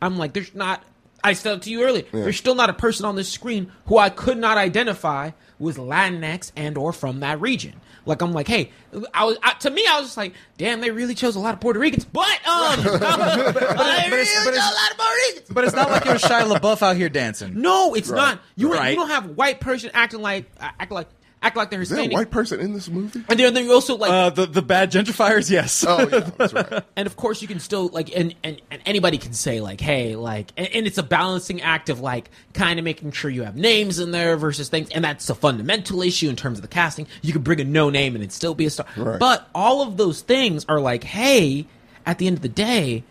Speaker 2: I'm like there's not. I said to you earlier,
Speaker 3: Yeah.
Speaker 2: there's still not a person on this screen who I could not identify was Latinx and or from that region. Like I'm like, hey, I was I, to me, I was just like, damn, they really chose a lot of Puerto Ricans, but um, I really
Speaker 1: it's- but
Speaker 2: chose
Speaker 1: it's-
Speaker 2: a lot of Puerto Ricans.
Speaker 1: But it's not like it was Shia LaBeouf out here dancing.
Speaker 2: No, it's not. You ain't-
Speaker 1: Right.
Speaker 2: you don't have white person acting like act like act like they're
Speaker 3: Is there a
Speaker 2: Hispanic,
Speaker 3: white person in this movie?
Speaker 2: and then you also like
Speaker 1: Uh, the, the bad gentrifiers, yes.
Speaker 3: Oh yeah, that's right.
Speaker 2: and of course you can still like and and, and anybody can say like hey like and, and it's a balancing act of like kind of making sure you have names in there versus things and that's a fundamental issue in terms of the casting you could bring a no name and it'd still be a star
Speaker 3: Right.
Speaker 2: but all of those things are like hey at the end of the day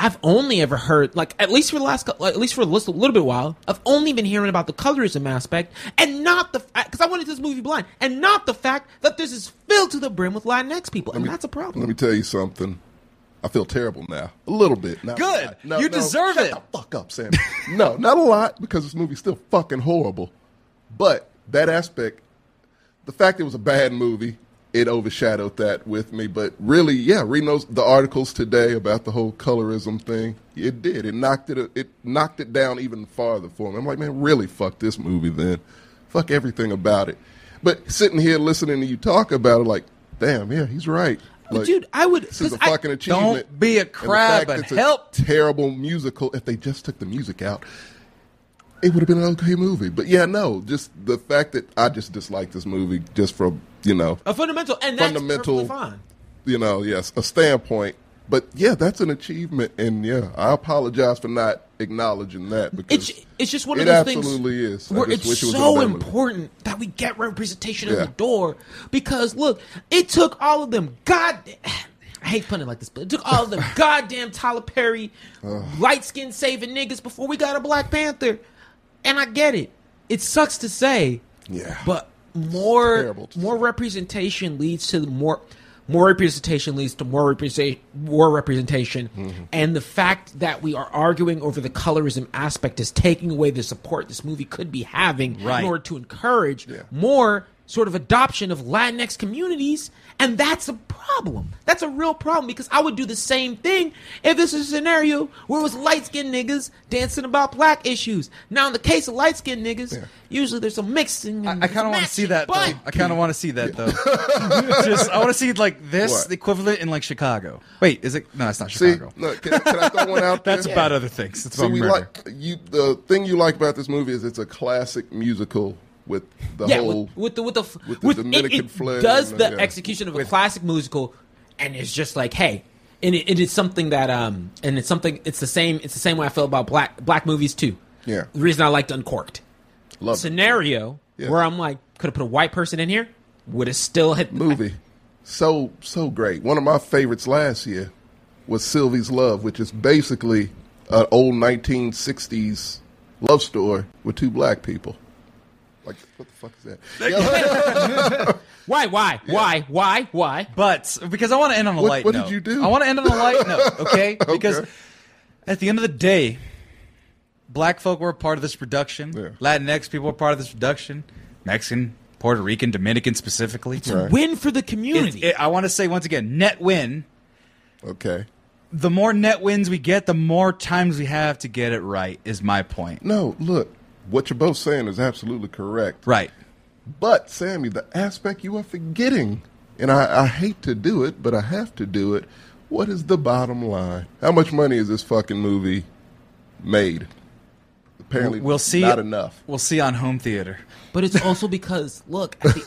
Speaker 2: I've only ever heard, like, at least for the last, cou- like, at least for a little, little bit while, I've only been hearing about the colorism aspect and not the, because I went into this movie blind, and not the fact that this is filled to the brim with Latinx people, and that's a problem.
Speaker 3: Let me tell you something. I feel terrible now. A little bit. Not a
Speaker 1: Good.
Speaker 3: lot.
Speaker 1: You deserve
Speaker 3: shut
Speaker 1: it.
Speaker 3: the fuck up, Sam. no, not a lot because this movie's still fucking horrible. But that aspect, the fact it was a bad movie, it overshadowed that with me. But really, yeah, reading those the articles today about the whole colorism thing, it did. It knocked it. It knocked it down even farther for me. I'm like, man, really, fuck this movie then. Fuck everything about it. But sitting here listening to you talk about it, like, damn, yeah, he's right. Like,
Speaker 2: Dude, I would.
Speaker 3: this is a
Speaker 2: 'cause I-
Speaker 3: fucking achievement.
Speaker 1: be a
Speaker 3: And the
Speaker 1: crab
Speaker 3: fact
Speaker 1: and
Speaker 3: it's a
Speaker 1: help.
Speaker 3: terrible musical. If they just took the music out, it would have been an okay movie. But yeah, no, just the fact that I just dislike this movie just from you know,
Speaker 2: A fundamental, and that's
Speaker 3: Fundamental-
Speaker 2: fundamental. fine.
Speaker 3: you know, yes, a standpoint. But yeah, that's an achievement, and yeah, I apologize for not acknowledging that because
Speaker 2: It's it's just one of
Speaker 3: it
Speaker 2: those things.
Speaker 3: absolutely is. I
Speaker 2: Where
Speaker 3: just
Speaker 2: it's
Speaker 3: wish it was in a
Speaker 2: so
Speaker 3: better movie.
Speaker 2: important that we get representation
Speaker 3: Yeah.
Speaker 2: in the door because look, it took all of them. God, I hate putting it like this, but it took all of them goddamn Tyler Perry, light skin saving niggas before we got a Black Panther. And I get it. It sucks to say,
Speaker 3: Yeah.
Speaker 2: but more
Speaker 3: terrible to
Speaker 2: more
Speaker 3: say.
Speaker 2: representation leads to more more representation leads to more representation more representation
Speaker 1: Mm-hmm.
Speaker 2: and the fact that we are arguing over the colorism aspect is taking away the support this movie could be having
Speaker 1: Right.
Speaker 2: in order to encourage more sort of adoption of latinx communities and that's a problem that's a real problem because i would do the same thing if this is a scenario where it was light-skinned niggas dancing about black issues now in the case of light-skinned niggas usually there's some mixing
Speaker 1: I, kind of want to see that. Though.
Speaker 2: but
Speaker 1: I kind of want to see that though. Just I want to see like this
Speaker 3: What?
Speaker 1: the equivalent in like Chicago. Wait, is it? No, it's not
Speaker 3: See,
Speaker 1: Chicago.
Speaker 3: look, can, can I throw one out there?
Speaker 1: That's about other things. It's
Speaker 3: See,
Speaker 1: about
Speaker 3: we
Speaker 1: murder.
Speaker 3: like you. The thing you like about this movie is it's a classic musical with the
Speaker 2: yeah,
Speaker 3: whole
Speaker 2: with, with the with the f-
Speaker 3: with the
Speaker 2: it-
Speaker 3: Dominican
Speaker 2: it,
Speaker 3: flag
Speaker 2: does
Speaker 3: and
Speaker 2: the
Speaker 3: the- yeah.
Speaker 2: execution of a classic musical, and it's just like hey, and it, it is something that um, and it's something it's the same it's the same way I feel about black black movies too.
Speaker 3: Yeah.
Speaker 2: the reason I liked Uncorked
Speaker 3: love it.
Speaker 2: scenario
Speaker 3: Yeah.
Speaker 2: where I'm like could have put a white person in here would have still hit
Speaker 3: movie. So so great. One of my favorites last year was Sylvie's Love, which is basically an old 1960s love story with two black people. Like what the fuck is that? Yeah,
Speaker 2: why why why why why
Speaker 1: But because I want to end on a
Speaker 3: What-
Speaker 1: light
Speaker 3: what did
Speaker 1: note.
Speaker 3: you do?
Speaker 1: I want to end on a light note, okay? Because at the end of the day, black folk were a part of this production.
Speaker 3: Yeah.
Speaker 1: Latinx people were part of this production. Mexican, Puerto Rican, Dominican specifically.
Speaker 3: Right.
Speaker 2: win for the
Speaker 1: It's-
Speaker 2: community.
Speaker 1: it- I want to say once again, net win.
Speaker 3: okay.
Speaker 1: The more net wins we get, the more times we have to get it right, is my point.
Speaker 3: No, look, what you're both saying is absolutely correct.
Speaker 1: Right.
Speaker 3: But Sammy, the aspect you are forgetting, and I, I hate to do it, but I have to do it. What is the bottom line? How much money is this fucking movie made? Apparently,
Speaker 1: We'll see.
Speaker 3: Not enough.
Speaker 1: We'll see on home theater.
Speaker 2: but it's also because look, at the,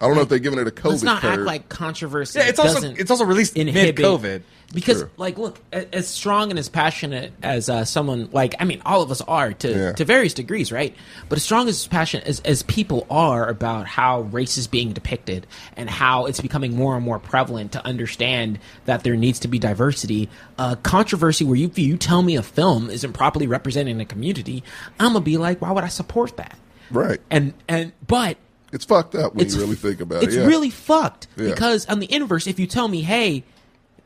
Speaker 3: I don't know if they're giving it a COVID
Speaker 2: let's not
Speaker 3: curve.
Speaker 2: act like controversy.
Speaker 1: Yeah, it's also-
Speaker 2: doesn't
Speaker 1: it's also released
Speaker 2: inhibit-
Speaker 1: mid-COVID.
Speaker 2: Because,
Speaker 3: True.
Speaker 2: like, look, a- as strong and as passionate as uh, someone like, I mean, all of us are to
Speaker 3: Yeah.
Speaker 2: to various degrees, right? But as strong as passionate as, as people are about how race is being depicted and how it's becoming more and more prevalent to understand that there needs to be diversity, uh, controversy where you if you tell me a film isn't properly representing a community, I'm gonna be like, why would I support that?
Speaker 3: right.
Speaker 2: And and but
Speaker 3: it's fucked up when you really think about
Speaker 2: it's
Speaker 3: it. yeah.
Speaker 2: really fucked
Speaker 3: Yeah.
Speaker 2: because on the inverse, if you tell me, "Hey,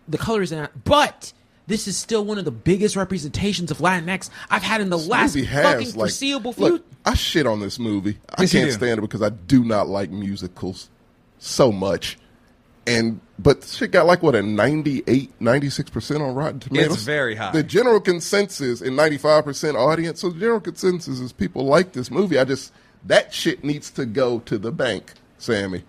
Speaker 2: the color is not," but this is still one of the biggest representations of Latinx I've had in the last
Speaker 3: movie has,
Speaker 2: fucking
Speaker 3: like-
Speaker 2: foreseeable
Speaker 3: look,
Speaker 2: future.
Speaker 3: I shit on this movie. I
Speaker 1: Yes, you
Speaker 3: can't
Speaker 1: do.
Speaker 3: stand it because I do not like musicals so much. And but shit got like what a 98, 96% on Rotten Tomatoes.
Speaker 1: very high.
Speaker 3: The general consensus in 95% audience. So the general consensus is people like this movie. I just that shit needs to go to the bank, Sammy.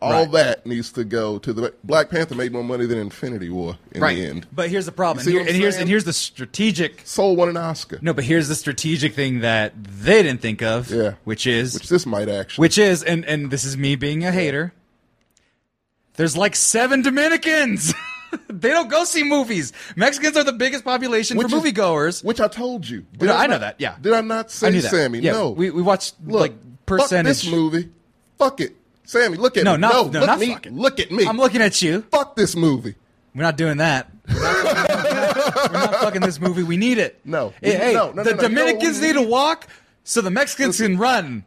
Speaker 3: All
Speaker 1: Right.
Speaker 3: that needs to go to the Black Panther made more money than Infinity War in
Speaker 1: right.
Speaker 3: the end.
Speaker 1: But here's the problem.
Speaker 3: You see
Speaker 1: Here-
Speaker 3: what
Speaker 1: and
Speaker 3: I'm
Speaker 1: here's
Speaker 3: saying?
Speaker 1: and here's the strategic
Speaker 3: Soul won an Oscar.
Speaker 1: No, but here's the strategic thing that they didn't think of,
Speaker 3: Yeah.
Speaker 1: which is
Speaker 3: Which this might actually
Speaker 1: which is and and this is me being a hater. There's like seven Dominicans. they don't go see movies. Mexicans are the biggest population
Speaker 3: Which
Speaker 1: for
Speaker 3: is-
Speaker 1: moviegoers.
Speaker 3: Which I told you. Did
Speaker 1: No, I know
Speaker 3: not-
Speaker 1: that, yeah.
Speaker 3: Did I not say
Speaker 1: I knew that.
Speaker 3: Sammy?
Speaker 1: Yeah,
Speaker 3: no.
Speaker 1: we we watched
Speaker 3: look,
Speaker 1: like
Speaker 3: Fuck
Speaker 1: percentage.
Speaker 3: this movie. Fuck it. Sammy, look at
Speaker 1: No,
Speaker 3: me.
Speaker 1: not-
Speaker 3: no,
Speaker 1: no,
Speaker 3: look
Speaker 1: not
Speaker 3: me.
Speaker 1: fuck it.
Speaker 3: Look at me.
Speaker 1: I'm looking at you.
Speaker 3: fuck this movie.
Speaker 1: We're not doing that. We're not, we're not fucking this movie. We need it.
Speaker 3: No.
Speaker 1: Hey, hey,
Speaker 3: No, no, no,
Speaker 1: the
Speaker 3: no. You know
Speaker 1: Dominicans
Speaker 3: what we
Speaker 1: need to walk so the Mexicans can run.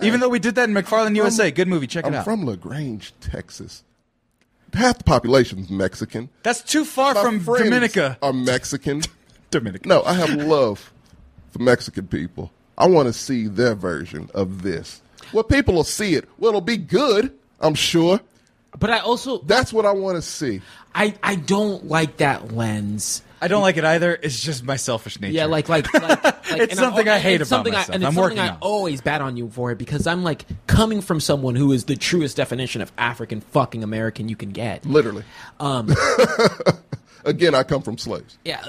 Speaker 1: Even though we did that in McFarlane, USA. Good movie. Check
Speaker 3: I'm
Speaker 1: it out.
Speaker 3: from LaGrange, Texas. half the population's Mexican.
Speaker 1: That's too far
Speaker 3: My
Speaker 1: from
Speaker 3: friends Oh,
Speaker 1: Dominica.
Speaker 3: Are Mexican.
Speaker 1: Dominica.
Speaker 3: No, I have love for Mexican people. I want to see their version of this. Well, people will see it. Well, it'll be good, I'm sure.
Speaker 2: But I also
Speaker 3: That's what I want to see.
Speaker 2: I I don't like that lens.
Speaker 1: I don't like it either. It's just my selfish nature.
Speaker 2: Yeah, like like, like, like
Speaker 1: It's something I hate
Speaker 2: it's
Speaker 1: about
Speaker 2: something
Speaker 1: myself.
Speaker 2: I, and it's
Speaker 1: I'm
Speaker 2: something
Speaker 1: working
Speaker 2: I
Speaker 1: on it.
Speaker 2: always bat on you for it because I'm like coming from someone who is the truest definition of African fucking American you can get.
Speaker 3: Literally.
Speaker 2: Um,
Speaker 3: Again, I come from slaves.
Speaker 2: yeah.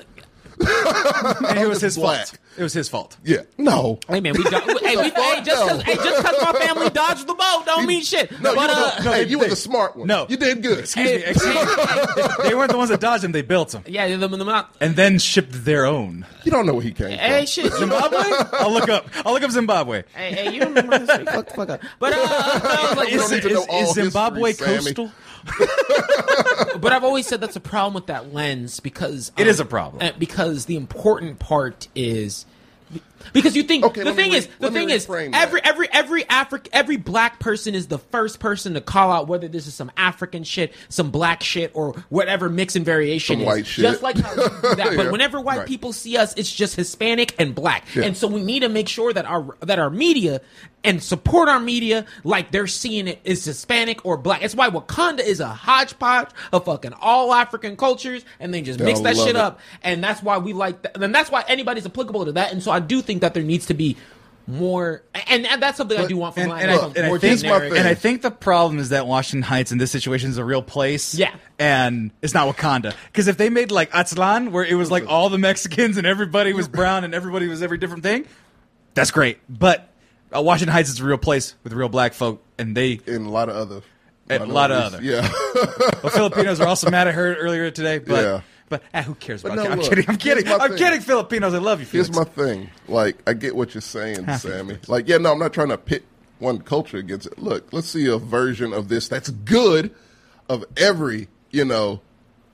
Speaker 1: And it was his
Speaker 3: black.
Speaker 1: fault. It was his fault.
Speaker 3: Yeah. No.
Speaker 2: Hey man, we do- hey, we, hey, just
Speaker 3: no.
Speaker 2: cause, hey, just 'cause my family dodged the boat don't mean shit.
Speaker 3: No,
Speaker 2: but,
Speaker 3: you,
Speaker 2: uh,
Speaker 3: were, the, hey, you were the smart one.
Speaker 1: No.
Speaker 3: You did good.
Speaker 1: Excuse me. Excuse me. they weren't the ones that dodged him. They built them
Speaker 2: yeah, the, the, the, not,
Speaker 1: and then shipped their own.
Speaker 3: You don't know where he came
Speaker 2: hey
Speaker 3: from.
Speaker 2: shit, you know,
Speaker 1: Zimbabwe? I'll look up. I'll look up Zimbabwe.
Speaker 2: hey, hey, you don't remember history? Fuck, the fuck up. But uh, I was like,
Speaker 3: don't
Speaker 1: Is,
Speaker 3: need to know
Speaker 1: is-
Speaker 3: all
Speaker 1: is
Speaker 3: history,
Speaker 1: Zimbabwe
Speaker 3: Sammy.
Speaker 1: coastal?
Speaker 2: but I've always said that's a problem with that lens because
Speaker 1: It
Speaker 2: it
Speaker 1: is
Speaker 2: is
Speaker 1: a problem.
Speaker 2: because the important part is because you think
Speaker 3: Okay,
Speaker 2: the
Speaker 3: let me
Speaker 2: thing
Speaker 3: re-
Speaker 2: is the
Speaker 3: let me
Speaker 2: thing is
Speaker 3: reframe
Speaker 2: every
Speaker 3: that.
Speaker 2: every every Afri- every black person is the first person to call out whether this is some African shit, some black shit, or whatever mix and variation
Speaker 3: Some
Speaker 2: is.
Speaker 3: white shit.
Speaker 2: Just like how you do that.
Speaker 3: Yeah,
Speaker 2: But whenever white
Speaker 3: right.
Speaker 2: people see us, it's just Hispanic and black.
Speaker 3: Yeah.
Speaker 2: And so we need to make sure that our that our media and support our media like they're seeing it is Hispanic or black. That's why Wakanda is a hodgepodge of fucking all African cultures, and they just mix
Speaker 3: I
Speaker 2: that
Speaker 3: love
Speaker 2: shit
Speaker 3: it.
Speaker 2: up. And that's why we like that. And that's why anybody's applicable to that. And so I do think that there needs to be more. And, and that's something I do want from
Speaker 1: And, and
Speaker 2: Lion King,
Speaker 1: I,
Speaker 2: something
Speaker 1: and I
Speaker 2: more
Speaker 1: think,
Speaker 2: generic.
Speaker 1: and I think the problem is that Washington Heights in this situation is a real place.
Speaker 2: Yeah.
Speaker 1: And it's not Wakanda. Because if they made like Atlan, where it was like all the Mexicans and everybody was brown and everybody was every different thing, that's great. But uh, Washington Heights is a real place with real black folk, and they
Speaker 3: And a lot of other.
Speaker 1: And a lot of
Speaker 3: minorities. Yeah.
Speaker 1: Well, Filipinos are also mad at her earlier today, but
Speaker 3: Yeah.
Speaker 1: but ah, who cares about
Speaker 3: no,
Speaker 1: that? I'm
Speaker 3: look,
Speaker 1: kidding. I'm
Speaker 3: here's
Speaker 1: kidding.
Speaker 3: my
Speaker 1: I'm
Speaker 3: thing.
Speaker 1: kidding. Filipinos, I love you. Felix.
Speaker 3: Here's my thing. Like, I get what you're saying,
Speaker 1: Half of
Speaker 3: Sammy.
Speaker 1: it.
Speaker 3: Like, yeah, no, I'm not trying to pit one culture against it. Look, let's see a version of this that's good of every, you know,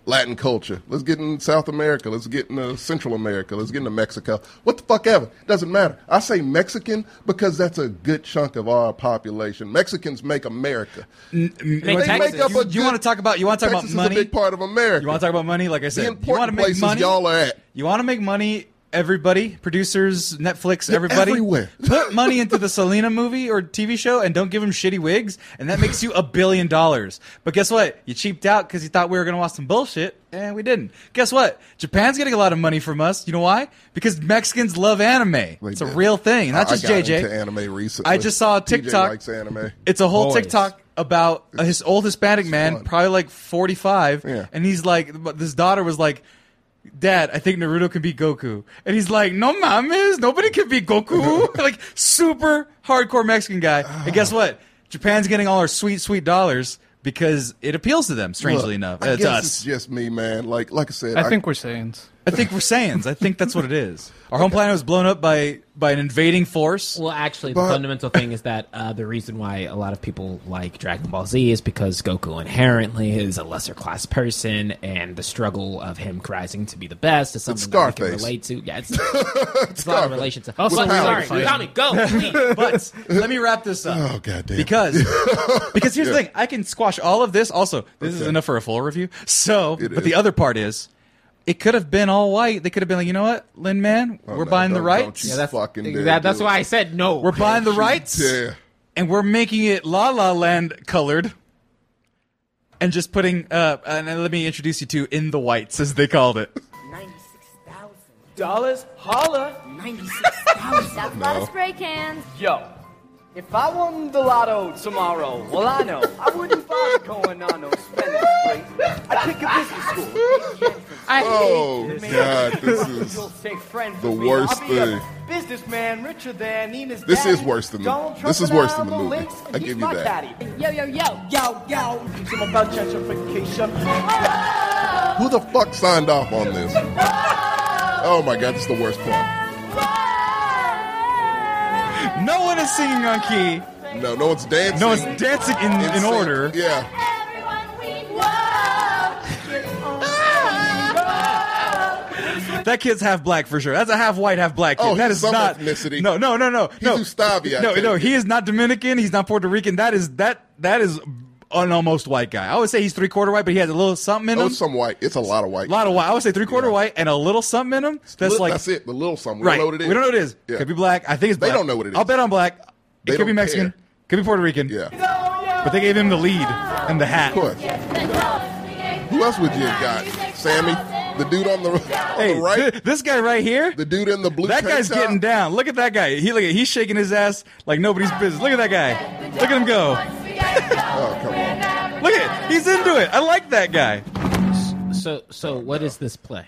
Speaker 3: Latin culture. Let's get in South America. Let's get in uh, Central America. Let's get into Mexico. What the fuck ever. Doesn't matter. I say Mexican because that's a good chunk of our population. Mexicans make America.
Speaker 2: They
Speaker 1: You-
Speaker 2: make
Speaker 1: you-
Speaker 2: up
Speaker 1: you,
Speaker 3: a good-
Speaker 1: want to talk about you want to talk
Speaker 3: Texas
Speaker 1: about money?
Speaker 3: is a big part of America.
Speaker 1: you want to talk about money? Like I
Speaker 3: the
Speaker 1: said, you want to
Speaker 3: important
Speaker 1: make
Speaker 3: places
Speaker 1: money.
Speaker 3: y'all are at.
Speaker 1: You want to make money. Everybody, producers, Netflix, everybody,
Speaker 3: everywhere.
Speaker 1: put money into the Selena movie or TV show and don't give them shitty wigs, and that makes you a billion dollars. But guess what? You cheaped out because you thought we were going to watch some bullshit, and we didn't. Guess what? Japan's getting a lot of money from us. You know why? Because Mexicans love anime. it's a
Speaker 3: did.
Speaker 1: real thing, not
Speaker 3: Oh, I- I
Speaker 1: just
Speaker 3: got
Speaker 1: JJ.
Speaker 3: into anime recently.
Speaker 1: I just saw a
Speaker 3: TJ
Speaker 1: TikTok.
Speaker 3: uh, likes anime.
Speaker 1: It's a whole
Speaker 2: Always.
Speaker 1: TikTok about a, his old Hispanic man,
Speaker 3: fun.
Speaker 1: probably like forty five,
Speaker 3: Yeah.
Speaker 1: and he's like, but this daughter was like. Dad, I think Naruto can beat Goku. And he's like, No mames, nobody can beat Goku. like super hardcore Mexican guy. And guess
Speaker 3: Ah.
Speaker 1: what? Japan's getting all our sweet, sweet dollars because it appeals to them, strangely
Speaker 3: Look,
Speaker 1: enough.
Speaker 3: I
Speaker 1: It's
Speaker 3: guess
Speaker 1: us.
Speaker 3: It's just me, man. Like, like I said,
Speaker 4: I think we're Saiyans.
Speaker 1: I think we're Saiyans. I think that's what it is. Our home planet was blown up by by an invading force.
Speaker 2: Well, actually,
Speaker 3: But-
Speaker 2: the fundamental thing is that uh, the reason why a lot of people like Dragon Ball Z is because Goku inherently is a lesser class person, and the struggle of him rising to be the best is something that we can
Speaker 3: Scarface.
Speaker 2: relate to. Yeah, it's, it's a lot of
Speaker 3: Scarface.
Speaker 2: relation to.
Speaker 4: Also,
Speaker 2: Also,
Speaker 4: we
Speaker 2: sorry,
Speaker 4: like fighting.
Speaker 2: Tommy, go. please.
Speaker 1: But let me wrap this up.
Speaker 3: Oh goddamn!
Speaker 1: because because here's the thing i can squash all of this also this is
Speaker 3: Okay.
Speaker 1: enough for a full review so
Speaker 3: It
Speaker 1: but the
Speaker 3: is.
Speaker 1: other part is it could have been all white they could have been like you know what lin man
Speaker 3: Oh,
Speaker 1: we're
Speaker 3: no,
Speaker 1: buying the
Speaker 3: don't-
Speaker 1: rights
Speaker 3: don't
Speaker 2: Yeah,
Speaker 3: you
Speaker 2: that's
Speaker 3: fucking dare
Speaker 2: that- that's
Speaker 3: do
Speaker 2: why
Speaker 3: it.
Speaker 2: I said no.
Speaker 1: we're buying the rights
Speaker 3: Yeah.
Speaker 1: and we're making it la la land colored and just putting uh and then let me introduce you to in the whites as they called it
Speaker 7: dollars? Holla!
Speaker 8: That's a lot of spray cans.
Speaker 7: Yo, if I won the lotto tomorrow, well, I know, I wouldn't bother going on no spending spree. I'd pick a business school.
Speaker 2: I
Speaker 3: Oh
Speaker 7: Man,
Speaker 3: god, this
Speaker 7: You'll
Speaker 3: is.
Speaker 7: say friend
Speaker 3: the
Speaker 7: with me.
Speaker 3: worst
Speaker 7: I'll be a
Speaker 3: thing.
Speaker 7: Businessman richer than Nina's
Speaker 3: This
Speaker 7: daddy,
Speaker 3: is worse than the-
Speaker 7: Donald Trump
Speaker 3: this is
Speaker 7: and
Speaker 3: worse than the
Speaker 7: Alma
Speaker 3: movie.
Speaker 7: Links, and
Speaker 3: I
Speaker 7: he's
Speaker 3: give you
Speaker 7: my
Speaker 3: that.
Speaker 7: Daddy.
Speaker 8: Yo, yo, yo.
Speaker 7: Yo, yo, it's about gentrification.
Speaker 3: Who the fuck signed off on this? Oh my god, this is the worst part.
Speaker 1: no one is singing on key
Speaker 3: No, no one's dancing.
Speaker 1: no one's dancing in,
Speaker 3: in
Speaker 1: in
Speaker 3: sync.
Speaker 1: order
Speaker 3: Yeah.
Speaker 1: That kid's half black for sure. That's a half white, half black kid.
Speaker 3: Oh, he's
Speaker 1: that is
Speaker 3: some
Speaker 1: not
Speaker 3: ethnicity.
Speaker 1: No, no, no, no.
Speaker 3: He's
Speaker 1: no.
Speaker 3: Ustavi, I
Speaker 1: no,
Speaker 3: take
Speaker 1: no.
Speaker 3: it.
Speaker 1: He is not Dominican. He's not Puerto Rican. That is that that is an almost white guy. I would say he's three quarter white, but he has a little something in
Speaker 3: Oh,
Speaker 1: him.
Speaker 3: it's some white. It's a lot of white.
Speaker 1: a lot of white. I would say three quarter
Speaker 3: Yeah.
Speaker 1: white and a little something in him. That's
Speaker 3: Look,
Speaker 1: like
Speaker 3: that's it. The little something.
Speaker 1: right.
Speaker 3: We don't know what it is.
Speaker 1: We don't know what it is.
Speaker 3: Yeah.
Speaker 1: Could be black. I think it's
Speaker 3: They
Speaker 1: black.
Speaker 3: don't know what it
Speaker 1: I'll
Speaker 3: is.
Speaker 1: bet on black.
Speaker 3: They
Speaker 1: it could be
Speaker 3: don't
Speaker 1: Mexican.
Speaker 3: care.
Speaker 1: Could be Puerto Rican.
Speaker 3: Yeah.
Speaker 1: But they gave him the lead and the hat.
Speaker 3: Of course. Who else would you have got? Sammy, the dude on the, on
Speaker 1: Hey,
Speaker 3: the right,
Speaker 1: th- this guy right here.
Speaker 3: the dude in the blue.
Speaker 1: that
Speaker 3: tank
Speaker 1: guy's
Speaker 3: top?
Speaker 1: getting down. Look at that guy. He look at, he's shaking his ass like nobody's business. Look at that guy. Look at him go.
Speaker 3: Oh come on!
Speaker 1: Look at he's into it. I like that guy.
Speaker 2: So, so what is this play?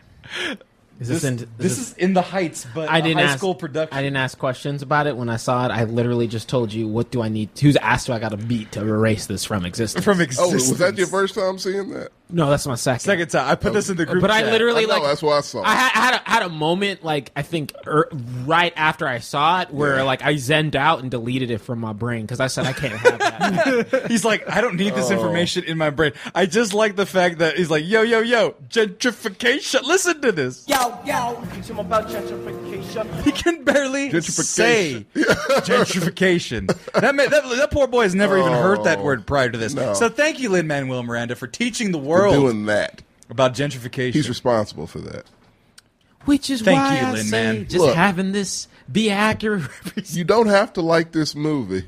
Speaker 2: Is
Speaker 1: This,
Speaker 2: in-
Speaker 1: this is in the heights, but
Speaker 2: I
Speaker 1: a
Speaker 2: didn't
Speaker 1: high
Speaker 2: ask,
Speaker 1: school production.
Speaker 2: I didn't ask questions about it when I saw it. I literally just told you what do I need? Who's ass do I got to beat to erase this from existence?
Speaker 1: from
Speaker 3: Oh,
Speaker 1: existence.
Speaker 3: was that your first time seeing that?
Speaker 2: no, that's my second.
Speaker 1: second time? I put this in the group.
Speaker 2: but I
Speaker 1: chat.
Speaker 2: literally
Speaker 3: I know,
Speaker 2: like
Speaker 3: that's why I saw.
Speaker 2: I
Speaker 3: it.
Speaker 2: had, I had, a, had a moment like I think er, right after I saw it where like I zenned out and deleted it from my brain because I said I can't have that.
Speaker 1: He's like, I don't need
Speaker 3: Oh.
Speaker 1: this information in my brain. I just like the fact that he's like, yo, yo, yo, gentrification. Listen to this.
Speaker 7: Yo, yo, teach him about gentrification.
Speaker 1: He can barely say
Speaker 3: Gentrification.
Speaker 1: gentrification. That, man, that that poor boy has never even heard that word prior to this.
Speaker 3: Oh. no.
Speaker 1: So thank you, Lin Manuel Miranda, for teaching the
Speaker 3: For
Speaker 1: world
Speaker 3: doing that.
Speaker 1: about gentrification.
Speaker 3: He's responsible for that.
Speaker 2: Which is
Speaker 1: Thank
Speaker 2: why
Speaker 1: you,
Speaker 2: I
Speaker 1: Lin,
Speaker 2: say
Speaker 1: man.
Speaker 2: just
Speaker 3: Look.
Speaker 2: having this be accurate. representation.
Speaker 3: You don't have to like this movie.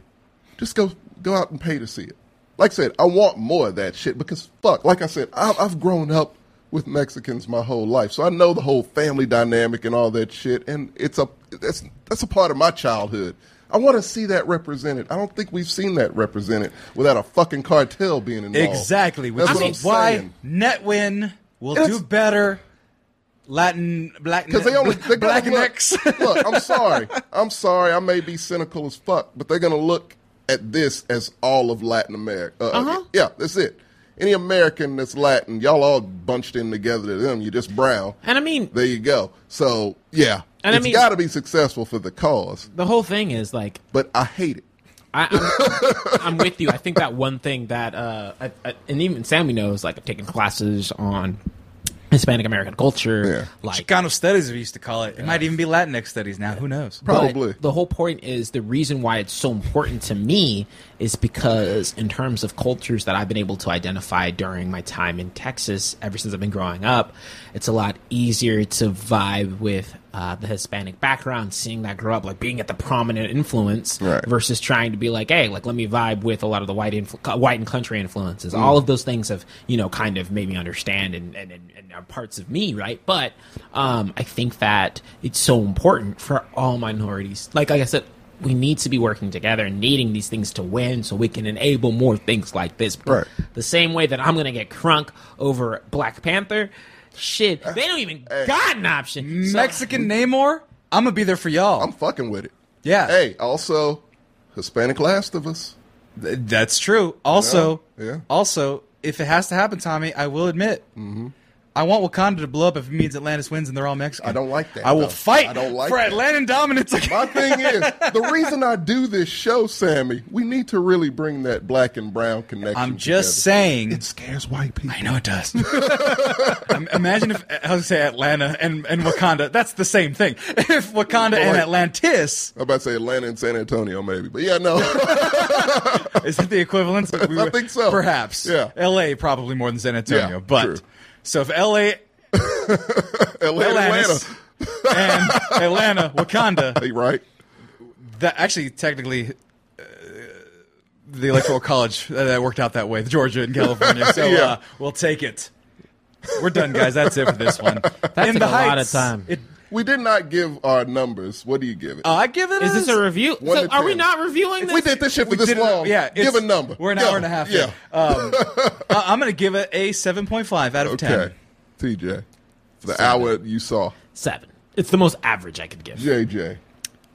Speaker 3: Just go go out and pay to see it. Like I said, I want more of that shit because fuck. Like I said, I, I've grown up with Mexicans my whole life, so I know the whole family dynamic and all that shit. And it's a that's that's a part of my childhood. I want to see that represented. I don't think we've seen that represented without a fucking cartel being involved.
Speaker 1: Exactly, which
Speaker 3: That's what I'm
Speaker 1: is why
Speaker 3: saying.
Speaker 1: Netwin will
Speaker 3: It's-
Speaker 1: do better. Latin black
Speaker 3: Because they only they're
Speaker 1: black
Speaker 3: gonna
Speaker 1: necks.
Speaker 3: look, look, I'm sorry. I'm sorry. I may be cynical as fuck, but they're gonna look at this as all of Latin America. Uh,
Speaker 2: Uh-huh.
Speaker 3: Yeah, that's it. Any American that's Latin, y'all all bunched in together to them. You're just brown.
Speaker 2: And I mean,
Speaker 3: There you go. So yeah,
Speaker 2: And I
Speaker 3: it's
Speaker 2: mean-
Speaker 3: got to be successful for the cause.
Speaker 2: the whole thing is like
Speaker 3: But I hate it.
Speaker 2: I, I'm, I'm with you. I think that one thing that, uh, I, I, and even Sammy knows, like, I've taken classes on Hispanic American culture.
Speaker 3: Yeah.
Speaker 2: Like,
Speaker 1: Chicano studies, we used to call it. It might even be Latinx studies now. Who knows?
Speaker 2: but
Speaker 3: Probably.
Speaker 2: The whole point is the reason why it's so important to me is because, in terms of cultures that I've been able to identify during my time in Texas, ever since I've been growing up, it's a lot easier to vibe with uh, the Hispanic background, seeing that grow up, like being at the prominent influence
Speaker 3: Right.
Speaker 2: versus trying to be like, hey, like let me vibe with a lot of the white influ- co- white and country influences. All of those things have you know kind of made me understand and and, and, and are parts of me, right? But um, I think that it's so important for all minorities. Like like I said. We need to be working together and needing these things to win so we can enable more things like this.
Speaker 3: Right.
Speaker 2: The same way that I'm going to get crunk over Black Panther, shit, they don't even got an option. So-
Speaker 1: Mexican Namor, I'm gonna be there for y'all.
Speaker 3: I'm fucking with it.
Speaker 1: yeah,
Speaker 3: Hey, also Hispanic Last of Us.
Speaker 1: Th- That's true. Also,
Speaker 3: Yeah, yeah.
Speaker 1: also, if it has to happen, Tommy, I will admit,
Speaker 3: Mm-hmm.
Speaker 1: I want Wakanda to blow up if it means Atlantis wins and they're all Mexican.
Speaker 3: I don't like that,
Speaker 1: I will
Speaker 3: though.
Speaker 1: fight
Speaker 3: I don't like
Speaker 1: for
Speaker 3: that.
Speaker 1: Atlantan dominance.
Speaker 3: My thing is, the reason I do this show, Sammy, we need to really bring that black and brown connection.
Speaker 1: I'm just
Speaker 3: together.
Speaker 1: saying.
Speaker 3: It scares white people.
Speaker 1: I know it does. Um, Imagine if I was gonna say Atlanta and, and Wakanda. That's the same thing. If Wakanda and
Speaker 3: Boy.
Speaker 1: Atlantis
Speaker 3: I'm about to say Atlanta and San Antonio, maybe. But yeah, no.
Speaker 1: is that the equivalence? We
Speaker 3: I
Speaker 1: would-
Speaker 3: think so.
Speaker 1: Perhaps.
Speaker 3: Yeah.
Speaker 1: L.A. probably more than San Antonio,
Speaker 3: Yeah,
Speaker 1: but
Speaker 3: true.
Speaker 1: so if L.A.
Speaker 3: Atlanta,
Speaker 1: Atlantis
Speaker 3: Atlanta.
Speaker 1: and Atlanta, Wakanda,
Speaker 3: Hey, right?
Speaker 1: That actually, technically, uh, the electoral college uh, that worked out that way, Georgia and California. So
Speaker 3: Yeah.
Speaker 1: uh, we'll take it. We're done, guys. That's it for this one. That's
Speaker 2: took a lot of time.
Speaker 1: It,
Speaker 3: We did not give our numbers. What do you give it?
Speaker 1: uh, I give it.
Speaker 2: Is this a review?
Speaker 3: One
Speaker 2: So
Speaker 3: to
Speaker 2: are we
Speaker 3: ten.
Speaker 2: not reviewing this?
Speaker 3: we did this shit for
Speaker 1: we
Speaker 3: this
Speaker 1: did it-
Speaker 3: long.
Speaker 1: Yeah,
Speaker 3: give
Speaker 1: it's-
Speaker 3: a number.
Speaker 1: We're an
Speaker 3: Go.
Speaker 1: hour and a half.
Speaker 3: Yeah.
Speaker 1: in. Um, I- I'm going to give it a 7.5 out of 10.
Speaker 3: okay. TJ, for the hour you saw,
Speaker 2: Seven. It's the most average I could give.
Speaker 3: JJ,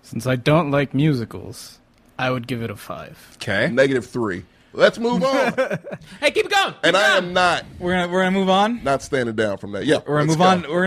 Speaker 4: Since I don't like musicals, I would give it a five.
Speaker 1: Okay.
Speaker 3: negative three. Let's move on.
Speaker 2: Hey, keep it going. Keep
Speaker 3: and
Speaker 2: it
Speaker 3: I
Speaker 2: going.
Speaker 3: am not
Speaker 1: We're gonna we're gonna move on.
Speaker 3: not standing down from that. Yeah,
Speaker 1: We're gonna
Speaker 3: let's
Speaker 1: move on.
Speaker 3: go.
Speaker 1: We're